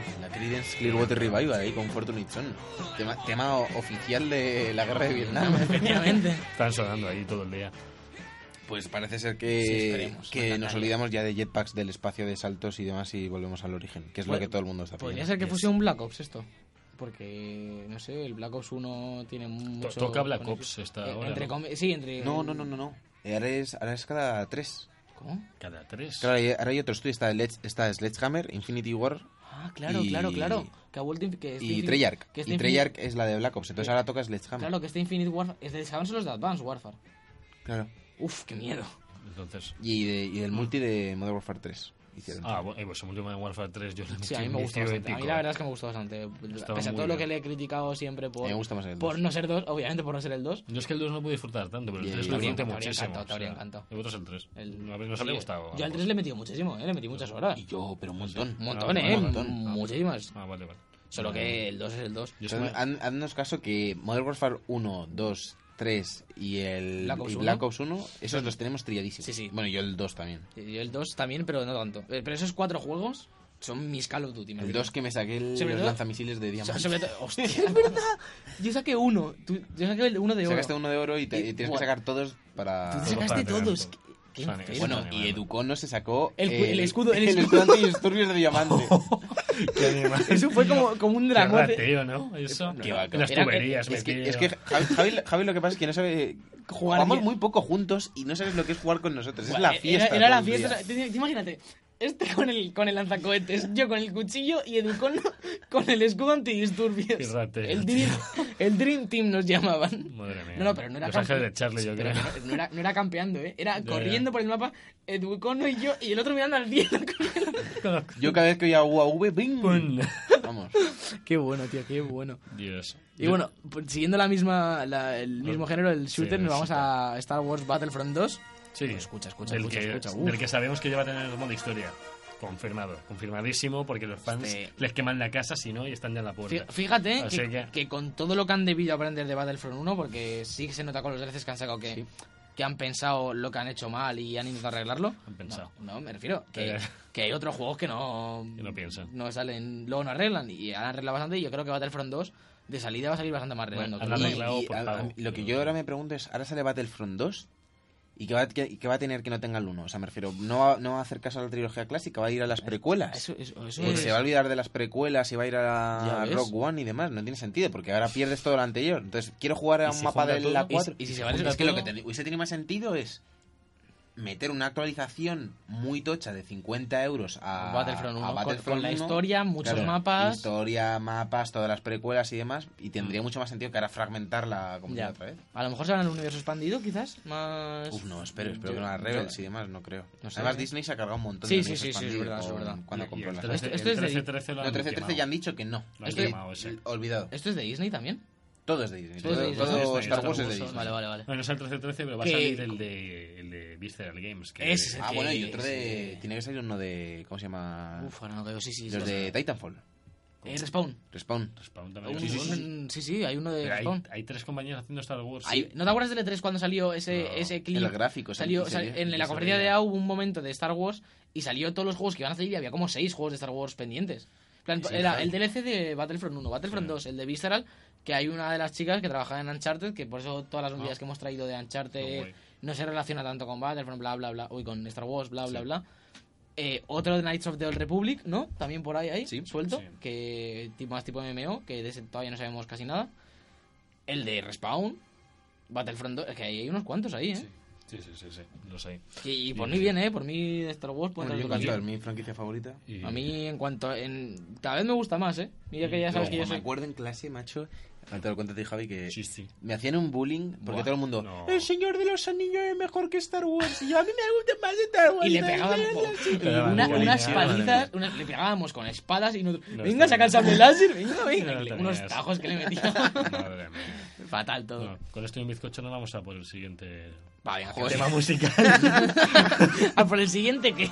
Speaker 3: Uf, La Creedence Clearwater Revival ahí con Fortunate Son. Tema, tema o- oficial de la guerra de
Speaker 4: [laughs]
Speaker 3: Vietnam.
Speaker 4: Efectivamente.
Speaker 2: Están sonando ahí todo el día.
Speaker 3: Pues parece ser
Speaker 4: Sí,
Speaker 3: que,
Speaker 4: esperemos. Me
Speaker 3: que nos
Speaker 4: encantaría.
Speaker 3: olvidamos ya de jetpacks, del espacio de saltos y demás y volvemos al origen, que es lo
Speaker 4: Pod-
Speaker 3: que todo el mundo está
Speaker 4: Pues, Podría
Speaker 3: pidiendo.
Speaker 4: ser que
Speaker 2: Yes.
Speaker 4: fuese un Black Ops esto. Porque, no sé, el Black Ops 1 tiene mucho...
Speaker 2: toca Black
Speaker 4: conexión.
Speaker 2: Ops esta
Speaker 4: Eh,
Speaker 2: hora,
Speaker 4: entre
Speaker 2: ¿no?
Speaker 4: comi- Sí, entre...
Speaker 3: No, no, no, no, no. Eh, Ahora es, ahora es cada tres.
Speaker 4: ¿Cómo?
Speaker 2: Cada tres.
Speaker 3: Claro, y ahora hay otro estudio, está, Ledge- está Sledgehammer, Infinity War
Speaker 4: Ah, claro,
Speaker 3: Y-
Speaker 4: claro, claro. Que ha vuelto... inf- Que este
Speaker 3: y
Speaker 4: infin-
Speaker 3: Treyarch.
Speaker 4: que este
Speaker 3: Y
Speaker 4: infin-
Speaker 3: Treyarch es la de Black Ops, entonces
Speaker 4: Eh,
Speaker 3: ahora toca Sledgehammer.
Speaker 4: Claro, que este Infinite Warfare... Es de Saban son los de Advanced Warfare.
Speaker 3: Claro.
Speaker 4: Uf, qué miedo.
Speaker 2: Entonces...
Speaker 3: Y, de- y del multi de Modern Warfare 3. Hicieron.
Speaker 2: Ah, bueno, eh, pues en Modern Warfare 3 yo le
Speaker 4: Sí,
Speaker 2: metí
Speaker 4: a mí me
Speaker 2: un
Speaker 4: gusta
Speaker 2: 19
Speaker 4: bastante. A
Speaker 2: pico,
Speaker 4: mí la
Speaker 2: eh.
Speaker 4: verdad es que me gustó bastante.
Speaker 2: Estaba
Speaker 4: Pese a
Speaker 2: muy
Speaker 4: todo lo
Speaker 2: bien.
Speaker 4: que le he criticado siempre por,
Speaker 3: Me gusta más el
Speaker 4: por
Speaker 3: dos.
Speaker 4: no ser dos, obviamente por no ser el 2.
Speaker 2: Yo es que el 2 no pude disfrutar tanto, pero el
Speaker 3: Y
Speaker 2: 3
Speaker 3: te
Speaker 2: lo
Speaker 3: habría
Speaker 2: disfruté
Speaker 4: encantado, te habría
Speaker 2: muchísimo.
Speaker 4: encantado, te habría
Speaker 2: o sea,
Speaker 4: encantado.
Speaker 2: y vosotros el 3. Nos habría gustado.
Speaker 4: Yo al 3 le he metido muchísimo, ¿eh? le he metido muchas horas.
Speaker 3: Yo, pero un montón.
Speaker 4: Un montón,
Speaker 2: Ah,
Speaker 4: ¿eh?
Speaker 2: un
Speaker 3: montón.
Speaker 4: Muchísimas.
Speaker 2: Ah, vale, vale.
Speaker 4: Solo que el 2 es el 2.
Speaker 2: Yo es que
Speaker 3: Entonces, haz- haznos caso que Modern Warfare 1, 2, 3 y el
Speaker 4: Black
Speaker 3: y
Speaker 4: Ops 1.
Speaker 3: Black Ops 1, esos los tenemos trilladísimos.
Speaker 4: Sí, sí.
Speaker 3: Bueno, yo el 2 también.
Speaker 4: Y el 2 también, pero no tanto. Eh, Pero esos cuatro juegos son mis Call of Duty. me
Speaker 3: El
Speaker 4: creo.
Speaker 3: 2 que me saqué el,
Speaker 4: Sobre
Speaker 3: los
Speaker 4: todo-
Speaker 3: lanzamisiles de
Speaker 4: So-
Speaker 3: diamante.
Speaker 4: sobre [laughs] todo- hostia, es verdad. Yo saqué uno. Tú- yo saqué el uno Ah, de oro.
Speaker 3: Sacaste uno de oro y, te-
Speaker 4: Y-
Speaker 3: y tienes
Speaker 4: buah.
Speaker 3: que sacar todos para...
Speaker 4: Tú te
Speaker 2: Todos
Speaker 4: sacaste
Speaker 2: para
Speaker 4: todos.
Speaker 2: tener todo.
Speaker 4: Qué- qué
Speaker 2: Sonic,
Speaker 4: enfermo.
Speaker 3: Bueno,
Speaker 2: Eso no,
Speaker 3: y
Speaker 2: no.
Speaker 3: Educón no se sacó
Speaker 4: El cu- el escudo-
Speaker 3: [laughs]
Speaker 4: el escudo.
Speaker 3: antidisturbios de diamante.
Speaker 2: Qué [laughs] animal.
Speaker 4: Eso fue como, como un
Speaker 2: Qué
Speaker 4: dragote.
Speaker 2: rateo, ¿no? [laughs] Eso.
Speaker 3: Qué vaca.
Speaker 2: Las
Speaker 4: Era que-
Speaker 2: tuberías,
Speaker 3: es, que,
Speaker 2: metido.
Speaker 3: es que Javi, Javi- Javi lo que pasa es que no sabe
Speaker 4: Jugar
Speaker 3: jugamos
Speaker 4: bien.
Speaker 3: muy poco juntos y no sabes lo que es jugar con nosotros. Es la fiesta.
Speaker 4: Era, era la
Speaker 3: todo el día.
Speaker 4: fiesta. Te- te- Imagínate. Este con el, con el lanzacohetes, yo con el cuchillo y Educón con el escudo antidisturbios.
Speaker 2: Qué rateo,
Speaker 4: el, dream, el Dream Team nos llamaban.
Speaker 2: Madre mía.
Speaker 4: No, no, pero no era
Speaker 2: Los ángeles
Speaker 4: campe-
Speaker 2: de Charlie, yo
Speaker 4: pero
Speaker 2: creo.
Speaker 4: no- no era, no era campeando, ¿eh? Era
Speaker 2: Ya,
Speaker 4: corriendo por el mapa, Educono y yo, y el otro mirando al cielo.
Speaker 2: [laughs]
Speaker 3: Yo cada vez que oía UAV, ¡bing!
Speaker 2: Pum.
Speaker 3: Vamos.
Speaker 4: qué bueno, tío, qué bueno.
Speaker 2: Dios.
Speaker 4: Y bueno, pues, siguiendo la misma, la- el mismo
Speaker 2: Ah, Sí,
Speaker 4: género, el shooter,
Speaker 2: el
Speaker 4: nos vamos a Star Wars Battlefront 2.
Speaker 2: Sí.
Speaker 4: Pues escucha, escucha,
Speaker 2: del
Speaker 4: escucha,
Speaker 2: que,
Speaker 4: escucha, uf.
Speaker 2: Del que sabemos que ya va a tener modo historia. Confirmado. Confirmadísimo porque los fans
Speaker 4: Este-
Speaker 2: les queman la casa si no y están ya en la
Speaker 4: Fí-
Speaker 2: puerta.
Speaker 4: Fíjate
Speaker 2: Así
Speaker 4: que,
Speaker 2: que-
Speaker 4: que con todo lo que han debido aprender de Battlefront 1, porque sí que se nota con los veces que han sacado que, que han pensado lo que han hecho mal y han intentado arreglarlo.
Speaker 2: Han pensado.
Speaker 4: No, no, me refiero. Que,
Speaker 2: Eh.
Speaker 4: que hay otros juegos que no,
Speaker 2: Que no piensan.
Speaker 4: no salen, luego no arreglan y han arreglado bastante. Y yo creo que Battlefront 2 de salida va a salir bastante más
Speaker 2: Bueno,
Speaker 4: redondo.
Speaker 2: han
Speaker 4: creo.
Speaker 3: Y-
Speaker 2: arreglado
Speaker 3: y
Speaker 2: por
Speaker 3: a- a-
Speaker 2: pago.
Speaker 3: lo que yo ahora me pregunto es, ¿ahora sale Battlefront 2? ¿Y qué va, qué- qué va a tener que no tenga el 1? O sea, me refiero, no va, no va a hacer caso a la trilogía clásica, va a ir a las precuelas.
Speaker 4: Eso- eso- eso
Speaker 3: Eh,
Speaker 4: es-
Speaker 3: se va a olvidar de las precuelas y va a ir
Speaker 4: Ya
Speaker 3: a
Speaker 4: ves.
Speaker 3: Rock One y demás. No tiene sentido, porque ahora pierdes todo lo anterior. Entonces, quiero jugar
Speaker 2: ¿Y
Speaker 3: a un
Speaker 2: si
Speaker 3: mapa
Speaker 2: junta
Speaker 3: de
Speaker 2: todo?
Speaker 3: la
Speaker 2: ¿Y-
Speaker 3: 4.
Speaker 4: y si se va a
Speaker 3: es
Speaker 4: juntar
Speaker 3: que lo
Speaker 4: todo?
Speaker 3: que ten- hubiese tenido más sentido es meter una actualización muy tocha de 50 euros a
Speaker 4: Battlefront 1,
Speaker 3: a
Speaker 4: con-
Speaker 3: Battlefront
Speaker 4: con la
Speaker 3: 1.
Speaker 4: historia, muchos mapas.
Speaker 3: Historia, mapas, todas las precuelas y demás. Y tendría mucho más sentido que ahora fragmentarla como
Speaker 4: Ya.
Speaker 3: otra vez.
Speaker 4: A lo mejor se van al universo expandido, quizás. Más.
Speaker 3: Uf, no, espero, espero
Speaker 4: Yo-
Speaker 3: que no a
Speaker 4: yo-
Speaker 3: Rebels y demás, no creo.
Speaker 4: No sé,
Speaker 3: Además,
Speaker 4: ¿eh?
Speaker 3: Disney se ha cargado un montón
Speaker 4: Sí,
Speaker 3: de
Speaker 4: sí,
Speaker 3: universo
Speaker 4: sí, sí, es
Speaker 3: expandido
Speaker 4: verdad, es
Speaker 3: con-
Speaker 4: verdad.
Speaker 3: Cuando
Speaker 2: Y
Speaker 3: compró
Speaker 2: el
Speaker 3: la
Speaker 2: 13,
Speaker 4: Esto- esto es de-
Speaker 2: el 13, 13 lo
Speaker 3: No,
Speaker 2: han
Speaker 3: 13-13
Speaker 2: quemado.
Speaker 3: ya han dicho que no.
Speaker 2: Lo han
Speaker 3: Estoy-
Speaker 2: quemado, ese.
Speaker 3: Olvidado.
Speaker 4: ¿Esto es de Disney también?
Speaker 3: Todo es de Disney.
Speaker 4: Todo es
Speaker 3: Todo,
Speaker 4: de Disney.
Speaker 3: todo
Speaker 2: Disney,
Speaker 3: Star
Speaker 2: Star
Speaker 3: Wars es
Speaker 2: Wars,
Speaker 3: de Disney.
Speaker 4: Vale, vale, vale.
Speaker 2: No, no es el 13-13, pero va a
Speaker 4: Que-
Speaker 2: salir el de, el de Visceral Games. Que
Speaker 4: Ese es el-
Speaker 3: Ah, bueno, y
Speaker 4: Que-
Speaker 3: otro de... Tiene que salir uno de... ¿Cómo se llama?
Speaker 4: Uf, ahora no creo, sí, sí.
Speaker 3: Ah. Los
Speaker 4: sí.
Speaker 3: de Titanfall.
Speaker 4: Eh, Respawn.
Speaker 3: Respawn.
Speaker 2: Respawn
Speaker 4: Un-
Speaker 2: también.
Speaker 4: un-
Speaker 3: Sí,
Speaker 4: Sí,
Speaker 3: sí, sí.
Speaker 4: sí, hay uno de
Speaker 2: Pero hay,
Speaker 4: Respawn.
Speaker 2: hay tres compañías haciendo Star Wars.
Speaker 4: Sí, ¿No te acuerdas del E3 cuando salió ese,
Speaker 2: No.
Speaker 4: ese clip?
Speaker 3: El gráfico,
Speaker 2: Pues
Speaker 3: sí,
Speaker 4: salió,
Speaker 3: sí,
Speaker 4: sal-
Speaker 3: sí,
Speaker 4: En la
Speaker 2: sí,
Speaker 4: conferencia
Speaker 2: sí.
Speaker 4: de AO hubo un momento de Star Wars y salió todos los juegos que iban a salir y había como seis juegos de Star Wars pendientes. En plan,
Speaker 3: Sí,
Speaker 4: era
Speaker 3: claro.
Speaker 4: el DLC de Battlefront 1, Battlefront
Speaker 2: Sí.
Speaker 4: 2, el de Visceral, que hay una de las chicas que trabajaba en Uncharted, que por eso todas las noticias que hemos traído de
Speaker 2: Qué
Speaker 4: Uncharted
Speaker 2: Ah. guay.
Speaker 4: no se relaciona tanto con Battlefront, bla, bla, bla, uy, con Star Wars, bla, bla, bla. Eh, otro de Knights of the Old Republic, ¿no? También por ahí, ahí,
Speaker 3: Sí.
Speaker 4: suelto,
Speaker 2: Sí.
Speaker 4: que tipo, más tipo MMO, que de ese todavía no sabemos casi nada. El de Respawn, Battlefront 2, es que ahí hay unos cuantos ahí, ¿eh?
Speaker 2: Sí, sí, sí, sí, los hay.
Speaker 4: Y, y por
Speaker 2: Sí,
Speaker 4: mí
Speaker 2: sí.
Speaker 4: bien, ¿eh? Por mí Star Wars pues,
Speaker 3: Bueno,
Speaker 4: puede
Speaker 3: yo
Speaker 4: entrar en tu
Speaker 3: encantado,
Speaker 4: casa.
Speaker 3: mi franquicia favorita.
Speaker 2: Y-
Speaker 4: A mí, en cuanto... En, cada vez me gusta más, ¿eh? Mira
Speaker 2: Mm,
Speaker 4: que ya sabes
Speaker 3: Yo,
Speaker 4: que yo
Speaker 3: me
Speaker 4: soy...
Speaker 3: acuerdo en clase, macho... Ahora te lo cuento a ti, Javi, que...
Speaker 2: Sí,
Speaker 4: [laughs]
Speaker 2: sí.
Speaker 3: Me hacían un bullying porque
Speaker 2: Buah,
Speaker 3: todo el mundo...
Speaker 2: no.
Speaker 3: El Señor de los Anillos es mejor que Star Wars. Y yo, a mí me gusta más Star Wars.
Speaker 4: Y le
Speaker 3: ¿no?
Speaker 4: pegaban
Speaker 2: daban
Speaker 4: una-
Speaker 2: cariño,
Speaker 4: unas
Speaker 2: madre
Speaker 4: palizas, unas- le pegábamos con espadas y nosotros,
Speaker 2: No
Speaker 4: venga,
Speaker 2: está
Speaker 4: saca el
Speaker 2: bien.
Speaker 4: sable láser, venga, venga.
Speaker 2: No
Speaker 4: Y le-
Speaker 2: está
Speaker 4: unos
Speaker 2: bien eso.
Speaker 4: tajos que
Speaker 2: [laughs]
Speaker 4: le metíamos.
Speaker 2: Madre mía.
Speaker 4: Fatal todo.
Speaker 2: Bueno, con esto y un bizcocho nos vamos a por el siguiente
Speaker 4: Va, venga,
Speaker 3: Joder.
Speaker 2: tema
Speaker 4: [laughs]
Speaker 2: musical.
Speaker 4: Ah, por el siguiente que.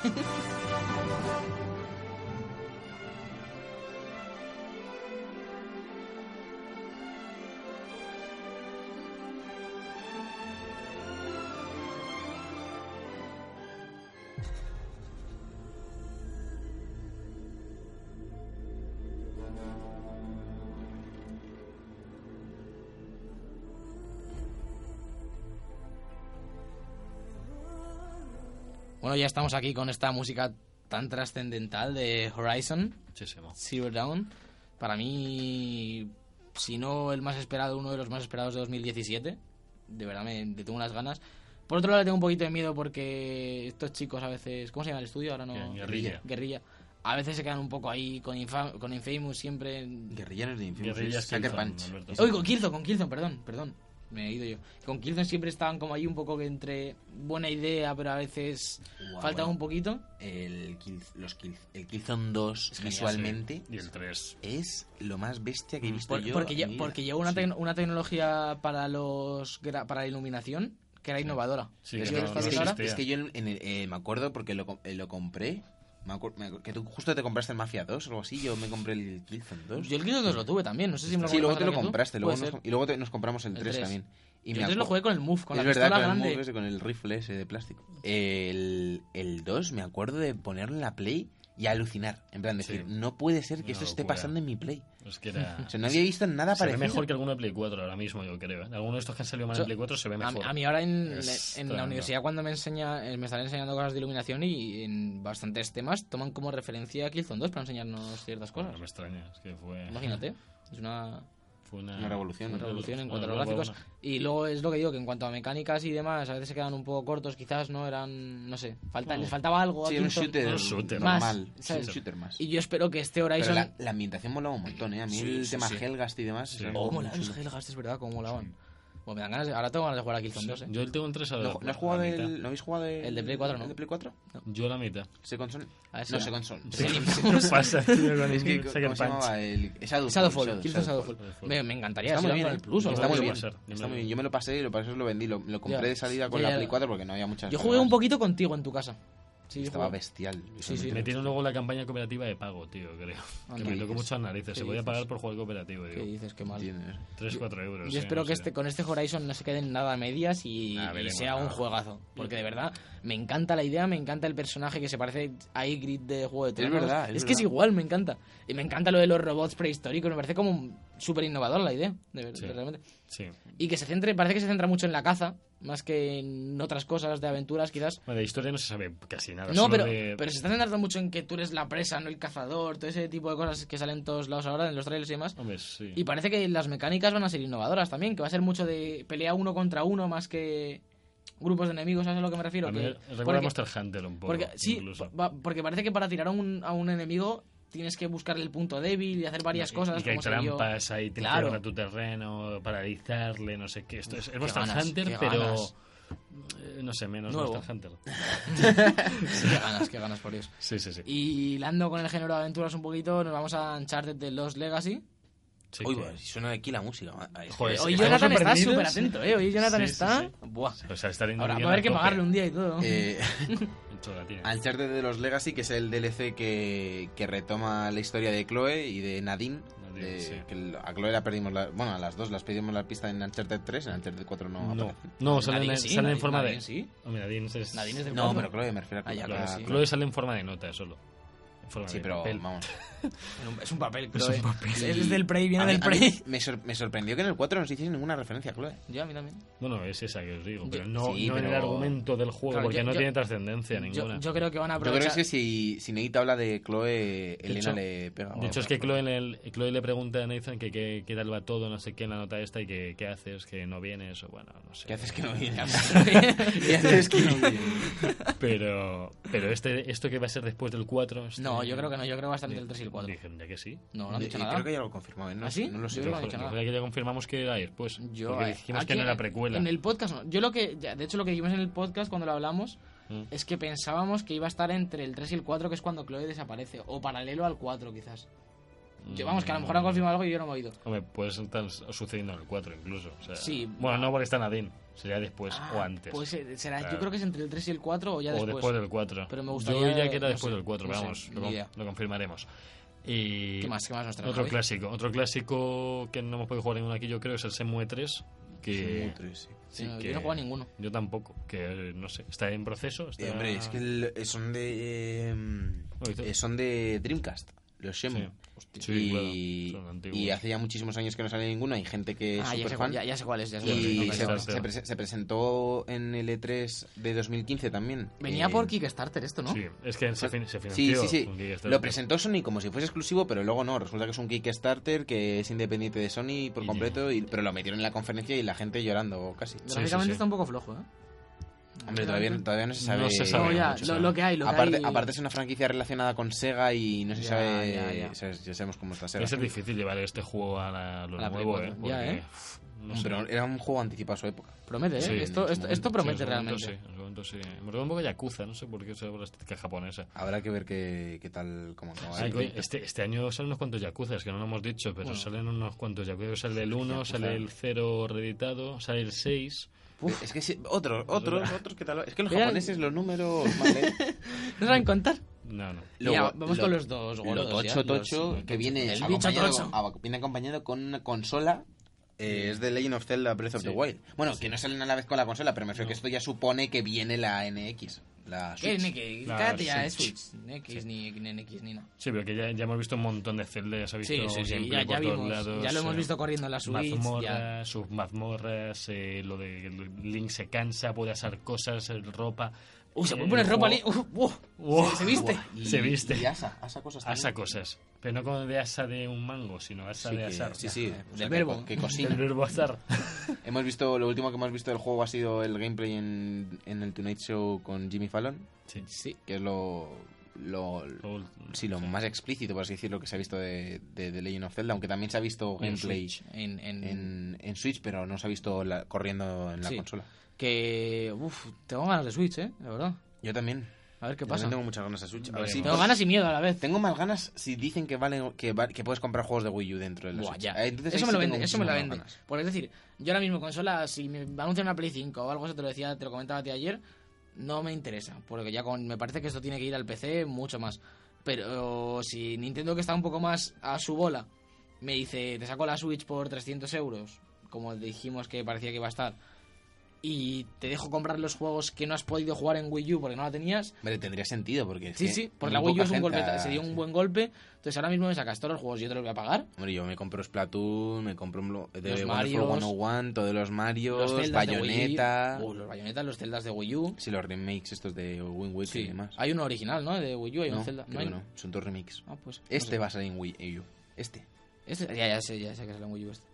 Speaker 4: Bueno, ya estamos aquí con esta música tan trascendental de Horizon
Speaker 2: Muchísimo.
Speaker 4: Zero Dawn. Para mí, si no el más esperado, uno de los más esperados de 2017. De verdad, me, le tengo unas ganas. Por otro lado, le tengo un poquito de miedo porque estos chicos a veces. ¿Cómo se llama el estudio? Ahora no.
Speaker 2: Bien, Guerrilla.
Speaker 4: Guerrilla. A veces se quedan un poco ahí con, Infa- con Infamous siempre. en-
Speaker 3: Guerrilleros de Infamous.
Speaker 2: Guerrillas
Speaker 3: es Sucker
Speaker 2: Killzone,
Speaker 3: Punch.
Speaker 2: Alberto.
Speaker 4: Oye, con Kilton, con Kilton, perdón, perdón. Me he ido yo. Con Kilton siempre estaban como ahí un poco que entre buena idea, pero a veces
Speaker 3: Guau,
Speaker 4: faltaba
Speaker 3: bueno.
Speaker 4: un poquito.
Speaker 3: El, Kill, los Kill, el Killzone 2
Speaker 2: Sí,
Speaker 3: visualmente
Speaker 2: sí. Y el 3.
Speaker 3: es lo más bestia que he visto
Speaker 4: Por-
Speaker 3: yo.
Speaker 4: porque,
Speaker 3: en
Speaker 4: lle-
Speaker 3: mi
Speaker 4: porque
Speaker 3: vida.
Speaker 4: llevó una,
Speaker 3: Mm. Sí.
Speaker 4: tec- una tecnología para los gra- para la iluminación que era innovadora.
Speaker 2: Sí,
Speaker 4: ¿Ves
Speaker 2: que
Speaker 4: que
Speaker 2: no-
Speaker 4: está
Speaker 2: no
Speaker 4: bien ahora?
Speaker 2: existe.
Speaker 3: Es que yo en- en el- eh, me acuerdo porque lo, com- eh, lo compré Me acuer- me acuer- que tú justo te compraste el Mafia 2 o algo así. Yo me compré el Killzone 2.
Speaker 4: Yo el Killzone 2 lo tuve también, no sé si me lo
Speaker 3: sí, luego te lo
Speaker 4: también tú.
Speaker 3: compraste. Luego
Speaker 4: Puede
Speaker 3: nos,
Speaker 4: ser.
Speaker 3: y luego te- nos compramos el
Speaker 4: El
Speaker 3: 3
Speaker 4: tres.
Speaker 3: también. Y
Speaker 4: Yo
Speaker 3: me
Speaker 4: entonces lo
Speaker 3: acu-
Speaker 4: jugué con el Move, con la
Speaker 3: es verdad,
Speaker 4: pistola
Speaker 3: con el,
Speaker 4: grande.
Speaker 3: move ese, con el rifle ese de plástico. El, el 2, me acuerdo de ponerle la play y alucinar. En plan, decir,
Speaker 2: Sí.
Speaker 3: no puede ser que
Speaker 2: Una
Speaker 3: esto esté
Speaker 2: locura.
Speaker 3: pasando en mi play.
Speaker 2: Es que
Speaker 4: [laughs]
Speaker 2: era...
Speaker 3: O sea, no había visto nada
Speaker 2: se ve
Speaker 3: parecido.
Speaker 2: mejor que alguno de Play 4 ahora mismo, yo creo. ¿eh? Alguno de estos que han salido mal en
Speaker 4: Yo-
Speaker 2: Play 4 se ve
Speaker 4: A,
Speaker 2: mejor.
Speaker 4: a mí ahora en,
Speaker 2: Es
Speaker 4: en la
Speaker 2: tremendo.
Speaker 4: universidad cuando me enseña eh, me están enseñando cosas de iluminación y en bastantes temas toman como referencia a Killzone 2 para enseñarnos ciertas
Speaker 2: Bueno,
Speaker 4: cosas.
Speaker 2: no me extraña, es que fue...
Speaker 4: Imagínate, es una,
Speaker 2: Fue una,
Speaker 3: Una revolución,
Speaker 4: una
Speaker 3: Bueno,
Speaker 4: revolución en
Speaker 2: una
Speaker 4: cuanto a los
Speaker 2: nueva
Speaker 4: gráficos.
Speaker 2: onda.
Speaker 4: Y luego es lo que digo, que en cuanto a mecánicas y demás, a veces se quedan un poco cortos, quizás no eran, no sé, falta, les faltaba algo. a
Speaker 3: Sí, era un
Speaker 4: Killzone.
Speaker 3: shooter,
Speaker 2: Un shooter.
Speaker 3: normal.
Speaker 4: Más,
Speaker 3: Sí,
Speaker 4: ¿sabes?
Speaker 3: un shooter más.
Speaker 4: Y yo espero que este Horizon...
Speaker 3: Pero la, la ambientación molaba un montón, ¿eh? A mí
Speaker 2: Sí,
Speaker 3: el
Speaker 2: sí,
Speaker 3: tema
Speaker 2: sí.
Speaker 3: Helgast y demás... eh,
Speaker 2: Sí.
Speaker 3: era
Speaker 2: Oh,
Speaker 4: ¿Cómo
Speaker 3: algo muy
Speaker 4: molaban los
Speaker 3: chulo.
Speaker 4: Hellgast? Es verdad, cómo molaban. Bueno, Pues me dan ganas de- ahora tengo ganas de jugar a Killzone 2, ¿eh?
Speaker 2: Yo el tengo en 3 a
Speaker 3: ¿No,
Speaker 2: la-
Speaker 3: no has jugado
Speaker 2: la mitad.
Speaker 3: el, ¿No habéis jugado el,
Speaker 4: El de Play 4 no. Ah,
Speaker 3: ¿El de Play 4?
Speaker 2: Yo la
Speaker 4: [laughs]
Speaker 2: mitad.
Speaker 3: ¿Se console?
Speaker 4: A ver si
Speaker 3: No,
Speaker 4: era.
Speaker 3: se console.
Speaker 2: Sí,
Speaker 3: Se
Speaker 2: [laughs] ¿Qué nos pasa, tío, con el
Speaker 3: Es que,
Speaker 2: Sucker
Speaker 3: ¿Cómo se
Speaker 2: Punch?
Speaker 3: llamaba? El... Shadowfall.
Speaker 4: Shadowfall, Killzone
Speaker 3: Shadowfall.
Speaker 4: Shadowfall.
Speaker 2: Shadowfall.
Speaker 4: Me, me encantaría,
Speaker 3: Está
Speaker 4: si
Speaker 3: muy
Speaker 4: lo
Speaker 3: bien,
Speaker 4: dan
Speaker 3: ¿eh?
Speaker 4: el Plus o
Speaker 3: está
Speaker 4: algo
Speaker 3: muy
Speaker 4: así.
Speaker 2: Yo
Speaker 3: bien.
Speaker 2: lo pasé,
Speaker 3: Está
Speaker 2: yo
Speaker 3: muy
Speaker 2: me-
Speaker 3: bien. Yo me lo pasé y lo pasé, lo vendí. Lo, lo compré
Speaker 4: Ya.
Speaker 3: de salida con
Speaker 4: Ya,
Speaker 3: la
Speaker 4: ya.
Speaker 3: Play 4 porque no había muchas.
Speaker 4: Yo jugué
Speaker 3: pruebas.
Speaker 4: un poquito contigo en tu casa. Sí, yo
Speaker 3: Estaba
Speaker 4: jugué.
Speaker 3: bestial.
Speaker 4: Sí, sí.
Speaker 2: Metieron luego la campaña cooperativa de pago, tío, creo.
Speaker 4: Anda,
Speaker 2: Que me
Speaker 4: Ah, ¿qué
Speaker 2: tocó
Speaker 4: dices?
Speaker 2: mucho las narices.
Speaker 4: ¿Qué
Speaker 2: Se podía
Speaker 4: dices?
Speaker 2: pagar por jugar cooperativo,
Speaker 4: ¿Qué
Speaker 2: digo.
Speaker 4: dices? Qué mal.
Speaker 3: Entiendes.
Speaker 2: 3, 4 euros.
Speaker 4: Yo
Speaker 2: eh,
Speaker 4: espero
Speaker 2: no
Speaker 4: que
Speaker 2: sé.
Speaker 4: este, con este Horizon no se queden nada a medias y,
Speaker 2: Ah,
Speaker 4: y
Speaker 2: veremos,
Speaker 4: sea un
Speaker 2: ah.
Speaker 4: juegazo. Porque de verdad me encanta la idea, me encanta el personaje que se parece a Ygritte de Juego de Tronos.
Speaker 3: verdad, es
Speaker 4: que es
Speaker 3: verdad.
Speaker 4: igual, me encanta. Y me encanta lo de los robots prehistóricos, me parece como súper innovador la idea, de verdad.
Speaker 2: Sí. Sí.
Speaker 4: Y que se centre, parece que se centra mucho en la caza, más que en otras cosas de aventuras quizás.
Speaker 2: Bueno, de historia no se sabe casi nada.
Speaker 4: No,
Speaker 2: solo
Speaker 4: pero,
Speaker 2: de-
Speaker 4: pero se está centrando mucho en que tú eres la presa, no el cazador, todo ese tipo de cosas que salen en todos lados ahora, en los trailers y demás.
Speaker 2: Hombre, sí.
Speaker 4: Y parece que las mecánicas van a ser innovadoras también, que va a ser mucho de pelea uno contra uno más que grupos de enemigos, ¿sabes a lo que me refiero?
Speaker 2: A mí
Speaker 4: Que-
Speaker 2: recuerda a
Speaker 4: porque,
Speaker 2: Monster Hunter un poco.
Speaker 4: porque- sí,
Speaker 2: incluso.
Speaker 4: pa- porque parece que para tirar a un, a un enemigo tienes que buscarle el punto débil y hacer varias
Speaker 2: Y-
Speaker 4: cosas.
Speaker 2: Y que hay eh.
Speaker 4: como se vio-
Speaker 2: trampas, hay tienes que
Speaker 4: Claro.
Speaker 2: llegar a tu terreno, paralizarle, no sé qué. Esto es, es Monster
Speaker 4: ganas, qué
Speaker 2: Hunter, pero.
Speaker 4: ganas.
Speaker 2: eh, No sé, menos
Speaker 4: Nuevo.
Speaker 2: Monster
Speaker 4: [laughs]
Speaker 2: Hunter.
Speaker 4: [laughs] qué ganas, qué ganas por Dios.
Speaker 2: Sí, sí, sí.
Speaker 4: Y hilando con el género de aventuras un poquito, nos vamos a Uncharted de Los Legacy.
Speaker 2: Sí,
Speaker 3: Uy,
Speaker 2: que-
Speaker 3: bueno, si suena aquí la música. ma- ay, es
Speaker 2: Joder,
Speaker 3: que-
Speaker 4: Hoy
Speaker 2: estamos
Speaker 4: Jonathan está
Speaker 2: sorprendidos.
Speaker 4: súper atento, ¿eh? Hoy Jonathan
Speaker 2: Sí, sí,
Speaker 4: está...
Speaker 2: sí.
Speaker 4: Buah.
Speaker 2: O sea, estar
Speaker 4: Ahora va a haber que pagarle un día y todo.
Speaker 3: Eh,
Speaker 2: la tiene.
Speaker 4: Ah,
Speaker 3: Uncharted de los Legacy, que es el DLC que, que retoma la historia de Chloe y de Nadine.
Speaker 2: Nadine,
Speaker 3: de-
Speaker 2: sí.
Speaker 3: que l- a Chloe la perdimos, la- bueno, a las dos las pedimos la pista en Uncharted 3, en Uncharted 4 no,
Speaker 2: No,
Speaker 3: aparece.
Speaker 2: no Pues sale, en,
Speaker 4: sí,
Speaker 2: sale en
Speaker 4: Nadine-
Speaker 2: forma
Speaker 4: Nadine
Speaker 2: de.
Speaker 4: sí.
Speaker 2: Hombre, Nadine es.
Speaker 4: Nadine es del
Speaker 3: No,
Speaker 4: cuatro.
Speaker 3: pero Chloe me refiero a
Speaker 4: Ah, ya,
Speaker 3: la-
Speaker 4: claro, sí.
Speaker 2: Chloe sale en forma de nota solo. En forma
Speaker 3: Sí,
Speaker 2: de
Speaker 3: pero
Speaker 2: papel.
Speaker 3: vamos.
Speaker 4: En un- Es un papel,
Speaker 2: Es
Speaker 4: creo.
Speaker 2: un papel.
Speaker 4: Él es del Prey, viene
Speaker 3: A mí-
Speaker 4: del
Speaker 3: a mí
Speaker 4: Prey.
Speaker 3: me, sor- me sorprendió que en el 4 no se hiciese ninguna referencia a Chloe.
Speaker 4: Yo a mí también.
Speaker 2: Bueno, es esa que os digo, pero no,
Speaker 3: Sí,
Speaker 2: no en el
Speaker 3: pero-
Speaker 2: argumento del juego,
Speaker 4: Claro,
Speaker 2: porque
Speaker 4: yo-
Speaker 2: no
Speaker 4: yo-
Speaker 2: tiene trascendencia
Speaker 4: Yo,
Speaker 2: ninguna.
Speaker 4: yo creo que van a
Speaker 3: Yo creo
Speaker 4: aprovechar.
Speaker 3: que si, si Neita habla de Chloe, Elena
Speaker 2: hecho-
Speaker 3: le pega.
Speaker 2: De
Speaker 3: Bueno,
Speaker 2: hecho, es que
Speaker 3: pues,
Speaker 2: Chloe, en el- Chloe le pregunta a Nathan que qué qué tal va todo, no sé qué, en la nota esta, y que qué haces, que no vienes, o bueno, no sé.
Speaker 3: ¿Qué haces que no viene? ¿Qué haces que no viene?
Speaker 2: Pero, pero este, esto que va a ser después del 4... este-
Speaker 4: No, yo creo que no. Yo creo que va a estar entre el 3 y el 4.
Speaker 2: Dije, ya que sí.
Speaker 4: No, no han
Speaker 3: Eh,
Speaker 4: dicho
Speaker 3: Creo
Speaker 4: nada.
Speaker 3: que ya lo confirmado, ¿eh? no,
Speaker 4: ¿Ah, sí?
Speaker 3: no lo sé.
Speaker 4: Yo creo que no han
Speaker 2: Joder,
Speaker 4: dicho
Speaker 2: yo
Speaker 4: nada.
Speaker 2: creo que ya confirmamos que era después.
Speaker 4: Yo,
Speaker 2: porque
Speaker 4: eh,
Speaker 2: dijimos que
Speaker 4: aquí-
Speaker 2: no era precuela.
Speaker 4: En el podcast, no. Yo lo que. ya, De hecho, lo que dijimos en el podcast cuando lo hablamos
Speaker 2: Mm.
Speaker 4: es que pensábamos que iba a estar entre el 3 y el 4, que es cuando Chloe desaparece. O paralelo al 4, quizás. Yo, vamos, que a lo
Speaker 2: Mm.
Speaker 4: mejor han confirmado algo y yo no me he oído.
Speaker 2: Hombre, puede estar sucediendo en el 4 incluso. o sea,
Speaker 4: Sí.
Speaker 2: Bueno, no porque está Nadine, sería después o
Speaker 4: Ah,
Speaker 2: antes.
Speaker 4: Pues eh, será. Yo
Speaker 2: Claro.
Speaker 4: creo que es entre el 3 y el 4 o ya
Speaker 2: o
Speaker 4: después.
Speaker 2: después del 4.
Speaker 4: Pero me gustaría-
Speaker 2: Yo diría que era
Speaker 4: no
Speaker 2: después
Speaker 4: sé,
Speaker 2: del 4,
Speaker 4: no sé,
Speaker 2: vamos,
Speaker 4: ni
Speaker 2: lo,
Speaker 4: idea.
Speaker 2: lo confirmaremos. Y
Speaker 4: ¿Qué más? ¿Qué más nos trae
Speaker 2: Otro
Speaker 4: Javi?
Speaker 2: clásico, otro clásico que no hemos podido jugar ninguno aquí, yo creo, es el Semue 3. Que,
Speaker 3: Mutre, sí.
Speaker 2: sí,
Speaker 4: Yo no-
Speaker 2: que-
Speaker 4: Yo no he jugado a ninguno.
Speaker 2: Yo tampoco, que eh, no sé, está en proceso. Está...
Speaker 3: Eh, hombre,
Speaker 2: Ah.
Speaker 3: es que el- eh, son de. eh,
Speaker 2: Oye, tú-
Speaker 3: eh, son de Dreamcast, los Shenmue.
Speaker 2: Sí. Sí, claro,
Speaker 3: y,
Speaker 2: son antiguos.
Speaker 3: y hace ya muchísimos años que no sale ninguno. Hay gente que es
Speaker 4: Ah, ya
Speaker 3: super
Speaker 4: sé,
Speaker 3: fan.
Speaker 4: cuál, ya, ya sé cuál es. Ya sé cuál es.
Speaker 3: Eh, Y
Speaker 2: no,
Speaker 3: se,
Speaker 2: no, no.
Speaker 3: se prese- se presentó en el E3 de 2015 también.
Speaker 4: Venía
Speaker 3: Eh,
Speaker 4: por Kickstarter esto, ¿no? Pues,
Speaker 2: Sí, es que se, fin- se
Speaker 3: Sí,
Speaker 2: financió. este
Speaker 3: sí, sí.
Speaker 2: con Kickstarter.
Speaker 3: Lo presentó Sony como si fuese exclusivo, pero luego no. Resulta que es un Kickstarter que es independiente de Sony por
Speaker 2: Y-
Speaker 3: completo, y, pero lo metieron en la conferencia y la gente llorando casi.
Speaker 2: sí,
Speaker 4: Gráficamente
Speaker 2: sí.
Speaker 4: está un poco flojo, ¿eh?
Speaker 3: Hombre, todavía, todavía no se sabe.
Speaker 2: No se
Speaker 4: No,
Speaker 2: sabe.
Speaker 4: ya,
Speaker 2: mucho,
Speaker 4: lo,
Speaker 2: ¿sabes?
Speaker 4: lo que hay, lo
Speaker 3: ¿eh? aparte,
Speaker 4: que hay.
Speaker 3: aparte es una franquicia relacionada con Sega y no se
Speaker 4: Ya,
Speaker 3: sabe.
Speaker 4: ya, ya.
Speaker 3: sabes, ya sabemos cómo está Sega.
Speaker 2: Es difícil llevar este juego a, la- a lo
Speaker 4: A la
Speaker 2: nuevo,
Speaker 4: Play
Speaker 2: ¿eh?
Speaker 4: cuatro. Ya,
Speaker 2: porque,
Speaker 4: ¿eh?
Speaker 2: uf, no sé.
Speaker 3: Pero era un juego anticipado a su época.
Speaker 4: Promete, ¿eh?
Speaker 2: Sí,
Speaker 4: esto,
Speaker 3: en
Speaker 4: esto,
Speaker 3: su
Speaker 4: esto promete
Speaker 2: Sí, en su momento
Speaker 4: realmente.
Speaker 2: Sí, en su momento sí. Me recuerda un poco a Yakuza, no sé por qué se habla estética japonesa.
Speaker 3: Habrá que ver qué, qué tal. Cómo acaba.
Speaker 2: Ay, coño, este, este año salen unos cuantos Yakuza, que no lo hemos dicho, pero
Speaker 4: Bueno.
Speaker 2: salen unos cuantos Yakuza. Sale el 1, sale el 0 reeditado, sale el 6.
Speaker 3: Uf, es que sí, otros, otros, otros, ¿qué tal? Es que los
Speaker 4: Era- [laughs]
Speaker 3: japoneses, los números. Vale.
Speaker 4: ¿No saben contar?
Speaker 2: No, no.
Speaker 4: Mira,
Speaker 3: Luego,
Speaker 4: vamos
Speaker 3: lo-
Speaker 4: con los dos
Speaker 3: Lo
Speaker 4: gordos. ya,
Speaker 3: tocho,
Speaker 4: los-
Speaker 3: tocho,
Speaker 4: los
Speaker 3: que viene,
Speaker 4: El bicho
Speaker 3: acompañado,
Speaker 4: tocho.
Speaker 3: a- viene acompañado con una consola. eh, es de Legend of Zelda Breath of the
Speaker 2: Sí.
Speaker 3: Wild. Bueno, que no salen a la vez con la consola, pero me refiero que esto ya supone que viene la NX. La
Speaker 4: ¿Qué
Speaker 3: Switch.
Speaker 4: ni qué?
Speaker 2: La
Speaker 4: Cállate ya, es
Speaker 2: Switch.
Speaker 4: Switch. Ni X ni, ni X ni nada.
Speaker 2: Sí, pero que ya, ya hemos visto un montón de Zelda, ya se ha visto
Speaker 4: Sí, sí, sí,
Speaker 2: gameplay
Speaker 4: ya, ya
Speaker 2: por todos
Speaker 4: vimos.
Speaker 2: lados,
Speaker 4: ya lo hemos
Speaker 2: eh,
Speaker 4: visto corriendo en la Switch. ya.
Speaker 2: mazmorras, sus mazmorras, eh, lo de que Link se cansa, puede hacer cosas, eh, ropa.
Speaker 4: Uh, se
Speaker 2: Eh,
Speaker 4: puede poner
Speaker 2: el
Speaker 4: ropa
Speaker 2: juego-
Speaker 4: Link. Uh, uh,
Speaker 2: Wow.
Speaker 4: se, se viste.
Speaker 3: Buah, y-
Speaker 2: Se viste.
Speaker 3: Y asa, asa cosas.
Speaker 2: Asa
Speaker 3: también.
Speaker 2: cosas. Pero no como de asa de un mango, sino asa
Speaker 3: Sí,
Speaker 2: de
Speaker 3: que-
Speaker 2: asar.
Speaker 3: sí, sí. o sea,
Speaker 4: Del
Speaker 3: que
Speaker 4: eh, pues verbo.
Speaker 3: co- Que,
Speaker 2: El
Speaker 3: cocina.
Speaker 2: verbo azar.
Speaker 3: hemos visto, lo último que hemos visto del juego ha sido el gameplay en, en el Tonight Show con Jimmy Fallon,
Speaker 2: Sí.
Speaker 4: Sí.
Speaker 3: que es lo, lo,
Speaker 2: Lo-
Speaker 3: sí, lo más explícito, por así decirlo, que se ha visto de, de, de Legend of Zelda, aunque también se ha visto
Speaker 4: En
Speaker 3: gameplay
Speaker 4: Switch, En, en,
Speaker 3: en, en Switch, pero no se ha visto la- corriendo en la
Speaker 4: Sí.
Speaker 3: consola.
Speaker 4: Que. Uf, tengo ganas de Switch, eh, la verdad.
Speaker 3: Yo también.
Speaker 4: A ver qué
Speaker 3: Yo
Speaker 4: pasa.
Speaker 3: también tengo muchas ganas a Switch. A ver si-
Speaker 4: Tengo ganas y miedo a la vez.
Speaker 3: Tengo más ganas si dicen que vale que, va- que puedes comprar juegos de Wii U dentro de la
Speaker 4: Buah,
Speaker 3: Switch.
Speaker 4: ya.
Speaker 3: Eh, entonces
Speaker 4: eso
Speaker 3: ahí
Speaker 4: me
Speaker 3: sí
Speaker 4: lo
Speaker 3: tengo
Speaker 4: vende, eso me lo
Speaker 3: muchísimas
Speaker 4: vende.
Speaker 3: ganas.
Speaker 4: Porque es decir, yo ahora mismo consola, si me anuncian una Play 5 o algo, eso te lo decía, te lo comentaba a ti ayer, no me interesa. Porque ya con, me parece que esto tiene que ir al PC mucho más. Pero si Nintendo, que está un poco más a su bola, me dice, te saco la Switch por 300 euros, como dijimos que parecía que iba a estar, y te dejo comprar los juegos que no has podido jugar en Wii U porque no la tenías,
Speaker 3: Hombre, tendría sentido porque. es
Speaker 4: Sí,
Speaker 3: que
Speaker 4: sí,
Speaker 3: muy
Speaker 4: porque la Wii U
Speaker 3: poca
Speaker 4: es un
Speaker 3: gente
Speaker 4: golpe,
Speaker 3: ha-
Speaker 4: se dio un
Speaker 3: sí.
Speaker 4: buen golpe. Entonces ahora mismo me sacas todos los juegos, yo te los voy a pagar.
Speaker 3: Hombre, yo me compro Splatoon, me compro un lo- de
Speaker 4: Los
Speaker 3: Wonderful
Speaker 4: Marios,
Speaker 3: 101, todos los Marios,
Speaker 4: los celdas
Speaker 3: Bayonetta.
Speaker 4: de Wii U. Uh, los Bayonetas, los celdas de Wii U.
Speaker 3: Sí, los remakes estos de Wind Waker y
Speaker 4: Sí,
Speaker 3: demás.
Speaker 4: hay uno original, ¿no? De Wii U, hay
Speaker 3: no,
Speaker 4: un celda.
Speaker 3: creo
Speaker 4: hay?
Speaker 3: que no, son dos remakes.
Speaker 4: Ah, pues. no
Speaker 3: Este
Speaker 4: sé.
Speaker 3: va a salir en Wii U. Este.
Speaker 4: Este- ya, ya sé, ya sé que sale en Wii
Speaker 3: [laughs]
Speaker 4: U este.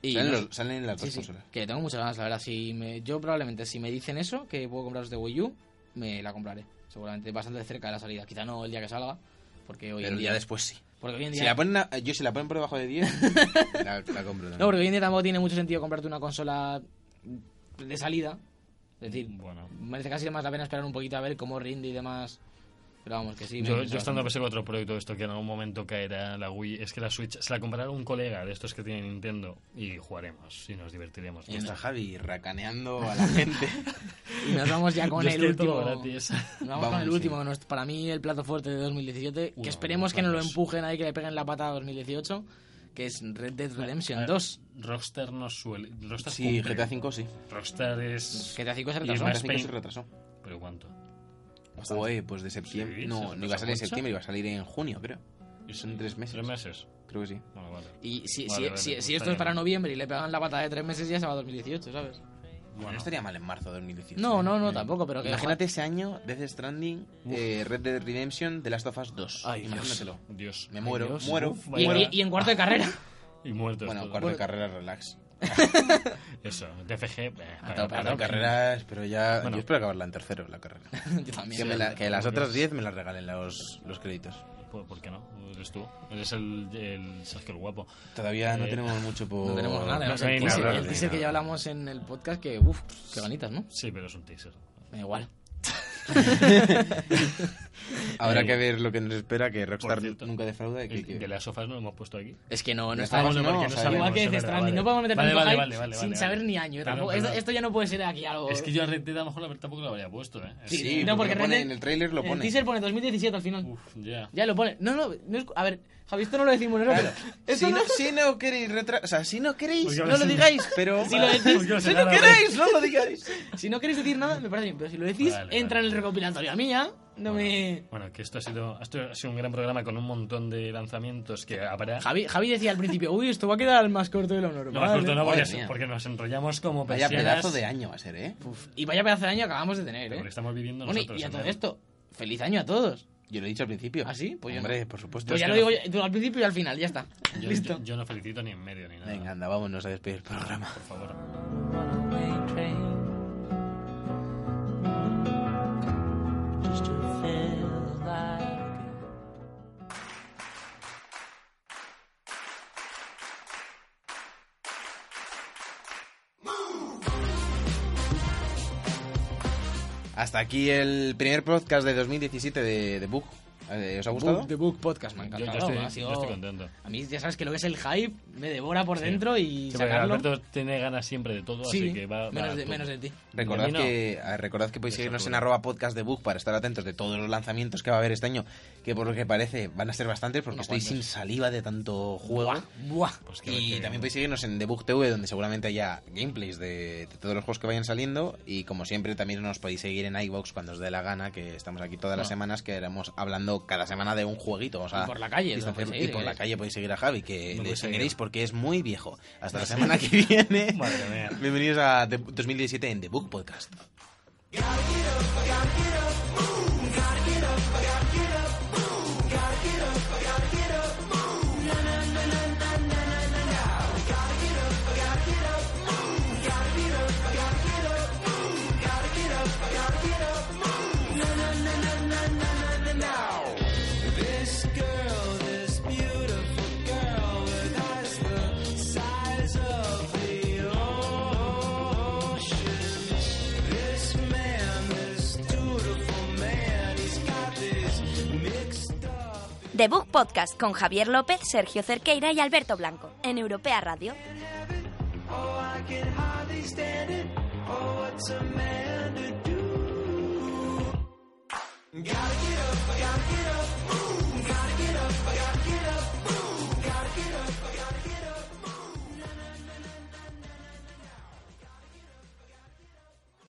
Speaker 4: Y
Speaker 3: Salen,
Speaker 4: no
Speaker 3: los- salen en las
Speaker 4: Sí,
Speaker 3: dos
Speaker 4: sí,
Speaker 3: consolas.
Speaker 4: que le tengo muchas ganas, la verdad. Si me- yo probablemente, si me dicen eso, que puedo compraros de Wii U, me la compraré. Seguramente bastante cerca de la salida. Quizá no el día que salga, porque hoy en
Speaker 3: Pero
Speaker 4: día...
Speaker 3: ya después sí.
Speaker 4: Porque hoy en
Speaker 3: Si
Speaker 4: día...
Speaker 3: la ponen a- yo si la ponen por debajo de
Speaker 4: [laughs]
Speaker 3: 10, la, la compro también.
Speaker 4: No, porque hoy en día tampoco tiene mucho sentido comprarte una consola de salida. Es decir,
Speaker 2: Bueno.
Speaker 4: merece casi más la pena esperar un poquito a ver cómo rinde y demás. Pero vamos, que sí. me
Speaker 2: Yo,
Speaker 4: interesa
Speaker 2: yo estando a
Speaker 4: bastante.
Speaker 2: pesar otro proyecto de esto que en algún momento caerá la Wii, es que la Switch se la comprará un colega de estos que tiene Nintendo y jugaremos y nos divertiremos. Pues
Speaker 3: Y está Javi racaneando a la
Speaker 4: [laughs]
Speaker 3: gente.
Speaker 4: Y nos
Speaker 2: [laughs]
Speaker 4: vamos ya con
Speaker 2: [laughs] Yo
Speaker 4: el
Speaker 2: estoy todo
Speaker 4: último. Nos
Speaker 2: gratis. [laughs]
Speaker 4: vamos, con
Speaker 3: Vamos,
Speaker 4: el
Speaker 3: sí.
Speaker 4: último. nuestro- Para mí, el plato fuerte de 2017.
Speaker 2: Uno,
Speaker 4: que esperemos que no lo
Speaker 2: vamos.
Speaker 4: empujen ahí, que le peguen la patada a 2018. Que es Red Dead Redemption 2.
Speaker 2: Rockstar no suele. Rockstar
Speaker 3: sí,
Speaker 2: cumple.
Speaker 3: GTA
Speaker 4: ¿eh?
Speaker 3: V sí.
Speaker 2: Rockstar es.
Speaker 4: Que te hacía cosas
Speaker 2: Y
Speaker 4: retrasadas.
Speaker 2: más
Speaker 3: GTA V se
Speaker 2: Pain.
Speaker 3: retrasó.
Speaker 2: ¿Pero cuánto?
Speaker 3: Joder, pues de septiembre.
Speaker 2: Sí, se
Speaker 3: no, no iba
Speaker 2: retrasó
Speaker 3: a salir en
Speaker 2: mucho.
Speaker 3: septiembre, iba a salir en junio, creo. Son tres meses.
Speaker 2: ¿Tres meses?
Speaker 3: Creo que sí.
Speaker 2: Bueno, vale.
Speaker 4: Y si,
Speaker 2: Vale, vale,
Speaker 4: si- si-
Speaker 2: pues
Speaker 4: si
Speaker 2: está
Speaker 4: esto es
Speaker 2: bien.
Speaker 4: para noviembre y le pegan la patada de tres meses, ya se va a 2018, ¿sabes?
Speaker 2: Bueno,
Speaker 3: No estaría mal en marzo de 2018.
Speaker 4: No,
Speaker 3: ¿eh?
Speaker 4: no, no,
Speaker 3: Eh,
Speaker 4: tampoco, pero que-
Speaker 3: Imagínate ese año, Death Stranding, eh, Red Dead Redemption, The Last of Us 2.
Speaker 4: Ay, Dios.
Speaker 3: Imagínatelo.
Speaker 2: Dios.
Speaker 3: Me muero,
Speaker 2: Dios.
Speaker 3: muero,
Speaker 2: Uf,
Speaker 4: Y,
Speaker 2: vaya-
Speaker 4: y- y en
Speaker 2: Ah.
Speaker 4: cuarto
Speaker 2: [laughs]
Speaker 4: de carrera. [laughs]
Speaker 2: y muertos
Speaker 3: Bueno,
Speaker 2: todos.
Speaker 3: cuarto de carrera, relax.
Speaker 2: Eso, TFG. eh, para- para-
Speaker 4: tope,
Speaker 3: Cuarto de carreras, pero ya...
Speaker 2: Bueno. pues.
Speaker 3: Yo espero acabarla en tercero, la
Speaker 4: [laughs]
Speaker 3: carrera.
Speaker 4: Yo
Speaker 3: Que,
Speaker 4: también.
Speaker 3: me la- que las
Speaker 2: Dios.
Speaker 3: otras 10 me las regalen los, los créditos.
Speaker 2: ¿Por, por qué no? Eres tú. Eres el, el Sergio el guapo.
Speaker 3: Todavía no
Speaker 2: Eh,
Speaker 3: tenemos mucho por...
Speaker 4: No tenemos nada.
Speaker 2: No
Speaker 4: o sea, el
Speaker 2: hay nada,
Speaker 4: teaser,
Speaker 2: no hay
Speaker 4: el teaser
Speaker 2: nada.
Speaker 4: que ya hablamos en el podcast, que uff, qué ganitas, ¿no?
Speaker 2: Sí, pero es un teaser.
Speaker 4: Me da igual.
Speaker 3: Habrá que ver lo que nos espera, que Rockstar
Speaker 2: Eh, Por cierto,
Speaker 3: nunca defrauda. y que-
Speaker 2: El-
Speaker 3: que-
Speaker 2: De las sofás no lo hemos puesto aquí.
Speaker 4: Es que no, no
Speaker 3: Ya
Speaker 4: está.
Speaker 3: estamos, Ah, ¿no?
Speaker 2: porque
Speaker 3: O sea,
Speaker 2: sabemos,
Speaker 4: Igual que
Speaker 2: es
Speaker 4: dice
Speaker 2: verdad,
Speaker 4: Stranding, no podemos meter
Speaker 2: vale,
Speaker 4: tanto
Speaker 2: vale,
Speaker 4: hype
Speaker 2: vale, vale,
Speaker 4: sin
Speaker 2: vale,
Speaker 4: saber
Speaker 2: vale.
Speaker 4: ni año.
Speaker 2: Perdón,
Speaker 4: tampoco-
Speaker 2: perdón.
Speaker 4: Esto, esto ya no puede ser aquí algo.
Speaker 2: Es que yo a Red Dead a lo mejor la verdad tampoco lo habría puesto, ¿eh?
Speaker 4: Sí,
Speaker 3: Sí,
Speaker 4: no,
Speaker 3: porque
Speaker 4: porque
Speaker 3: lo pone
Speaker 4: Red-
Speaker 3: en el trailer lo
Speaker 4: El
Speaker 3: pone.
Speaker 4: teaser pone 2017 al final.
Speaker 2: Uf, ya.
Speaker 4: Ya lo pone. No, no, no es- a ver, Javi, esto no lo decimos nosotros.
Speaker 2: [laughs]
Speaker 3: Claro.
Speaker 4: Esto
Speaker 3: Si
Speaker 4: no-
Speaker 3: no, si no queréis retra- o sea, si no queréis,
Speaker 2: Porque
Speaker 3: no
Speaker 2: ahora
Speaker 3: lo
Speaker 2: sí.
Speaker 3: digáis, pero
Speaker 4: [laughs]
Speaker 2: [laughs]
Speaker 4: Si
Speaker 3: [laughs]
Speaker 4: lo decís,
Speaker 2: Porque os
Speaker 3: si no
Speaker 2: enana,
Speaker 3: queréis, no lo digáis.
Speaker 4: Si no queréis decir nada, me parece bien. Pero si lo decís,
Speaker 2: Vale,
Speaker 4: entra
Speaker 2: vale.
Speaker 4: en el recopilatorio. A mí ya, no me. [laughs]
Speaker 2: Bueno, que esto ha sido, esto ha sido un gran programa con un montón de lanzamientos que habrá.
Speaker 4: Javi, Javi decía al principio, uy, esto va a quedar más corto de lo normal.
Speaker 2: No, corto no,
Speaker 3: madre
Speaker 2: porque,
Speaker 3: mía.
Speaker 2: porque nos enrollamos como
Speaker 3: Vaya
Speaker 2: personas.
Speaker 3: pedazo de año va a ser, ¿eh?
Speaker 4: Uf, y vaya pedazo de año que acabamos de tener,
Speaker 2: Porque
Speaker 4: ¿eh?
Speaker 2: estamos viviendo
Speaker 4: Bueno,
Speaker 2: nosotros.
Speaker 4: y a todo
Speaker 2: ¿no?
Speaker 4: esto, feliz año a todos.
Speaker 3: Yo lo he dicho al principio.
Speaker 4: ¿Ah, sí? Pues yo no.
Speaker 3: Hombre, por supuesto.
Speaker 4: Pues
Speaker 3: Es
Speaker 4: ya
Speaker 3: que
Speaker 4: lo
Speaker 3: no-
Speaker 4: digo yo, tú al principio y al final, ya está.
Speaker 2: Yo,
Speaker 4: Listo.
Speaker 2: yo- yo no felicito ni en medio ni nada.
Speaker 3: Venga, anda, vámonos a despedir el programa.
Speaker 2: Por favor.
Speaker 6: Runaway train. Just to feel like a
Speaker 3: Hasta aquí el primer podcast de 2017 de, de Bug. Eh, ¿Os ha gustado?
Speaker 4: Book- The Book Podcast me ha
Speaker 2: Yo, yo
Speaker 4: encantado.
Speaker 2: estoy,
Speaker 4: ha
Speaker 2: yo
Speaker 4: sido-
Speaker 2: estoy contento.
Speaker 4: A mí ya sabes que lo que es el hype me devora por
Speaker 2: Sí.
Speaker 4: dentro y
Speaker 2: Sí, porque
Speaker 4: sacarlo.
Speaker 2: Alberto tiene ganas siempre de todo,
Speaker 4: sí,
Speaker 2: así que va. va
Speaker 4: menos,
Speaker 2: a
Speaker 4: de,
Speaker 2: todo.
Speaker 4: menos de ti.
Speaker 3: Recordad
Speaker 2: Y a mí no.
Speaker 3: que, ah, recordad que podéis
Speaker 2: Eso
Speaker 3: seguirnos en
Speaker 2: seguro.
Speaker 3: arroba podcast de Book para estar atentos de todos los lanzamientos que va a haber este año, que por lo que parece van a ser bastantes porque
Speaker 4: Unos
Speaker 3: estoy
Speaker 4: cuantos.
Speaker 3: sin saliva de tanto juego.
Speaker 4: Buah.
Speaker 2: Pues que-
Speaker 3: Y
Speaker 2: que-
Speaker 3: también podéis seguirnos en Debug TV, donde seguramente haya gameplays de, de todos los juegos que vayan saliendo. Y como siempre, también nos podéis seguir en iBox cuando os dé la gana, que estamos aquí todas las
Speaker 4: Ah.
Speaker 3: semanas, que éramos hablando cada semana de un jueguito. O sea,
Speaker 4: Y por la calle,
Speaker 3: distanciar-
Speaker 4: ¿no?
Speaker 3: y
Speaker 4: Sí,
Speaker 3: por
Speaker 4: eh.
Speaker 3: la calle podéis seguir a Javi, que
Speaker 2: No
Speaker 3: le
Speaker 2: puede ser.
Speaker 3: seguiréis porque es muy viejo. Hasta la semana que viene.
Speaker 2: Madre
Speaker 4: [laughs]
Speaker 2: mía.
Speaker 3: Bienvenidos a The- 2017 en Debug Podcast.
Speaker 1: The Book Podcast con Javier López, Sergio Cerqueira y Alberto Blanco en Europea Radio.
Speaker 5: Gotta get up, I gotta get up. Ooh, gotta get up, I gotta get up. Gotta get up, I gotta get up. Ooh, gotta get up, I gotta get up. Gotta get up, I gotta get up. Ooh, gotta get up, I gotta get up. Gotta get up, I gotta get up. Ooh, gotta get up, I gotta get up. Gotta get up, I gotta get up. Ooh, gotta get up, I gotta get up. Gotta get up, I gotta get up. Ooh, gotta get up, I gotta get up. Gotta get up, I gotta get up. Ooh, gotta get up, I gotta get up. Gotta get up, I gotta get up. Ooh, gotta get up, I gotta get up. Gotta get up, I gotta get up. Ooh, gotta get up, I gotta get up. Gotta get up, I gotta get up. Ooh, gotta get up, I gotta get up. Gotta get up, I gotta get up. Ooh, gotta get up, I gotta get up. Gotta get up, I gotta get up. Ooh, gotta get up, I gotta get up. Gotta get up, I gotta get up. Ooh, gotta get up, I gotta get up. Gotta get up, I gotta get up. Ooh, gotta get up, I gotta get up. Gotta